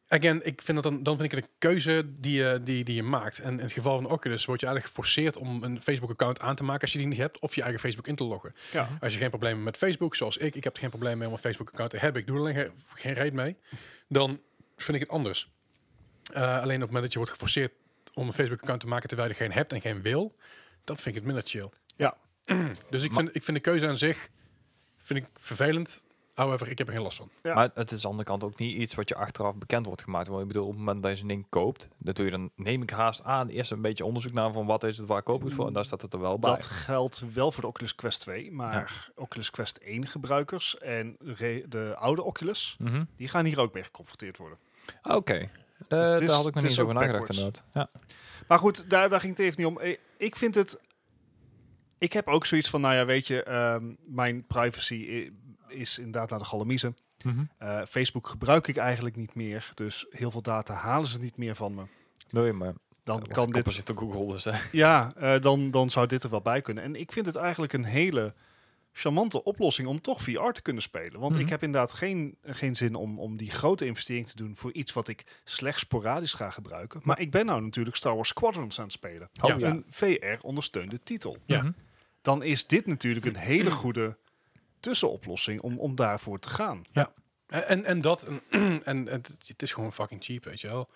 S2: again, ik vind dat dan, dan vind ik het een keuze die je, die, die je maakt. En in het geval van Oculus word je eigenlijk geforceerd om een Facebook-account aan te maken als je die niet hebt, of je eigen Facebook in te loggen.
S3: Ja.
S2: Als je geen probleem hebt met Facebook, zoals ik, ik heb er geen probleem mee om een Facebook-account te hebben, ik doe er alleen geen, geen reet mee, dan vind ik het anders. Eh, alleen op het moment dat je wordt geforceerd om een Facebook-account te maken terwijl je er geen hebt en geen wil, dan vind ik het minder chill.
S3: Ja.
S2: (clears throat) dus ik
S1: Maar-
S2: vind, ik vind de keuze aan zich vind ik vervelend. However, ik heb er geen last van.
S3: Ja.
S1: Maar het is aan de andere kant ook niet iets wat je achteraf bekend wordt gemaakt. Want ik bedoel, op het moment dat je een ding koopt, dat doe je dan, neem ik haast aan, eerst een beetje onderzoek naar van wat is het, waar koop ik het voor. En daar staat het er wel bij.
S3: Dat geldt wel voor de Oculus Quest 2, maar Oculus Quest 1 gebruikers en re- de oude Oculus,
S1: Mhm.
S3: die gaan hier ook mee geconfronteerd worden.
S1: Oké. Eh,
S3: Dus het is-
S1: daar had ik nog
S3: het
S1: niet
S3: is
S1: zo over
S3: ook
S1: nagedacht
S3: backwards.
S1: inderdaad. Ja.
S3: Maar goed, daar, daar ging het even niet om. I- Ik vind het. Ik heb ook zoiets van, nou ja, weet je, ehm, mijn privacy i- is inderdaad naar de galamiezen. Eh, Facebook gebruik ik eigenlijk niet meer, dus heel veel data halen ze niet meer van me.
S1: Nee, maar
S3: Dan
S1: ja,
S3: kan
S1: want de
S3: dit
S1: kopper zit op Google, dus hè.
S3: Ja, eh, dan, dan zou dit er wel bij kunnen. En ik vind het eigenlijk een hele charmante oplossing om toch VR te kunnen spelen. Want ik
S1: Mhm.
S3: heb inderdaad geen, geen zin om, om die grote investering te doen voor iets wat ik slechts sporadisch ga gebruiken. Maar ik ben nou natuurlijk Star Wars Squadrons aan het spelen.
S2: Ja.
S1: Oh, ja.
S3: Een VR-ondersteunde titel.
S2: Ja.
S1: Mhm.
S3: Dan is dit natuurlijk een
S1: (clears throat)
S3: hele goede tussenoplossing om, om daarvoor te gaan.
S2: En, en, en dat, en, (clears throat) en het, het is gewoon fucking cheap, weet je wel.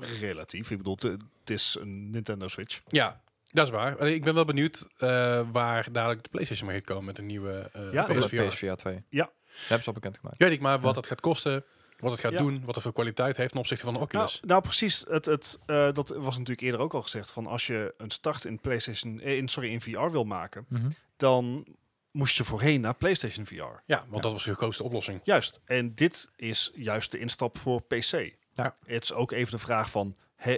S3: Relatief. Ik bedoel, het- het is een Nintendo Switch.
S2: Ja, dat is waar. Alleen Ik ben wel benieuwd eh, waar dadelijk de PlayStation mee gaat komen met een nieuwe eh
S3: Ja,
S1: Dat is
S2: PSVR.
S1: bij PSVR 2.
S3: Ja.
S1: Dat hebben ze al bekendgemaakt.
S2: Weet ik maar wat het gaat kosten, wat het gaat
S3: Ja.
S2: doen, wat er voor kwaliteit heeft ten opzichte van de
S3: Nou,
S2: Oculus.
S3: nou, precies. Het, het, eh, dat was natuurlijk eerder ook al gezegd. Van als je een start in PlayStation, eh, in, sorry, in VR wil maken,
S1: Mhm.
S3: dan moest je voorheen naar PlayStation VR.
S2: ja, want dat was de goedkoopste oplossing.
S3: Juist. En dit is juist de instap voor PC.
S1: Ja.
S3: Het is ook even de vraag van, hè,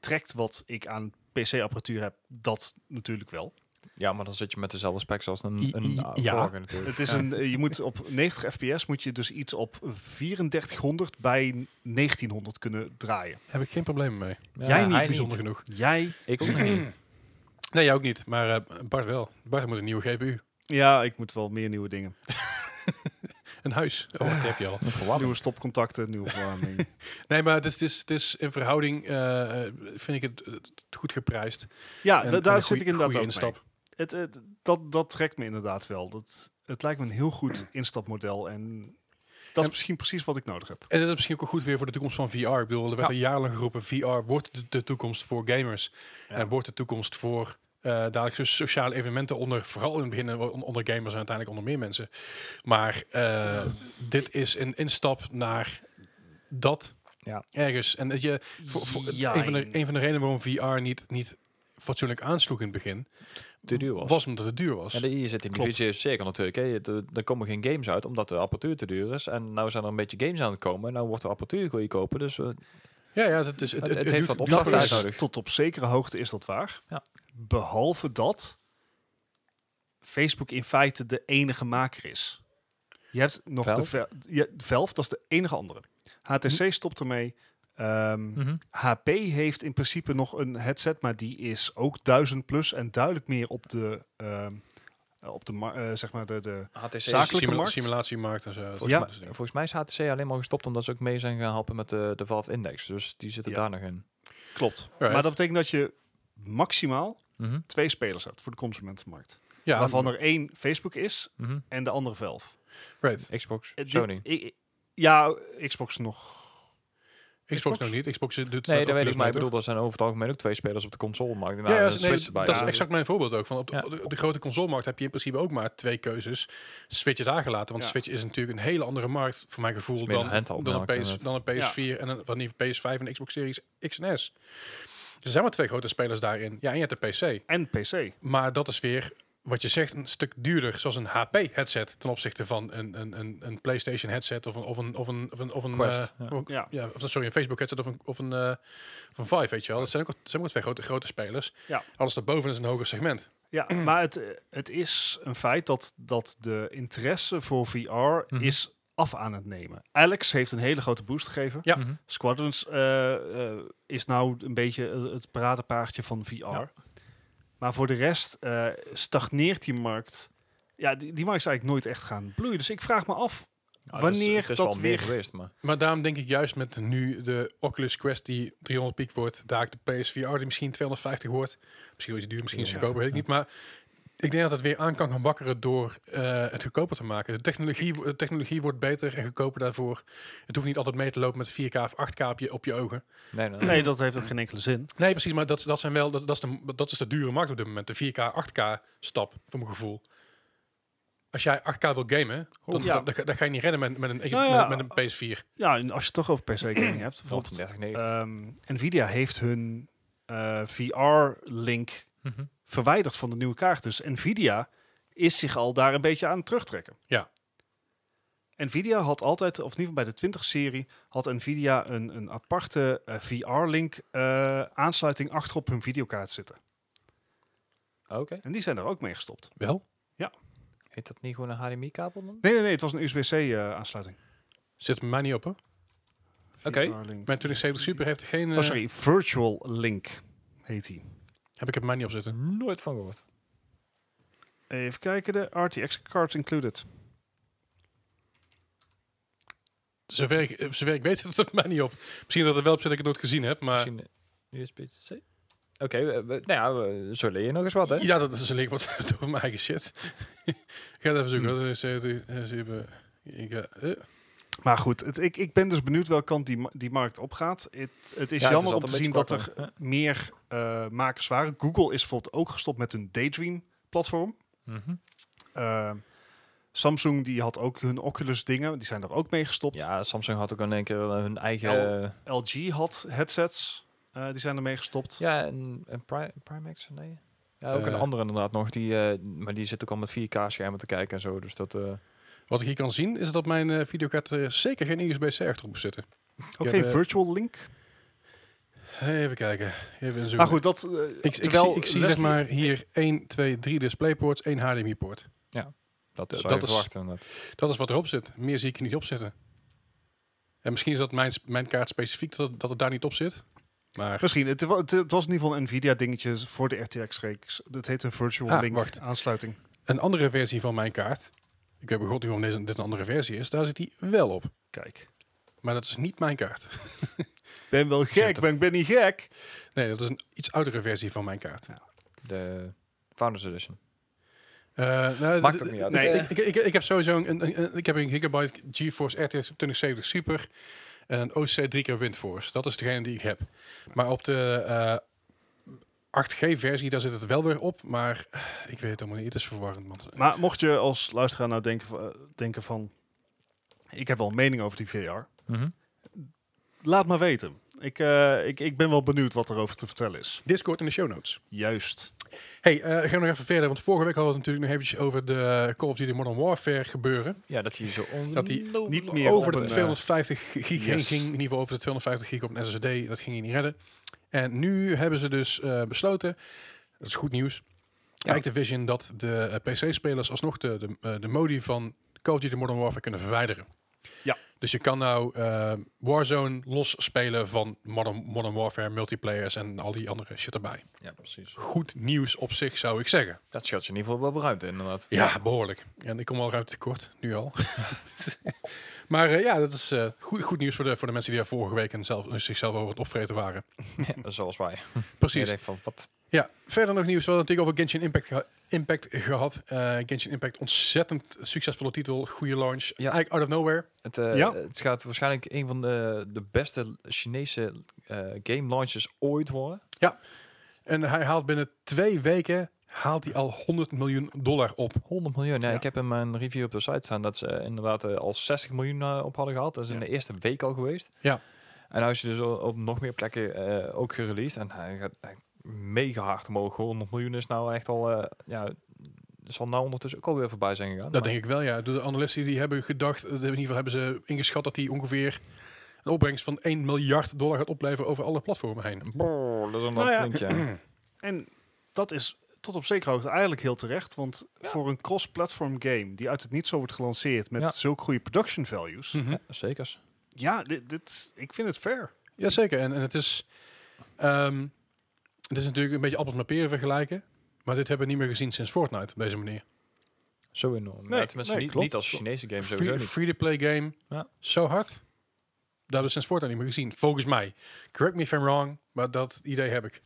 S3: trekt wat ik aan PC-apparatuur heb, dat natuurlijk wel.
S1: Ja, maar dan zit je met dezelfde specs als
S2: I-
S1: een, een
S2: i-
S1: uh,
S2: ja.
S1: vorige natuurlijk.
S3: Het is een, eh, je moet op 90 fps moet je dus iets op 3400 bij 1900 kunnen draaien.
S2: Heb ik geen problemen mee.
S1: Ja,
S3: Jij niet,
S1: hij
S2: Het is zonde genoeg.
S3: Jij?
S1: Ik ook niet.
S3: (clears throat)
S2: Nee, jij ook niet. Maar eh, Bart wel. Bart moet een nieuwe GPU.
S3: Ja, ik moet wel meer nieuwe dingen.
S2: Een huis. Oh, dat heb je
S3: (sighs)
S2: al.
S1: Een verwarming.
S3: Nieuwe stopcontacten, nieuwe verwarming.
S2: Nee, maar het is, het is, het is in verhouding, eh, eh, vind ik het, het goed geprijsd.
S3: (laughs) Ja,
S2: En-
S3: da-
S2: en
S3: daar
S2: een
S3: zit
S2: goeie-
S3: ik inderdaad ook
S2: goeie
S3: mee. Het, het- dat, dat trekt me inderdaad wel. Dat, het lijkt me een heel
S2: (clears throat)
S3: goed instapmodel. En dat is misschien precies wat ik nodig heb.
S2: En dat is misschien ook wel goed weer voor de toekomst van VR. Ik bedoel, er werd
S1: Ja.
S2: al jarenlang geroepen, VR wordt de, de toekomst voor gamers.
S1: Ja.
S2: En wordt de toekomst voor eh dadelijk so- sociale evenementen onder, vooral in het begin eh, on- onder gamers en uiteindelijk onder meer mensen. Maar eh, dit is een instap naar dat
S1: Ja.
S2: ergens. En dat je, voor, voor-
S3: Ja,
S2: een, van de,
S3: en-
S2: een van de redenen waarom VR niet, niet fatsoenlijk aansloeg in het begin,
S1: Te duur was.
S2: omdat het duur was.
S1: Ja, je zit in die
S3: Klopt.
S1: vicieuze cirkel natuurlijk. Hè. Je- de- Er komen geen games uit omdat de apparatuur te duur is. En nou zijn er een beetje games aan het komen. En nou wordt de apparatuur goedkoper. Dus eh,
S2: Ja, ja, dat is, het,
S1: Het- het heeft
S2: duurt-
S1: wat
S2: duurt-
S1: opstarttijd
S3: Dat
S1: tijd
S3: is,
S1: nodig.
S3: (laughs) tot op zekere hoogte is dat waar.
S1: Ja.
S3: Behalve dat Facebook in feite de enige maker is. Je hebt nog de
S1: Valve?
S3: Vel- je, Valve, dat is de enige andere.
S2: Hm.
S3: HTC stopt ermee. Ehm, HP heeft in principe nog een headset, maar die is ook 1000 plus en duidelijk meer op de, ehm, op de, mar- eh, zeg maar de, de
S1: HTC is-
S3: Zakelijk- zakelijke
S2: simula-
S3: markt.
S2: Simulatiemarkt en zo. dat
S1: volgens,
S3: Ja.
S2: soort
S1: mij,
S2: dingen.
S1: volgens mij is HTC alleen maar gestopt omdat ze ook mee zijn gaan helpen met de, de Valve Index. Dus die zitten
S3: Ja.
S1: daar nog in.
S3: Klopt.
S2: Alright.
S3: Maar dat betekent dat je maximaal
S1: Mhm,
S3: twee spelers hebt voor de consumentenmarkt.
S2: Ja,
S3: waarvan er één Facebook is
S1: mhm.
S3: en de andere Valve.
S2: right.
S1: Xbox,
S3: Eh, dit-
S1: Sony.
S3: i- i- ja, Xbox nog.
S2: Xbox,
S3: Xbox?
S2: nog niet. Xbox doet het
S1: Nee, dat
S2: met
S1: weet
S2: Oculus
S1: ik. Maar ik
S2: mee,
S1: bedoel, er zijn over het algemeen ook twee spelers op de consolemarkt.
S2: toch?
S1: Nou,
S2: ja,
S1: en
S2: ja,
S1: een
S2: nee,
S1: Switch erbij.
S2: dat is
S1: Ja.
S2: exact mijn voorbeeld ook. Van op de,
S1: Ja.
S2: op de, op de grote consolemarkt heb je in principe ook maar twee keuzes. Switch is aangelaten, want
S3: Ja.
S2: Switch is natuurlijk een hele andere markt, voor mijn gevoel,
S1: Is meer
S2: dan,
S1: een handheld
S2: dan,
S1: markt,
S2: een PS, dan een PS4 en een, wat niet, PS5 en Xbox Series X en S. Dus er zijn maar twee grote spelers daarin. Ja, en je hebt de PC.
S3: En PC.
S2: Maar dat is weer, wat je zegt, een stuk duurder. Zoals een HP-headset ten opzichte van een, een, een, een PlayStation-headset of een... Of een, of een, of een, of een
S1: Quest,
S2: eh,
S1: ja.
S2: of-
S3: Ja.
S2: ja, of, sorry, een Facebook-headset of een, of een, eh, of een Vive, weet je wel. Dat zijn ook, dat zijn ook twee grote, grote spelers.
S3: Ja.
S2: Alles daarboven is een hoger segment.
S3: Ja, maar het, eh, het is een feit dat, dat de interesse voor VR is af aan het nemen. Alex heeft een hele grote boost gegeven.
S2: Ja.
S1: Mhm.
S3: Squadrons eh, eh, is nou een beetje eh, het paradepaardje van VR.
S1: Ja.
S3: Maar voor de rest eh, stagneert die markt. Ja, die, die markt is eigenlijk nooit echt gaan bloeien. Dus ik vraag me (clears throat) af,
S1: Ja, het is-
S3: Wanneer
S1: het is
S3: dat
S1: wel meer
S3: weer-
S1: geweest, maar...
S2: Maar daarom denk ik juist met nu de Oculus Quest die 300 piek wordt, daar de PSVR die misschien 250 wordt. Misschien wel iets duur, misschien is het goedkoper, weet ik niet. Maar ik denk dat het weer aan kan gaan wakkeren door eh, het goedkoper te maken. De technologie, de technologie wordt beter en goedkoper daarvoor. Het hoeft niet altijd mee te lopen met 4K of 8K op je, op je ogen.
S1: Nee, nee.
S3: nee, dat heeft ook geen enkele zin.
S2: Nee, precies, maar dat, dat, zijn wel, dat, dat, is de, dat is de dure markt op dit moment. De 4K, 8K stap, voor mijn gevoel. Als jij 8K wil gamen, dan,
S3: Ja.
S2: dan, dan ga- dan ga je niet redden met, met, een,
S3: Nou ja.
S2: met, met een PS4.
S3: Ja, en als je het toch over (clears throat) PC-gaming hebt, bijvoorbeeld
S1: 30, 90.
S3: Ehm, Nvidia heeft hun eh, VR-link
S1: Mhm.
S3: verwijderd van de nieuwe kaart. Dus Nvidia is zich al daar een beetje aan het terugtrekken.
S2: Ja.
S3: Nvidia had altijd, of in ieder geval bij de 20-serie, had Nvidia een, een aparte eh, VR-link eh, aansluiting achter op hun videokaart zitten.
S1: Oké.
S3: En die zijn er ook mee gestopt.
S2: Wel?
S1: Heet dat niet gewoon een HDMI-kabel dan?
S3: Nee, nee, nee, het was een USB-C-aansluiting.
S2: Zit mij niet op, hè? Oké. Mijn 2070 Super heeft geen... eh,
S3: Oh, sorry. Virtual Link heet hij.
S2: Heb ik het mij niet op zitten.
S1: Nooit van gehoord.
S3: Even kijken, de RTX card included.
S2: Zover ik, eh, zover ik weet (laughs) zit het er mij niet op. Misschien dat er wel op zit dat ik het nooit gezien heb, maar...
S1: Misschien eh, USB-C? Oké, we- we- nou ja, we- zo leer je nog eens wat, hè?
S2: Ja, dat is een link wat (laughs) over mijn eigen shit. (laughs) ik ga het even zoeken. hoor. Eh, 70, eh, 7, ik, eh, eh.
S3: Maar goed, het, ik, ik ben dus benieuwd welke kant die, ma- die markt opgaat. Het, het is
S1: Ja, het
S3: jammer om
S1: altijd
S3: te
S1: een
S3: zien
S1: beetje
S3: dat er
S1: kort, hè?
S3: meer eh, makers waren. Google is bijvoorbeeld ook gestopt met hun Daydream-platform.
S1: Mhm.
S3: Eh, Samsung die had ook hun Oculus-dingen, die zijn er ook mee gestopt.
S1: Ja, Samsung had ook in één keer hun eigen...
S3: Ja.
S1: eh,
S3: LG had headsets, eh, die zijn er mee gestopt.
S1: ja, en, en Pri- Primax, nee? Ja, ook een
S2: Eh.
S1: andere inderdaad nog. Die, eh, maar die zit ook al met 4K-schermen te kijken en zo. Dus dat... eh,
S2: Wat ik hier kan zien is dat mijn eh, videokaart er zeker geen USB-C achterop zit.
S3: Oké,
S2: Ja, de-
S3: Virtual Link.
S2: Even kijken. Even zoeken.
S3: Maar goed, dat... eh,
S2: ik, ik,
S3: terwijl
S2: zie, ik zie
S3: Leslie-
S2: zeg maar hier 1, 2, 3 DisplayPorts, 1 HDMI-poort.
S1: dat
S2: Ja,
S1: zou je
S2: dat is-
S1: verwachten inderdaad.
S2: Dat is wat erop zit. Meer zie ik er niet op zitten. En misschien is dat mijn, sp- mijn kaart specifiek dat, dat het daar niet op zit. Maar
S3: Misschien. Het, wa- het, het was in ieder geval een NVIDIA-dingetje voor de RTX-reeks. Dat heet een Virtual
S2: Ah,
S3: Link
S2: wacht.
S3: aansluiting.
S2: een andere versie van mijn kaart. Ik heb begrond niet waarom deze- dit een andere versie is. Daar zit die wel op.
S3: Kijk.
S2: Maar dat is niet mijn kaart.
S3: Ben wel
S2: Zet
S3: gek,
S2: er-
S3: ben, ik ben niet gek.
S2: Nee, dat is een iets oudere versie van mijn kaart.
S1: De Founders Edition.
S2: Eh, nou,
S1: Maakt
S2: d-
S1: ook niet uit.
S2: d-
S3: Nee.
S2: Ik, ik, ik heb sowieso een, een- een- ik heb een Gigabyte GeForce RTX 2070 Super en een OC 3 keer Windforce. Dat is degene die ik heb. Maar op de eh, 8G versie, daar zit het wel weer op, maar eh, ik weet het allemaal niet. Het is verwarrend, man.
S3: Maar mocht je als luisteraar nou denken van, eh, denken van... Ik heb wel een mening over die VR. Laat maar weten. Ik, eh, ik, ik ben wel benieuwd wat er over te vertellen is.
S2: Discord in de show notes.
S3: Juist.
S2: Hey, eh gaan we nog even verder, want vorige week hadden we het natuurlijk nog eventjes over de Call of Duty Modern Warfare gebeuren.
S1: Ja, dat hij zo on...
S2: Dat die
S3: Niet meer
S2: over
S3: op
S2: de
S3: een, eh,
S2: 250 gig heen
S3: yes.
S2: ging, in ieder geval over de 250 gig op een SSD, dat ging je niet redden. En nu hebben ze dus eh, besloten, dat is goed nieuws, ja. Activision, dat de eh, PC-spelers alsnog de, de, eh, de modi van Call of Duty Modern Warfare kunnen verwijderen.
S3: Ja.
S2: Dus je kan nou eh, Warzone los spelen van Modern, Modern Warfare, multiplayers en al die andere shit erbij.
S1: Ja, precies.
S2: Goed nieuws op zich, zou ik zeggen.
S1: Dat schat je in ieder geval wel ruimte inderdaad.
S2: Ja, behoorlijk. En ik kom al ruimte tekort, nu al. (laughs) maar eh, ja, dat is eh, goed, goed nieuws voor de, voor de mensen die daar vorige week en zelf, zichzelf over het opvreten waren.
S1: Zoals wij. Je
S2: Precies.
S1: denkt van, wat?
S2: Ja, verder nog nieuws. We hadden natuurlijk over Genshin Impact, geha- Impact gehad. Eh, Genshin Impact, ontzettend succesvolle titel, goede launch. Eigenlijk out of nowhere.
S1: Het, eh,
S3: Ja.
S1: het gaat waarschijnlijk een van de, de beste Chinese eh, game launches ooit worden.
S2: En hij haalt binnen twee weken haalt hij al 100 miljoen dollar op.
S1: 100 miljoen. Ja,
S3: Ja.
S1: Ik heb in mijn review op de site staan dat ze eh, inderdaad eh, al 60 miljoen eh, op hadden gehad. Dat is in
S3: Ja.
S1: de eerste week al geweest.
S2: Ja.
S1: En nou is hij dus al op nog meer plekken eh, ook gereleased. En hij gaat hij- mega hard omhoog. 100 miljoen is nou echt al... eh, ja, zal nou ondertussen ook alweer voorbij zijn gegaan.
S2: Dat denk ik wel, ja. De analisten die hebben gedacht, eh, in ieder geval hebben ze ingeschat dat hij ongeveer een opbrengst van 1 miljard dollar gaat opleveren over alle platformen heen.
S1: dat is een
S3: Nou ja.
S1: flink, (clears throat) ja.
S3: En dat is tot op zekere hoogte eigenlijk heel terecht. Want voor een cross-platform game die uit het niet zo wordt gelanceerd... met
S1: Ja.
S3: zulke goede production values...
S2: Mhm.
S1: Zeker.
S3: Ja, dit, dit, ik vind het fair.
S2: Jazeker, en, en het is... ehm, het is natuurlijk een beetje appels met peren vergelijken. Maar dit hebben we niet meer gezien sinds Fortnite, op deze manier.
S1: Zo enorm.
S3: Nee,
S1: ja, tenminste,
S3: nee,
S1: niet,
S3: klopt.
S1: niet als Chinese game sowieso
S2: Free-
S1: niet.
S2: Free-to-play game,
S1: Ja.
S2: zo hard. Dat hebben we sinds Fortnite niet meer gezien, volgens mij. Correct me if I'm wrong, maar dat idee heb ik.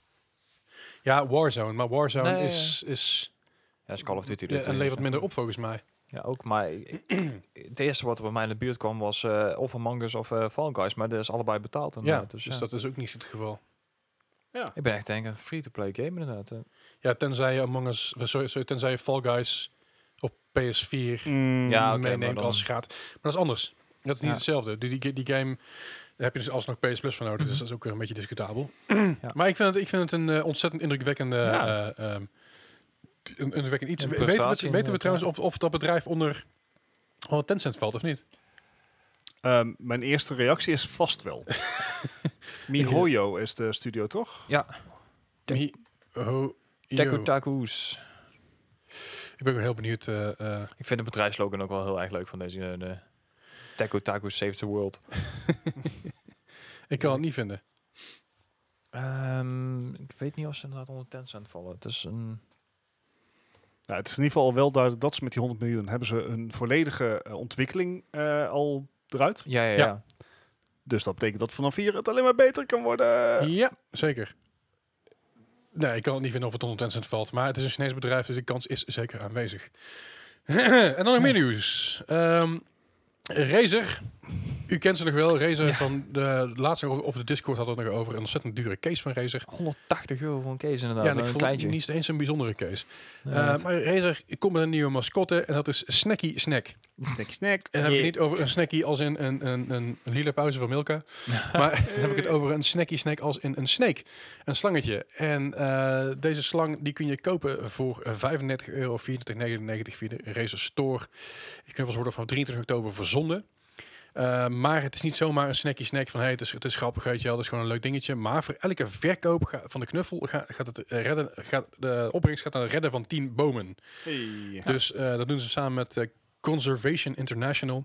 S2: Ja, Warzone, maar Warzone
S1: Nee,
S2: is, is
S1: Ja, is Call of Duty.
S2: ja,
S1: dat
S2: en
S1: ding
S2: levert
S1: is,
S2: minder op, volgens mij.
S1: Ja, ook. Maar ik- (clears throat) het eerste wat er bij mij in de buurt kwam was eh, of Among Us of eh, Fall Guys. Maar dat is allebei betaald
S2: Ja,
S1: inderdaad.
S2: dus
S1: dus ja.
S2: dat is ook niet het geval.
S3: Ja.
S1: Ik ben echt denk ik een free-to-play game inderdaad. eh.
S2: Ja, tenzij je Among Us, sorry, sorry, tenzij je Fall Guys op PS4
S1: Ja, Ah, oké, maar
S2: meeneemt
S1: dan-
S2: als gaat. Maar dat is anders. Dat is niet
S1: Ja.
S2: hetzelfde. Die, die, die game daar heb je dus alsnog PS Plus voor nodig. Dus dat is ook weer een beetje discutabel.
S1: Mhm. Ja.
S2: Maar ik vind het, ik vind het een eh, ontzettend indrukwekkende...
S1: Ja.
S2: eh, ehm, een- een indrukwekkend iets.
S1: Een
S2: We- Weten we,
S1: prestatie eh,
S2: weten we
S1: inderdaad,
S2: trouwens of, of dat bedrijf onder, onder Tencent valt of niet?
S3: Ehm, mijn eerste reactie is vast wel. MiHoYo is de studio, toch?
S1: Ja, Tek-
S2: Mi- oh, yo.
S1: Teku Taku's.
S2: ik ben ook heel benieuwd. eh, eh,
S1: Ik vind de bedrijfslogan ook wel heel erg leuk van deze. eh, de Taco Taco Saves the World.
S2: ik kan het niet vinden.
S1: Ehm, ik weet niet of ze inderdaad onder Tencent vallen. Het is een...
S3: Nou, het is in ieder geval al wel duidelijk dat ze met die 100 miljoen hebben ze een volledige eh, ontwikkeling eh, al eruit.
S1: Ja, ja,
S2: Ja.
S1: ja.
S3: Dus dat betekent dat vanaf hier het alleen maar beter kan worden.
S2: Ja, zeker. Nee, ik kan het niet vinden of het onder Tencent valt. Maar het is een Chinees bedrijf, dus die kans is zeker aanwezig. (clears throat) en dan nog meer nieuws. Ehm, Razer. U kent ze nog wel. Razer van de laatste over, over de Discord hadden we het nog over. Een ontzettend dure case van Razer.
S1: 180 euro voor een case inderdaad.
S2: ja, en
S1: en
S2: ik
S1: een
S2: vond het
S1: kleintje.
S2: niet eens een bijzondere case.
S1: Nee,
S2: Eh,
S1: het-
S2: maar Razer komt met een nieuwe mascotte en dat is Snacky Snack.
S3: Snack, snack.
S2: En dan heb ik
S1: Jee.
S2: het niet over een snackie als in een, een, een, een lila pauze van Milka. maar (laughs) dan heb ik het over een snackie snack als in een snake. Een slangetje. En eh, deze slang die kun je kopen voor eh, 35 euro, 34,99 via de Razer Store. Die knuffels worden vanaf 23 oktober verzonden. Eh, maar het is niet zomaar een snackie snack van hey, het, is, het is grappig, weet je wel, het is gewoon een leuk dingetje. Maar voor elke verkoop ga- van de knuffel ga- gaat, het eh, redden, gaat de opbrengst gaat naar het redden van 10 bomen. Dus eh, dat doen ze samen met eh, Conservation International.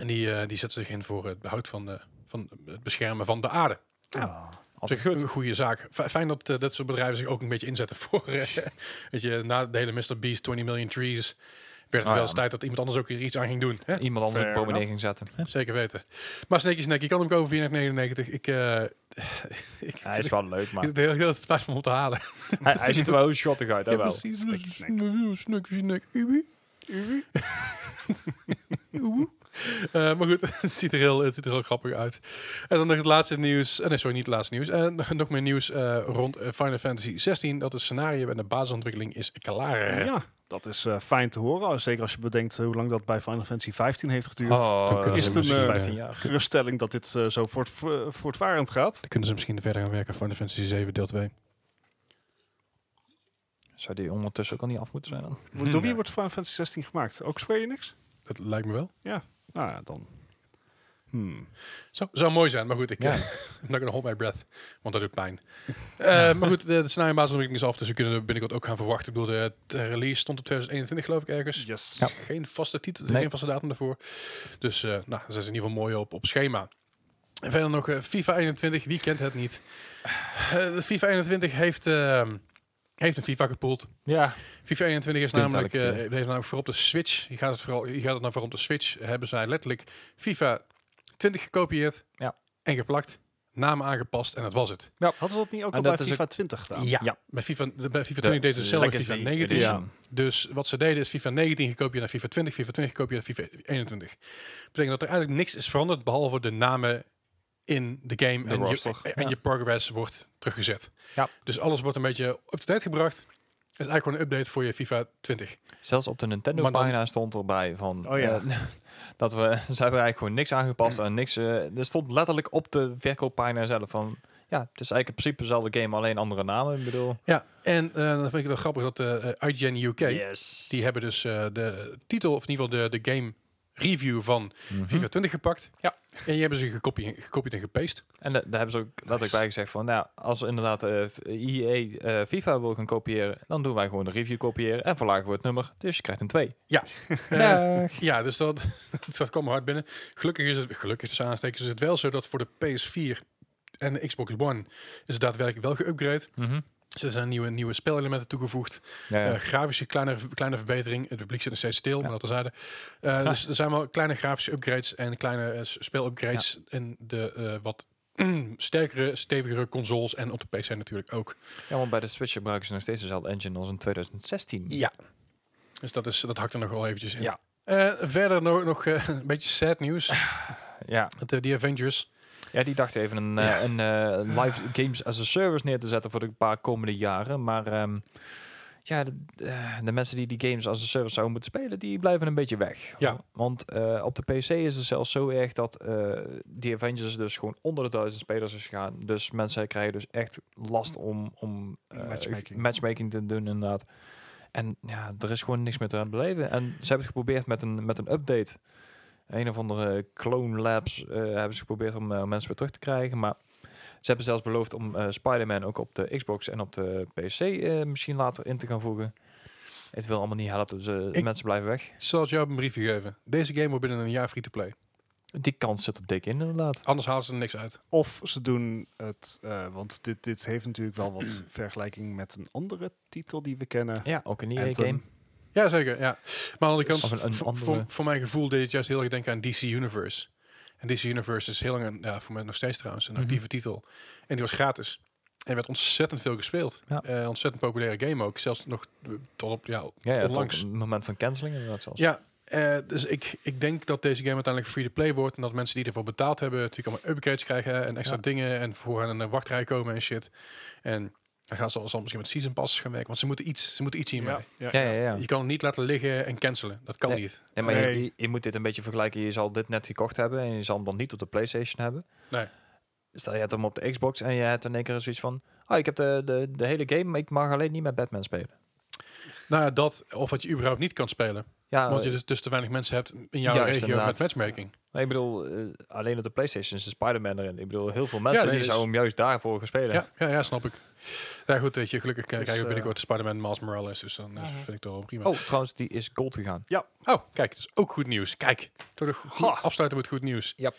S2: En die, eh, die zetten zich in voor het behoud van, de, van het beschermen van de aarde.
S3: Ah.
S2: Op zich een goede zaak. Fi- Fijn dat eh, dat soort bedrijven zich ook een beetje inzetten voor. eh, (laughs) weet je, na de hele Mr. Beast 20 Million Trees werd het
S1: Ah,
S2: wel
S1: ja.
S2: eens tijd dat iemand anders ook hier iets aan ging doen. Hè?
S1: Iemand anders
S3: Fair
S1: op boven
S3: enough.
S1: neer ging zetten.
S2: (laughs) Zeker weten. Maar Snakey Snack, je kan hem kopen 4,99. Ik, eh (laughs) ik
S1: Hij is wel leuk,
S2: ik (laughs)
S1: maar
S2: vind het heel, heel spijt om op te halen.
S1: hij, hij ziet er wel heel shottig uit. hè, wel.
S2: precies.
S3: Snacky Snack.
S2: Snakey Snack. Uwie. (laughs) Eh, maar goed, (laughs) het ziet, er heel, het ziet er heel grappig uit. En dan nog het laatste nieuws. eh, nee, sorry, niet het laatste nieuws. En nog meer nieuws eh, rond eh, Final Fantasy 16. Dat het scenario en de basisontwikkeling is klaar.
S3: Ja, dat is eh, fijn te horen. Zeker als je bedenkt eh, hoe lang dat bij Final Fantasy 15 heeft geduurd.
S1: Oh,
S2: Is
S1: eh,
S3: het een, eh,
S1: 15 jaar.
S3: Geruststelling dat dit eh, zo voort, vo- voortvarend gaat.
S2: Dan kunnen ze misschien verder gaan werken. Final Fantasy 7 deel 2.
S1: Zou die ondertussen ook al niet af moeten zijn dan?
S2: Hmm.
S3: Door wie wordt Final Fantasy 16 gemaakt? Ook Square Enix?
S2: Dat lijkt me wel.
S3: Nou ja, dan. Hmm.
S2: Zou, zou mooi zijn, maar goed, ik
S1: Ja.
S2: eh, (laughs) I'm not gonna hold my breath, want dat doet pijn. Eh, maar goed, de, de scenario basisontwikkeling is af, dus we kunnen er binnenkort ook gaan verwachten. Ik bedoel, de, de release stond op 2021 geloof ik ergens.
S3: Yes.
S1: Ja.
S2: Geen vaste titel,
S1: Nee.
S2: geen vaste datum daarvoor. Dus eh, nou, daar zijn ze in ieder geval mooi op, op schema. En verder nog eh, FIFA 21, wie kent het niet? Eh, de FIFA 21 heeft, ehm, heeft een FIFA gepoeld.
S1: Ja.
S2: FIFA 21 is
S1: Doet
S2: namelijk,
S1: elke
S2: eh,
S1: keer.
S2: heeft namelijk vooral op de Switch. Je gaat het vooral, je gaat het nou vooral op de Switch. Hebben zij letterlijk FIFA 20 gekopieerd
S1: Ja.
S2: en geplakt, naam aangepast en dat was het.
S3: Hadden ze dat niet ook
S1: En
S3: al
S1: dat
S3: bij
S1: is
S3: FIFA 20 gedaan?
S1: Ja.
S2: Bij FIFA, de- bij FIFA 20 deden ze hetzelfde bij FIFA 19.
S3: edition.
S2: Dus wat ze deden is FIFA 19 gekopieerd naar FIFA 20, FIFA 20 gekopieerd naar FIFA 21. Betekent dat er eigenlijk niks is veranderd behalve de namen in de game
S1: De
S2: en,
S1: roster,
S2: je, en
S1: ja.
S2: je progress wordt teruggezet.
S1: Ja.
S2: Dus alles wordt een beetje up-to-date gebracht. Het is eigenlijk gewoon een update voor je FIFA 20.
S1: Zelfs op de Nintendo
S2: Maar dan-
S1: pagina stond erbij van
S3: Oh ja.
S1: eh, (laughs) dat we ze hebben eigenlijk gewoon niks aangepast en niks. eh, er stond letterlijk op de verkooppagina zelf van ja, het is eigenlijk in principe dezelfde game, alleen andere namen. Ik bedoel.
S2: Ja, en eh, dan vind ik het wel grappig dat eh eh, IGN UK,
S1: Yes.
S2: die hebben dus eh, de titel, of in ieder geval de, de game review van FIFA 20 gepakt.
S1: Mhm. Ja.
S2: En die hebben ze gekopie, gekopieerd en gepaste.
S1: En da- daar hebben ze ook letterlijk bij gezegd van, nou, als inderdaad eh, v- EA eh, FIFA wil gaan kopiëren, dan doen wij gewoon de review kopiëren en verlagen we het nummer. Dus je krijgt een 2. (laughs)
S2: Eh, ja, dus dat, (laughs) dat kwam hard binnen. Gelukkig is het, gelukkig is aanstekens, is het wel zo dat voor de PS4 en de Xbox One is het daadwerkelijk wel geüpgrade. Dus er zijn nieuwe, nieuwe spelelementen toegevoegd.
S1: Mhm. Ja, ja.
S2: Eh, grafische kleine, kleine verbetering. Het publiek zit nog steeds stil, maar dat terzijde. Eh dus er zijn wel kleine grafische upgrades en kleine eh, s- speel-upgrades. En de eh, wat (clears throat) sterkere, stevigere consoles en op de PC natuurlijk ook.
S1: ja, want bij de Switch gebruiken ze nog steeds dezelfde engine als in 2016.
S2: Ja. Dus dat, is, dat hakt er nog wel eventjes in.
S1: Ja. Ah.
S2: Eh, verder nog, nog eh, een beetje sad nieuws.
S1: Ja,
S2: Want, eh, die Avengers.
S1: ja die dacht even een, eh,
S2: Ja.
S1: een eh, live games as a service neer te zetten voor de paar komende jaren. Maar ehm, ja, de, eh, de mensen die die games as a service zouden moeten spelen, die blijven een beetje weg.
S2: Ja.
S1: Want eh, op de PC is het zelfs zo erg dat eh die Avengers dus gewoon onder de duizend spelers is gegaan. Dus mensen krijgen dus echt last om, om eh,
S3: Matchmaking.
S1: matchmaking te doen inderdaad. En ja, er is gewoon niks meer te beleven. En ze hebben het geprobeerd met een, met een update. Een of andere Clone Labs eh, hebben ze geprobeerd om eh, mensen weer terug te krijgen. Maar ze hebben zelfs beloofd om eh Spider-Man ook op de Xbox en op de PC eh, misschien later in te gaan voegen. Het wil allemaal niet helpen, dus eh,
S2: Ik-
S1: mensen blijven weg.
S2: Zal ik jou een briefje geven? Deze game wordt binnen een jaar free to play.
S1: Die kans zit er dik in, inderdaad.
S2: Anders halen ze er niks uit.
S3: Of ze doen het, eh, want dit, dit heeft natuurlijk wel wat (clears throat) vergelijking met een andere titel die we kennen.
S1: Ja, ook een EA
S3: Anthem.
S1: game.
S2: Ja, zeker. Ja. Maar aan de andere
S1: Of een-
S2: kant,
S1: een
S2: voor-
S1: andere-
S2: voor, voor mijn gevoel deed het juist heel erg denken aan DC Universe. En DC Universe is heel lang, een- ja, voor mij nog steeds trouwens, een
S1: Mhm.
S2: actieve titel. En die was gratis. En werd ontzettend veel gespeeld.
S1: Ja.
S2: Eh, ontzettend populaire game ook. Zelfs nog eh, tot op, ja,
S1: Ja, ja tot
S2: onlangs.
S1: het moment van canceling inderdaad zelfs.
S2: Ja, eh, dus ik, ik denk dat deze game uiteindelijk free-to-play wordt. En dat mensen die ervoor betaald hebben natuurlijk allemaal upgrades krijgen en extra
S1: Ja.
S2: dingen. En voor aan een eh, wachtrij komen en shit. En dan gaan ze al zal misschien met season passes gaan werken. Want ze moeten iets, ze moeten iets hiermee.
S3: ja,
S1: Ja, ja, ja.
S2: Je kan het niet laten liggen en cancelen. Dat kan
S1: Nee.
S2: niet.
S1: Nee, maar je-
S3: Nee.
S1: Je, je moet dit een beetje vergelijken. Je zal dit net gekocht hebben en je zal hem dan niet op de PlayStation hebben.
S2: Nee.
S1: Stel, je hebt hem op de Xbox en je hebt in één keer zoiets van... Ah, ik heb de, de, de hele game, maar ik mag alleen niet met Batman spelen.
S2: Nou ja, dat of wat je überhaupt niet kan spelen.
S1: Ja,
S2: want je
S1: eh,
S2: dus, dus te weinig mensen hebt in jouw
S1: Juist,
S2: regio
S1: inderdaad.
S2: met matchmaking.
S1: maar ik bedoel, eh, alleen op de PlayStation is de Spider-Man erin. Ik bedoel, heel veel mensen
S2: nee,
S1: die
S2: dus-
S1: zouden hem juist daarvoor gespeeld
S2: Ja,
S1: hebben.
S2: ja, ja, snap ik. Ja, goed, weet je, gelukkig eh,
S3: Het is,
S2: krijgen we
S3: eh,
S2: binnenkort de Spider-Man Miles Morales. Dus dan eh, vind ik het wel prima.
S1: Oh, trouwens, die is gold gegaan.
S2: Oh, kijk, dat is ook goed nieuws. Kijk, toch een go-
S3: Ha.
S2: afsluiten met goed nieuws.
S1: Yep.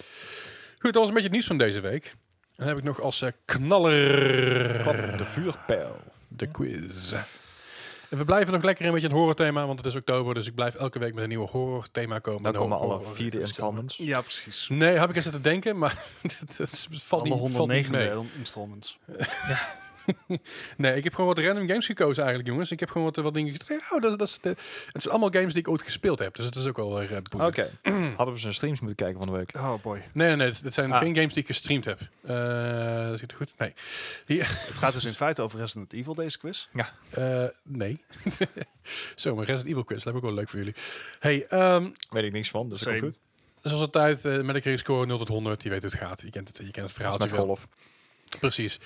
S2: Goed, dat was een beetje het nieuws van deze week. En dan heb ik nog als eh, knaller
S1: Van de vuurpijl.
S2: de quiz. En we blijven nog lekker een beetje een horror thema, want het is oktober, dus ik blijf elke week met een nieuwe horror thema komen.
S1: Dan
S2: En
S1: komen
S2: horror-
S1: alle
S2: horror-
S1: vierde
S2: horror-
S1: installments.
S3: Ja, precies.
S2: Nee, heb ik eens zitten denken, maar (laughs) dat- dat valt
S3: Alle
S2: niet, valt niet
S3: 109
S2: mee.
S3: installments.
S2: Nee, ik heb gewoon wat random games gekozen eigenlijk, jongens. Ik heb gewoon wat, wat dingen gezegd. Oh, dat, dat is de, het zijn allemaal games die ik ooit gespeeld heb, dus het is ook wel weer eh,
S1: Oké.
S2: boeiend.
S1: (clears throat) Hadden we zijn streams moeten kijken van de week.
S3: Oh boy.
S2: Nee, nee, nee, dit dit zijn
S3: Ah.
S2: geen games die ik gestreamd heb. Eh, zit het goed? Nee.
S3: Het gaat dus in feite over Resident Evil, deze quiz.
S2: Eh, nee. (laughs) Zo, mijn Resident Evil quiz. Dat heb ik ook wel leuk voor jullie. Hey, ehm,
S1: Weet ik niks van, dus dat
S3: Same.
S1: komt goed.
S2: zoals altijd, eh met een keer score 0 tot 100. Je weet hoe het gaat. Je kent het, je kent het
S1: Dat
S2: verhaal.
S1: is met golf.
S2: Precies.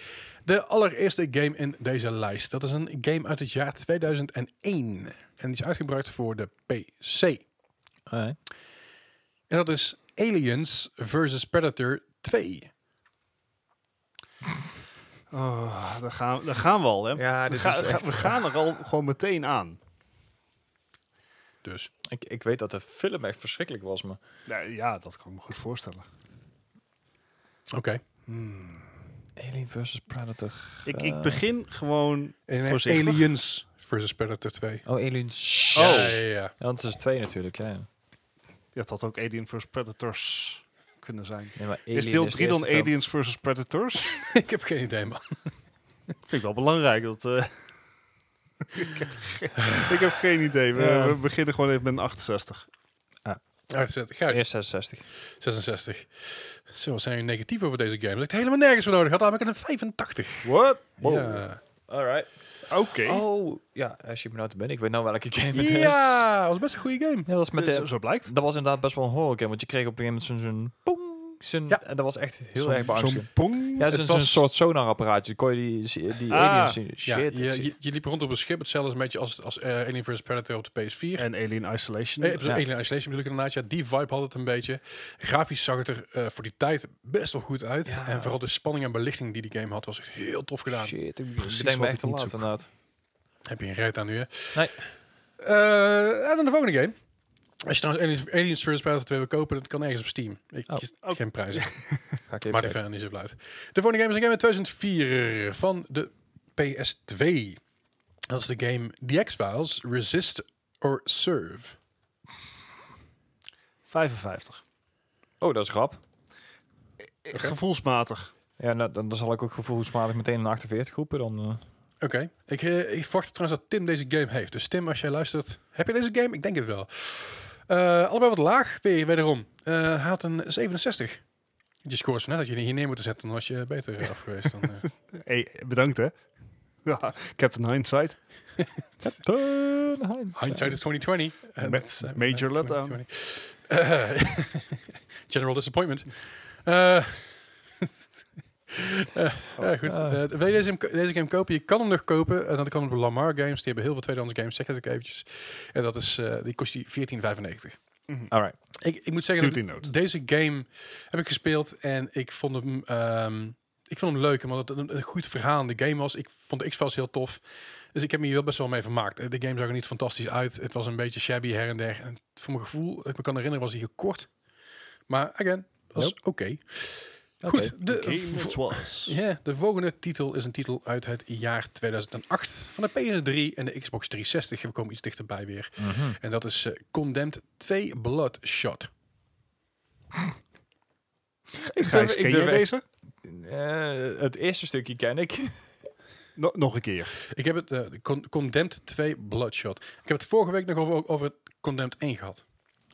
S2: De allereerste game in deze lijst. Dat is een game uit het jaar 2001. En die is uitgebracht voor de PC.
S1: Alright.
S2: En dat is Aliens vs. Predator 2.
S3: Oh, daar, gaan, daar gaan we al, hè?
S2: Ja,
S3: we, ga- ga- we gaan er al gewoon meteen aan.
S2: Dus.
S1: Ik, ik weet dat de film echt verschrikkelijk was, maar...
S3: Nou, ja, dat kan ik me goed voorstellen.
S2: Oké.
S1: Alien vs. Predator.
S3: Hmm. Ik, ik begin gewoon voorzichtig.
S2: Aliens vs. Predator 2.
S1: Oh, Aliens.
S2: Ja, ja, ja.
S1: Ja,
S2: (laughs)
S1: want het is twee natuurlijk, ja. ja.
S3: Ja, het had ook Alien vs. Predators kunnen zijn.
S1: Nee, maar Alien
S3: Is deel
S1: de
S3: 3 dan
S1: eerste film.
S3: Aliens vs. Predators?
S2: Ik heb geen idee, man.
S3: Vind ik wel belangrijk. Dat, eh, (laughs) ik, heb ge- ik heb geen idee. We,
S1: Ja.
S3: we beginnen gewoon even met een 68.
S2: Uitzet, Gijs,
S1: Eerst 66.
S2: 66. Zo, wat zijn jullie negatief over deze game? Dat ik het helemaal nergens voor nodig had. Namelijk een 85.
S3: What?
S1: Wow.
S2: Ja.
S1: Alright.
S3: Oké.
S1: Oh, ja, als je me nou te binnen. Ik weet nou welke game het is.
S2: ja, dat was best een goede game.
S1: Ja, dat was met
S3: Eh, zo,
S1: de...
S3: zo blijkt.
S1: Dat was inderdaad best wel een horror game, want je kreeg op een gegeven moment zo'n- zo'n... Pong, zo'n-
S2: Ja.
S1: En dat was echt heel
S3: Zo'n-
S1: erg beangstigend.
S3: Zo'n pong.
S1: Ja,
S2: het
S1: het is een
S2: was-
S1: soort sonarapparaatje. Kon je die, die
S3: Ah.
S1: aliens zien? Shit.
S2: Ja,
S1: ik
S2: je,
S1: zie-
S2: je, je liep rond op een schip, hetzelfde een beetje als, als eh, Alien vs. Predator op de PS4.
S3: En Alien Isolation.
S2: Nee, op zo'n
S1: Ja.
S2: Eh, Alien Isolation bedoel ik inderdaad. Ja, die vibe had het een beetje. Grafisch zag het er eh, voor die tijd best wel goed uit.
S1: Ja.
S2: En vooral de spanning en belichting die die game had, was echt heel tof gedaan.
S1: Shit, ik
S3: Precies
S1: bedenk me echt
S3: wat ik
S1: te
S3: niet
S1: laat
S3: zoek.
S1: inderdaad.
S2: Heb je een reet aan nu, hè?
S1: Nee.
S2: Eh, en dan de volgende game. Als je trouwens Aliens, Aliens vs. Predator 2 wil kopen, dat kan ergens op Steam. Ik
S1: Oh.
S2: kies geen prijzen.
S1: Ga ik even
S2: Maar die
S1: kijken.
S2: verder niet zoveel uit. De volgende game is een game uit 2004 van de PS2. Dat is de game The X-Files Resist or Serve.
S3: 55.
S1: Oh, dat is rap.
S3: Eh, Gevoelsmatig.
S1: Ja, nou, dan, dan zal ik ook gevoelsmatig meteen een 48 roepen. Dan, eh.
S2: Oké. Ik, eh, ik verwacht trouwens dat Tim deze game heeft. Dus Tim, als jij luistert, heb je deze game? Ik denk het wel. Eh, allebei wat laag, weer wederom. Eh, Hij had een 67. Je scores net dat je die hier neer moet zetten, dan was je beter af geweest. Dan, eh.
S3: Hey, bedankt hè. Ja, Captain Hindsight.
S2: Hindsight is 2020. Eh,
S3: Ma-
S2: dat zijn we,
S3: major
S2: eh,
S3: letdown.
S2: 2020. Eh, (laughs) General disappointment. Eh, (laughs) eh, ja, goed.
S1: Ah.
S2: Eh, wil je deze, deze game kopen? Je kan hem nog kopen. En dan kan het op Lamar Games. Die hebben heel veel tweedehands games. Zeg het ook eventjes. En dat is, eh, die kost die 14,95.
S3: Mhm.
S1: Alright.
S2: Ik, ik moet zeggen,
S3: Duty
S2: dat
S3: noted.
S2: deze game heb ik gespeeld. En ik vond hem, ehm, ik vond hem leuk. Omdat het een, een goed verhaal in de game was. Ik vond de X-Files heel tof. Dus ik heb me hier wel best wel mee vermaakt. De game zag er niet fantastisch uit. Het was een beetje shabby her en der. En voor mijn gevoel, ik me kan herinneren, was hij heel kort. Maar again, was
S5: Nope.
S2: oké. Goed, de,
S5: Game
S2: vo-
S5: it was.
S2: ja, de volgende titel is een titel uit het jaar 2008 van de PS3 en de Xbox 360. We komen iets dichterbij weer.
S3: Mhm.
S2: En dat is eh, Condemned 2 Bloodshot.
S1: Ik
S3: Gijs, ken jij deze?
S1: Eh, het eerste stukje ken ik.
S3: No- nog een keer.
S2: Ik heb het eh, Con- Condemned 2 Bloodshot. Ik heb het vorige week nog over, over het Condemned 1 gehad.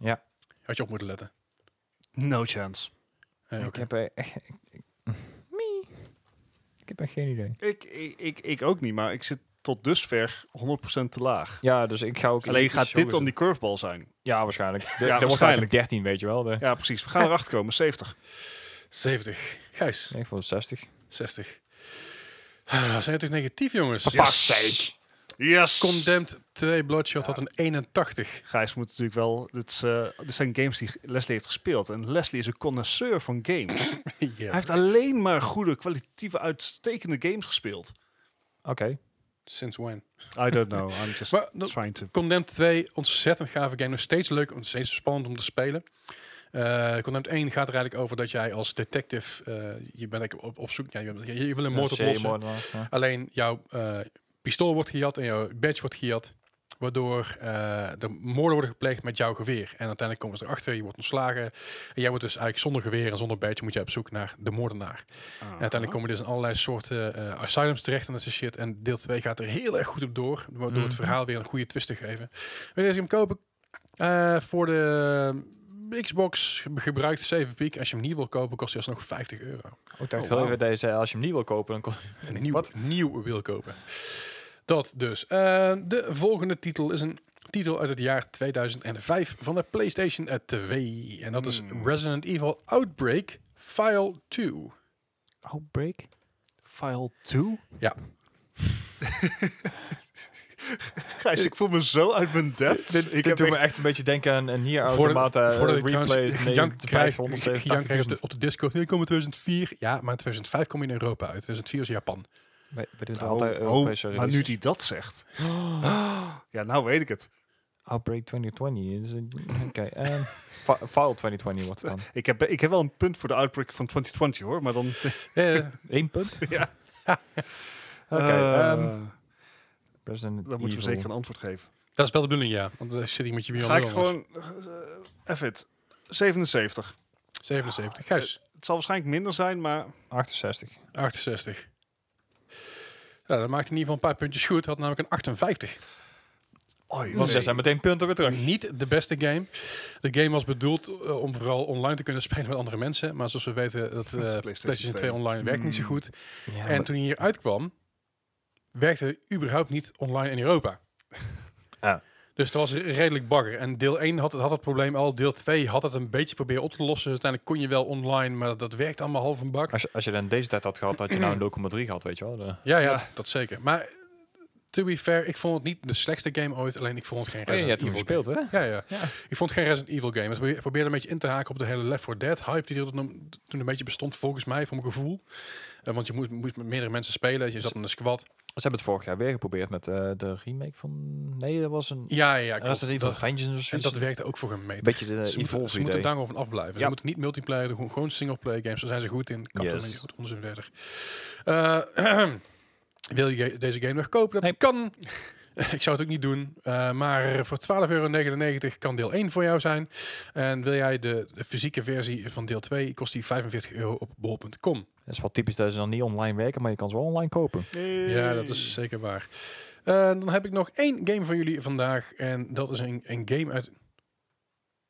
S1: Ja.
S2: Had je op moeten letten.
S3: No chance.
S2: Eh,
S1: Ik
S2: oké.
S1: heb eh, echt... Ik, ik- Mie. Ik heb echt geen idee.
S3: Ik, ik, ik, ik ook niet, maar ik zit tot dusver 100% te laag.
S1: Ja, dus ik ga ook...
S3: Alleen
S1: iets
S3: gaat dit
S1: zoeken.
S3: dan die curveball zijn?
S1: Ja,
S3: (laughs)
S1: waarschijnlijk. De,
S3: Ja,
S1: ja,
S3: waarschijnlijk.
S1: waarschijnlijk. 13, weet je wel. De,
S3: Ja, precies. We gaan erachter komen. 70.
S2: 70. Gijs,
S1: Nee, ik vond het 60.
S2: 60. Ah, zijn we toch negatief, jongens?
S3: Yes. Yes.
S2: Condemned 2 Bloodshot had een 81.
S3: Gijs moet natuurlijk wel... Dit, is, eh, dit zijn games die Leslie heeft gespeeld. En Leslie is een connoisseur van games. Hij
S2: (laughs) ja.
S3: heeft alleen maar goede, kwalitatieve, uitstekende games gespeeld.
S1: Oké.
S2: Since when?
S3: I don't know. (laughs) I'm just
S2: Maar dat-
S3: trying to...
S2: Condemned 2, ontzettend gave game. Nog steeds leuk, nog steeds spannend om te spelen. Eh Condemned 1 gaat er eigenlijk over dat jij als detective... eh, je bent eigenlijk op, op zoek... Ja, je, bent- je, je wil een moord
S1: Ja,
S2: oplossen.
S1: zeemoordenaar, ja.
S2: Alleen jouw eh, pistool wordt gejat en jouw badge wordt gejat. Waardoor eh de moorden worden gepleegd met jouw geweer. En uiteindelijk komen ze erachter, je wordt ontslagen. En jij wordt dus eigenlijk zonder geweer en zonder badge moet jij op zoek naar de moordenaar. En uiteindelijk komen dus in allerlei soorten eh, asylums terecht en dat soort shit. En deel 2 gaat er heel erg goed op door. Waardoor het verhaal weer een goede twist te geven. Wanneer je hem kopen? Eh, voor de Xbox ge- gebruikt 7 piek. Als je hem niet wil kopen, kost hij alsnog 50 euro.
S1: Ik dacht
S3: Oh,
S1: heel
S3: wauw.
S1: even deze, als je hem niet wil kopen, dan kon-
S2: Een nieuw, nieuw wil kopen. Dat dus. Eh, de volgende titel is een titel uit het jaar 2005 van de PlayStation 2. En dat is Resident Evil Outbreak File 2. Oh,
S1: Outbreak?
S3: File 2?
S2: Ja,
S3: (laughs) Gijs, ik voel me zo uit mijn depth.
S1: Dit,
S3: ik
S1: dit doet me echt een beetje denken aan een eh, Nier
S2: Voordat-
S1: Automata
S2: voordat eh, ik trouwens
S1: replays
S2: Jan (laughs) krijg, Jan krijgt op de,
S1: 900.
S2: op de Discord. Nee, komen 2004. Ja, maar in 2005 kom je in Europa uit. 2004 is Japan.
S1: We we doen
S3: Oh,
S1: altijd
S3: oh,
S1: Europese
S3: maar nu
S1: releases.
S3: die dat zegt. (gasps)
S1: (gasps)
S3: Ja, nou weet ik het.
S1: Outbreak 2020. is een- Oké. ehm, fi- File 2020 wordt het dan.
S3: Ik heb, ik heb wel een punt voor de outbreak van 2020 hoor, maar dan... (laughs)
S2: Eh, (laughs)
S1: Eén punt?
S3: Ja.
S1: Oké.
S3: Eh,
S1: ehm, Resident
S3: daar moeten we
S1: Evil.
S3: zeker een antwoord geven.
S2: dat is wel de bedoeling, ja. Want dan zit ik met je Beyond
S3: Ga ik
S2: Wellness.
S3: gewoon... eh, Even het. 77.
S2: 77. Gijs,
S3: Het zal waarschijnlijk minder zijn, maar...
S1: 68.
S3: Eh.
S2: 68. Nou, dat maakt in ieder geval een paar puntjes goed. Had namelijk een 58.
S3: Oei,
S1: Want
S3: nee.
S1: er zijn meteen punten weer terug.
S2: Niet de beste game. De game was bedoeld eh, om vooral online te kunnen (laughs) spelen met andere mensen. Maar zoals we weten, dat eh,
S3: PlayStation
S2: PlayStation 2
S3: 2
S2: online werkt niet zo
S3: Mm.
S2: goed.
S1: Hmm. Ja,
S2: En toen hij hier uitkwam, werkte hij überhaupt niet online in Europa.
S1: (laughs) Ja.
S2: Dus dat was redelijk bagger. En deel 1 had, het- had het probleem al. Deel 2 had het een beetje proberen op te lossen. Dus Uiteindelijk kon je wel online, maar dat, dat werkt allemaal half een bak.
S1: als, je, als je dan deze tijd had gehad, had je nou een 0,3 gehad, weet je wel. De-
S2: Ja, ja,
S3: Ja.
S2: dat zeker. Maar eh, to be fair, ik vond het niet de slechtste game ooit. Alleen ik vond het geen
S1: Oh, ja, je hebt
S2: Resident
S1: hem
S2: Evil
S1: gespeeld, hè?
S2: Ja, ja,
S1: Ja.
S2: Ik vond het geen Resident Evil game. Het probeerde- probeerde een beetje in te haken op de hele Left 4 Dead hype die er toen toen een beetje bestond volgens mij, voor mijn gevoel. Eh, want je moest, moest met meerdere mensen spelen. Je zat in een squad.
S1: Ze hebben het vorig jaar weer geprobeerd met eh, de remake van... Nee, dat was een...
S2: Ja, ja, ja. klopt.
S1: Resident Evil
S2: Dat-
S1: Vengeance of
S2: en
S1: zoiets.
S2: dat werkte ook voor gemeten.
S1: Een beetje de
S2: ze moeten, ze
S1: Evolve
S2: moeten
S1: eh, idee.
S2: daar gewoon van afblijven. Ze
S1: Ja.
S2: moeten niet multiplayer doen, gewoon- gewoon singleplayer games. Daar zijn ze goed in. Kappen
S1: Yes.
S2: met goed onzin verder. Eh, (clears throat) wil je deze game nog kopen? Dat
S1: Nee.
S2: kan. (laughs) Ik zou het ook niet doen. Eh, maar voor 12,99 euro kan deel 1 voor jou zijn. En wil jij de, de fysieke versie van deel 2, kost die 45 euro op bol.com.
S1: Dat is wel typisch dat ze dan niet online werken, maar je kan ze wel online kopen.
S2: Ja, dat is zeker waar. Eh, dan heb ik nog één game voor jullie vandaag. En dat is een, een game uit...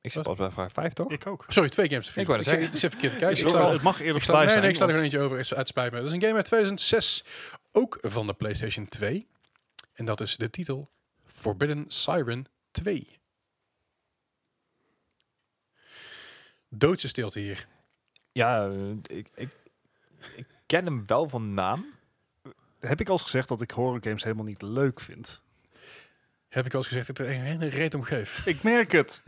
S1: Ik zit pas bij vraag 5, toch?
S3: Ik ook.
S2: Sorry, twee games.
S1: Ik wou dat
S2: zeg
S1: zeggen.
S2: Ik zit verkeerd te kijken.
S3: eh, Ik
S2: Ik
S3: wil-
S2: sta-
S3: het mag eerder
S2: Ik
S3: voorbij
S2: sta, nee,
S3: zijn.
S2: nee, ik sta er
S3: want-
S2: gewoon eentje over. Is uit spijt me. Dat is een game uit 2006. Ook van de PlayStation 2. En dat is de titel Forbidden Siren 2. Doodse stilte hier.
S1: Ja, eh, ik, ik, ik ken hem wel van naam.
S3: Heb ik al eens gezegd dat ik horror games helemaal niet leuk vind?
S2: Heb ik al eens gezegd dat ik er een hele reet om geef.
S3: Ik merk het.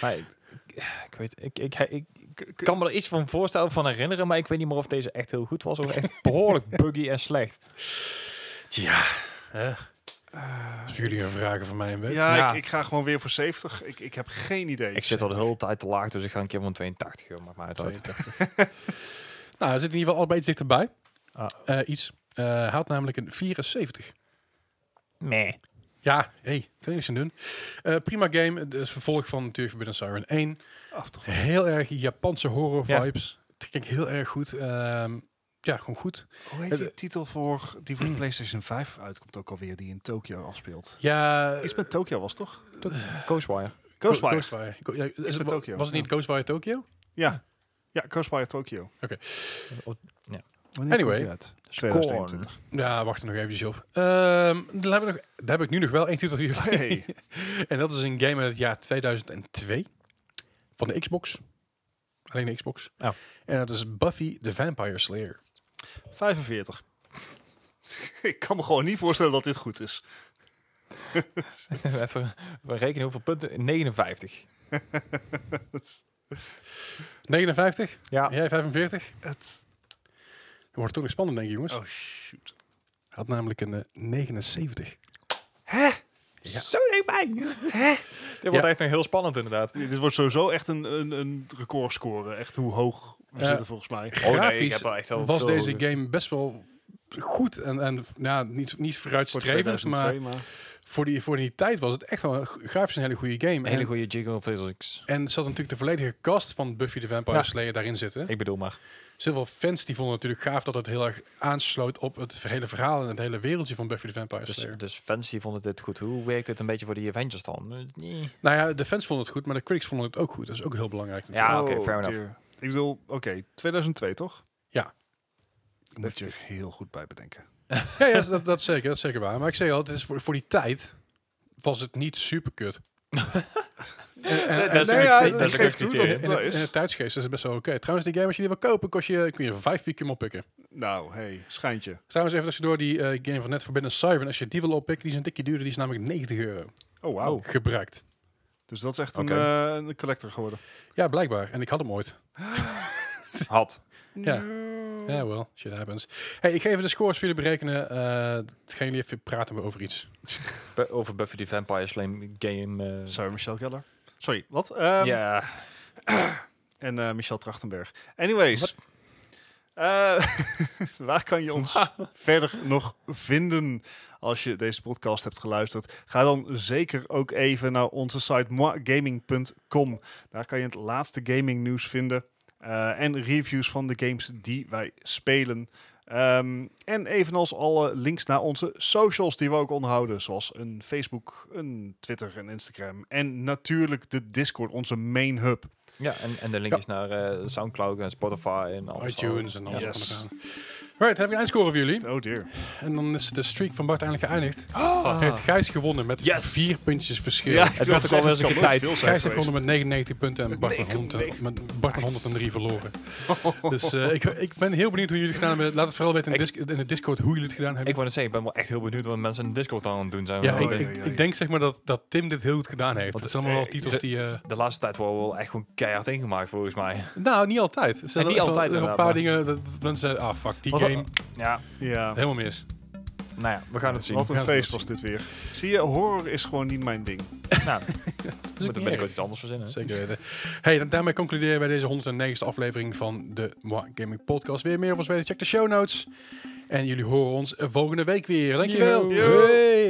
S1: Maar ik, ik- ik weet, ik, ik, ik, ik kan me er iets van voorstellen, van herinneren,
S2: (laughs)
S1: maar ik weet niet meer of deze echt heel goed was of echt behoorlijk buggy en slecht.
S2: Ja. Hè? Als jullie een vragen van mij een beetje.
S3: Ja,
S1: Ja.
S3: Ik, ik ga gewoon weer voor 70. Ik, ik heb geen idee.
S1: Ik zit al de hele tijd te laag, dus ik ga een keer van 82, joh. Maakt mij uit. hoor.
S2: 82. (laughs) nou, hij zit in ieder geval allebei iets dichterbij.
S1: Ah.
S2: Eh, iets. Eh, hij had namelijk een 74.
S1: Nee.
S2: Ja, hey, kan je niks aan doen. Eh, prima game. Het is vervolg van natuurlijk Forbidden Siren 1.
S3: Af Oh, toch wel.
S2: Heel erg Japanse horror
S1: Ja.
S2: vibes. Trek heel erg goed. Ehm, ja, gewoon goed.
S3: Hoe heet
S2: Het-
S3: die titel voor, die voor de PlayStation 5 uitkomt ook alweer, die in Tokio afspeelt?
S2: Ja,
S3: Iets met Tokio was het toch?
S1: Ghostwire.
S3: Ghostwire.
S2: Ghostwire. Go- ja, is
S3: met
S2: het,
S3: Tokyo,
S2: was het niet
S3: ja.
S2: Ghostwire Tokyo?
S3: Ja. Ja, Ghostwire Tokio. Wanneer
S2: Anyway.
S3: komt die uit? 2021.
S2: Ja, wacht er nog eventjes op. Ehm, dan, heb ik nog, dan heb ik nu nog wel één titel hier.
S3: Hey.
S2: (laughs) en dat is een game uit het jaar 2002. Van de Xbox. Alleen de Xbox.
S1: Oh.
S2: En dat is Buffy the Vampire Slayer.
S3: 45. (laughs) ik kan me gewoon niet voorstellen dat dit goed is.
S1: (laughs) Even we rekenen hoeveel punten. 59.
S2: 59?
S1: Ja.
S2: Jij 45?
S3: Het...
S2: Dat wordt toch nog spannend, denk ik, jongens.
S3: Oh, shoot.
S2: Had namelijk een eh, 79.
S1: Zo dichtbij. Dit wordt
S2: Ja.
S1: echt nog heel spannend, inderdaad. Oh,
S3: Dit wordt sowieso echt een, een, een recordscore. Echt hoe hoog we
S2: Eh,
S3: zitten volgens mij.
S1: nee, ik
S2: Grafisch
S1: heb wel echt wel
S2: was
S1: veel
S2: deze
S1: hoger.
S2: game best wel goed. En, en nou, niet, niet
S3: Voor
S2: vooruitstrevend, maar
S3: 2002, maar...
S2: voor die, voor die tijd was het echt wel een, g- grafisch een hele goede game.
S1: Een hele
S2: en,
S1: goede jiggle physics.
S2: en er zat natuurlijk de volledige cast van Buffy the Vampire
S1: Ja.
S2: Slayer daarin zitten.
S1: Ik bedoel maar.
S2: Heel veel fans die vonden natuurlijk gaaf dat het heel erg aansloot op het hele verhaal en het hele wereldje van Buffy the Vampire
S1: Dus,
S2: Slayer.
S1: dus fans die vonden dit goed. Hoe werkt het een beetje voor die Avengers dan? Eh, nee.
S2: Nou ja, de fans vonden het goed, maar de critics vonden het ook goed. Dat is ook heel belangrijk. natuurlijk.
S1: Ja, oké, fair enough.
S3: Oh, dear. Ik bedoel, oké, 2002 toch?
S2: Ja.
S3: Daar moet je er heel goed bij bedenken.
S2: Ja, ja dat, dat, is zeker, dat is zeker waar. Maar ik zei al, het is voor, voor die tijd was het niet super
S1: (laughs)
S2: kut.
S1: Dat is
S3: nee,
S1: een-
S3: ja,
S1: dat
S3: dat
S1: is een
S3: geeft
S1: goed
S3: toe
S1: idee.
S3: dat het
S2: In,
S3: wel
S2: de, in
S3: is.
S2: de tijdsgeest is het best wel oké. Trouwens, die game, als je die wil kopen, kost je, kun je vijf pieken oppikken.
S3: Nou, hey, schijntje.
S2: Trouwens, even tussendoor die eh, game van net Forbidden Siren. Als je die wil oppikken, die is een tikje duurder. Die is namelijk 90 euro
S3: Oh, wauw.
S2: gebruikt.
S3: Dus dat is echt
S1: Oké.
S3: een, eh, een collector geworden.
S2: Ja, blijkbaar. En ik had hem ooit.
S1: Had.
S2: Ja.
S3: Oh.
S2: Ja, well, shit happens. Hey, ik ga even de scores voor jullie berekenen. Eh gaan jullie even praten over iets.
S1: Bu- over Buffy the Vampire Slayer game. eh,
S3: Sorry, Michel Keller. Sorry, wat? Ehm,
S1: ja.
S3: En eh, Michel Trachtenberg. Anyways.
S1: Wat?
S3: Eh, (laughs) waar kan je ons verder nog vinden als je deze podcast hebt geluisterd? Ga dan zeker ook even naar onze site moagaming.com. Daar kan je het laatste gaming nieuws vinden eh, en reviews van de games die wij spelen. Ehm, en evenals alle links naar onze socials die we ook onderhouden, zoals een Facebook, een Twitter, een Instagram en natuurlijk de Discord, onze main hub.
S1: Ja, en, en de link
S2: Ja.
S1: is naar eh, Soundcloud en Spotify en alles.
S2: iTunes en alles.
S3: Yes.
S2: Yes. Right, dan heb ik een eindscore voor jullie.
S3: Oh dear.
S2: En dan is de streak van Bart eindelijk geëindigd.
S3: Oh.
S2: Heeft Gijs gewonnen met
S1: Yes.
S2: vier puntjes verschil.
S1: Het werd ook alweer eens een keer tijd.
S2: Gijs heeft gewonnen met 99 punten en Bart, met 100 met Bart met 103
S1: (laughs)
S2: verloren. Dus eh, ik, ik ben heel benieuwd hoe jullie het gedaan hebben. Laat het vooral weten in, de disc- in de Discord hoe jullie het gedaan hebben.
S1: Ik Oh, wou net zeggen, ik ben wel echt heel benieuwd wat mensen in de Discord aan het doen zijn.
S2: ja,
S1: Want eh,
S2: ik,
S1: ik-
S2: ik, ik denk zeg maar dat, dat Tim dit heel goed gedaan heeft. Want het zijn allemaal wel
S1: eh,
S2: titels
S1: de-
S2: die... eh,
S1: de laatste tijd worden we wel echt gewoon keihard ingemaakt, volgens mij.
S2: nou, niet altijd. Er zijn
S1: niet
S2: echt wel-
S1: altijd,
S2: er zijn een
S1: inderdaad,
S2: paar
S1: maar-
S2: dingen dat, dat mensen zeggen, ah fuck, die
S3: Wat-
S2: game,
S1: Ja,
S3: Ja,
S2: helemaal mis. Dus
S1: nou ja, we gaan het zien.
S3: wat
S2: Ja,
S3: een
S2: dat
S3: feest
S2: was-
S3: was dit weer. Zie je, horror is gewoon niet mijn ding.
S2: (laughs)
S1: Nou,
S2: Dus
S1: we
S2: ik
S1: moeten binnenkort iets anders verzinnen.
S2: Zeker weten. Hey, dan daarmee concluderen wij deze 109e aflevering van de Moi Gaming Podcast. Weer meer over ons weten, check de show notes. En jullie horen ons eh, volgende week weer. Dankjewel.
S1: Yo.
S2: Hey.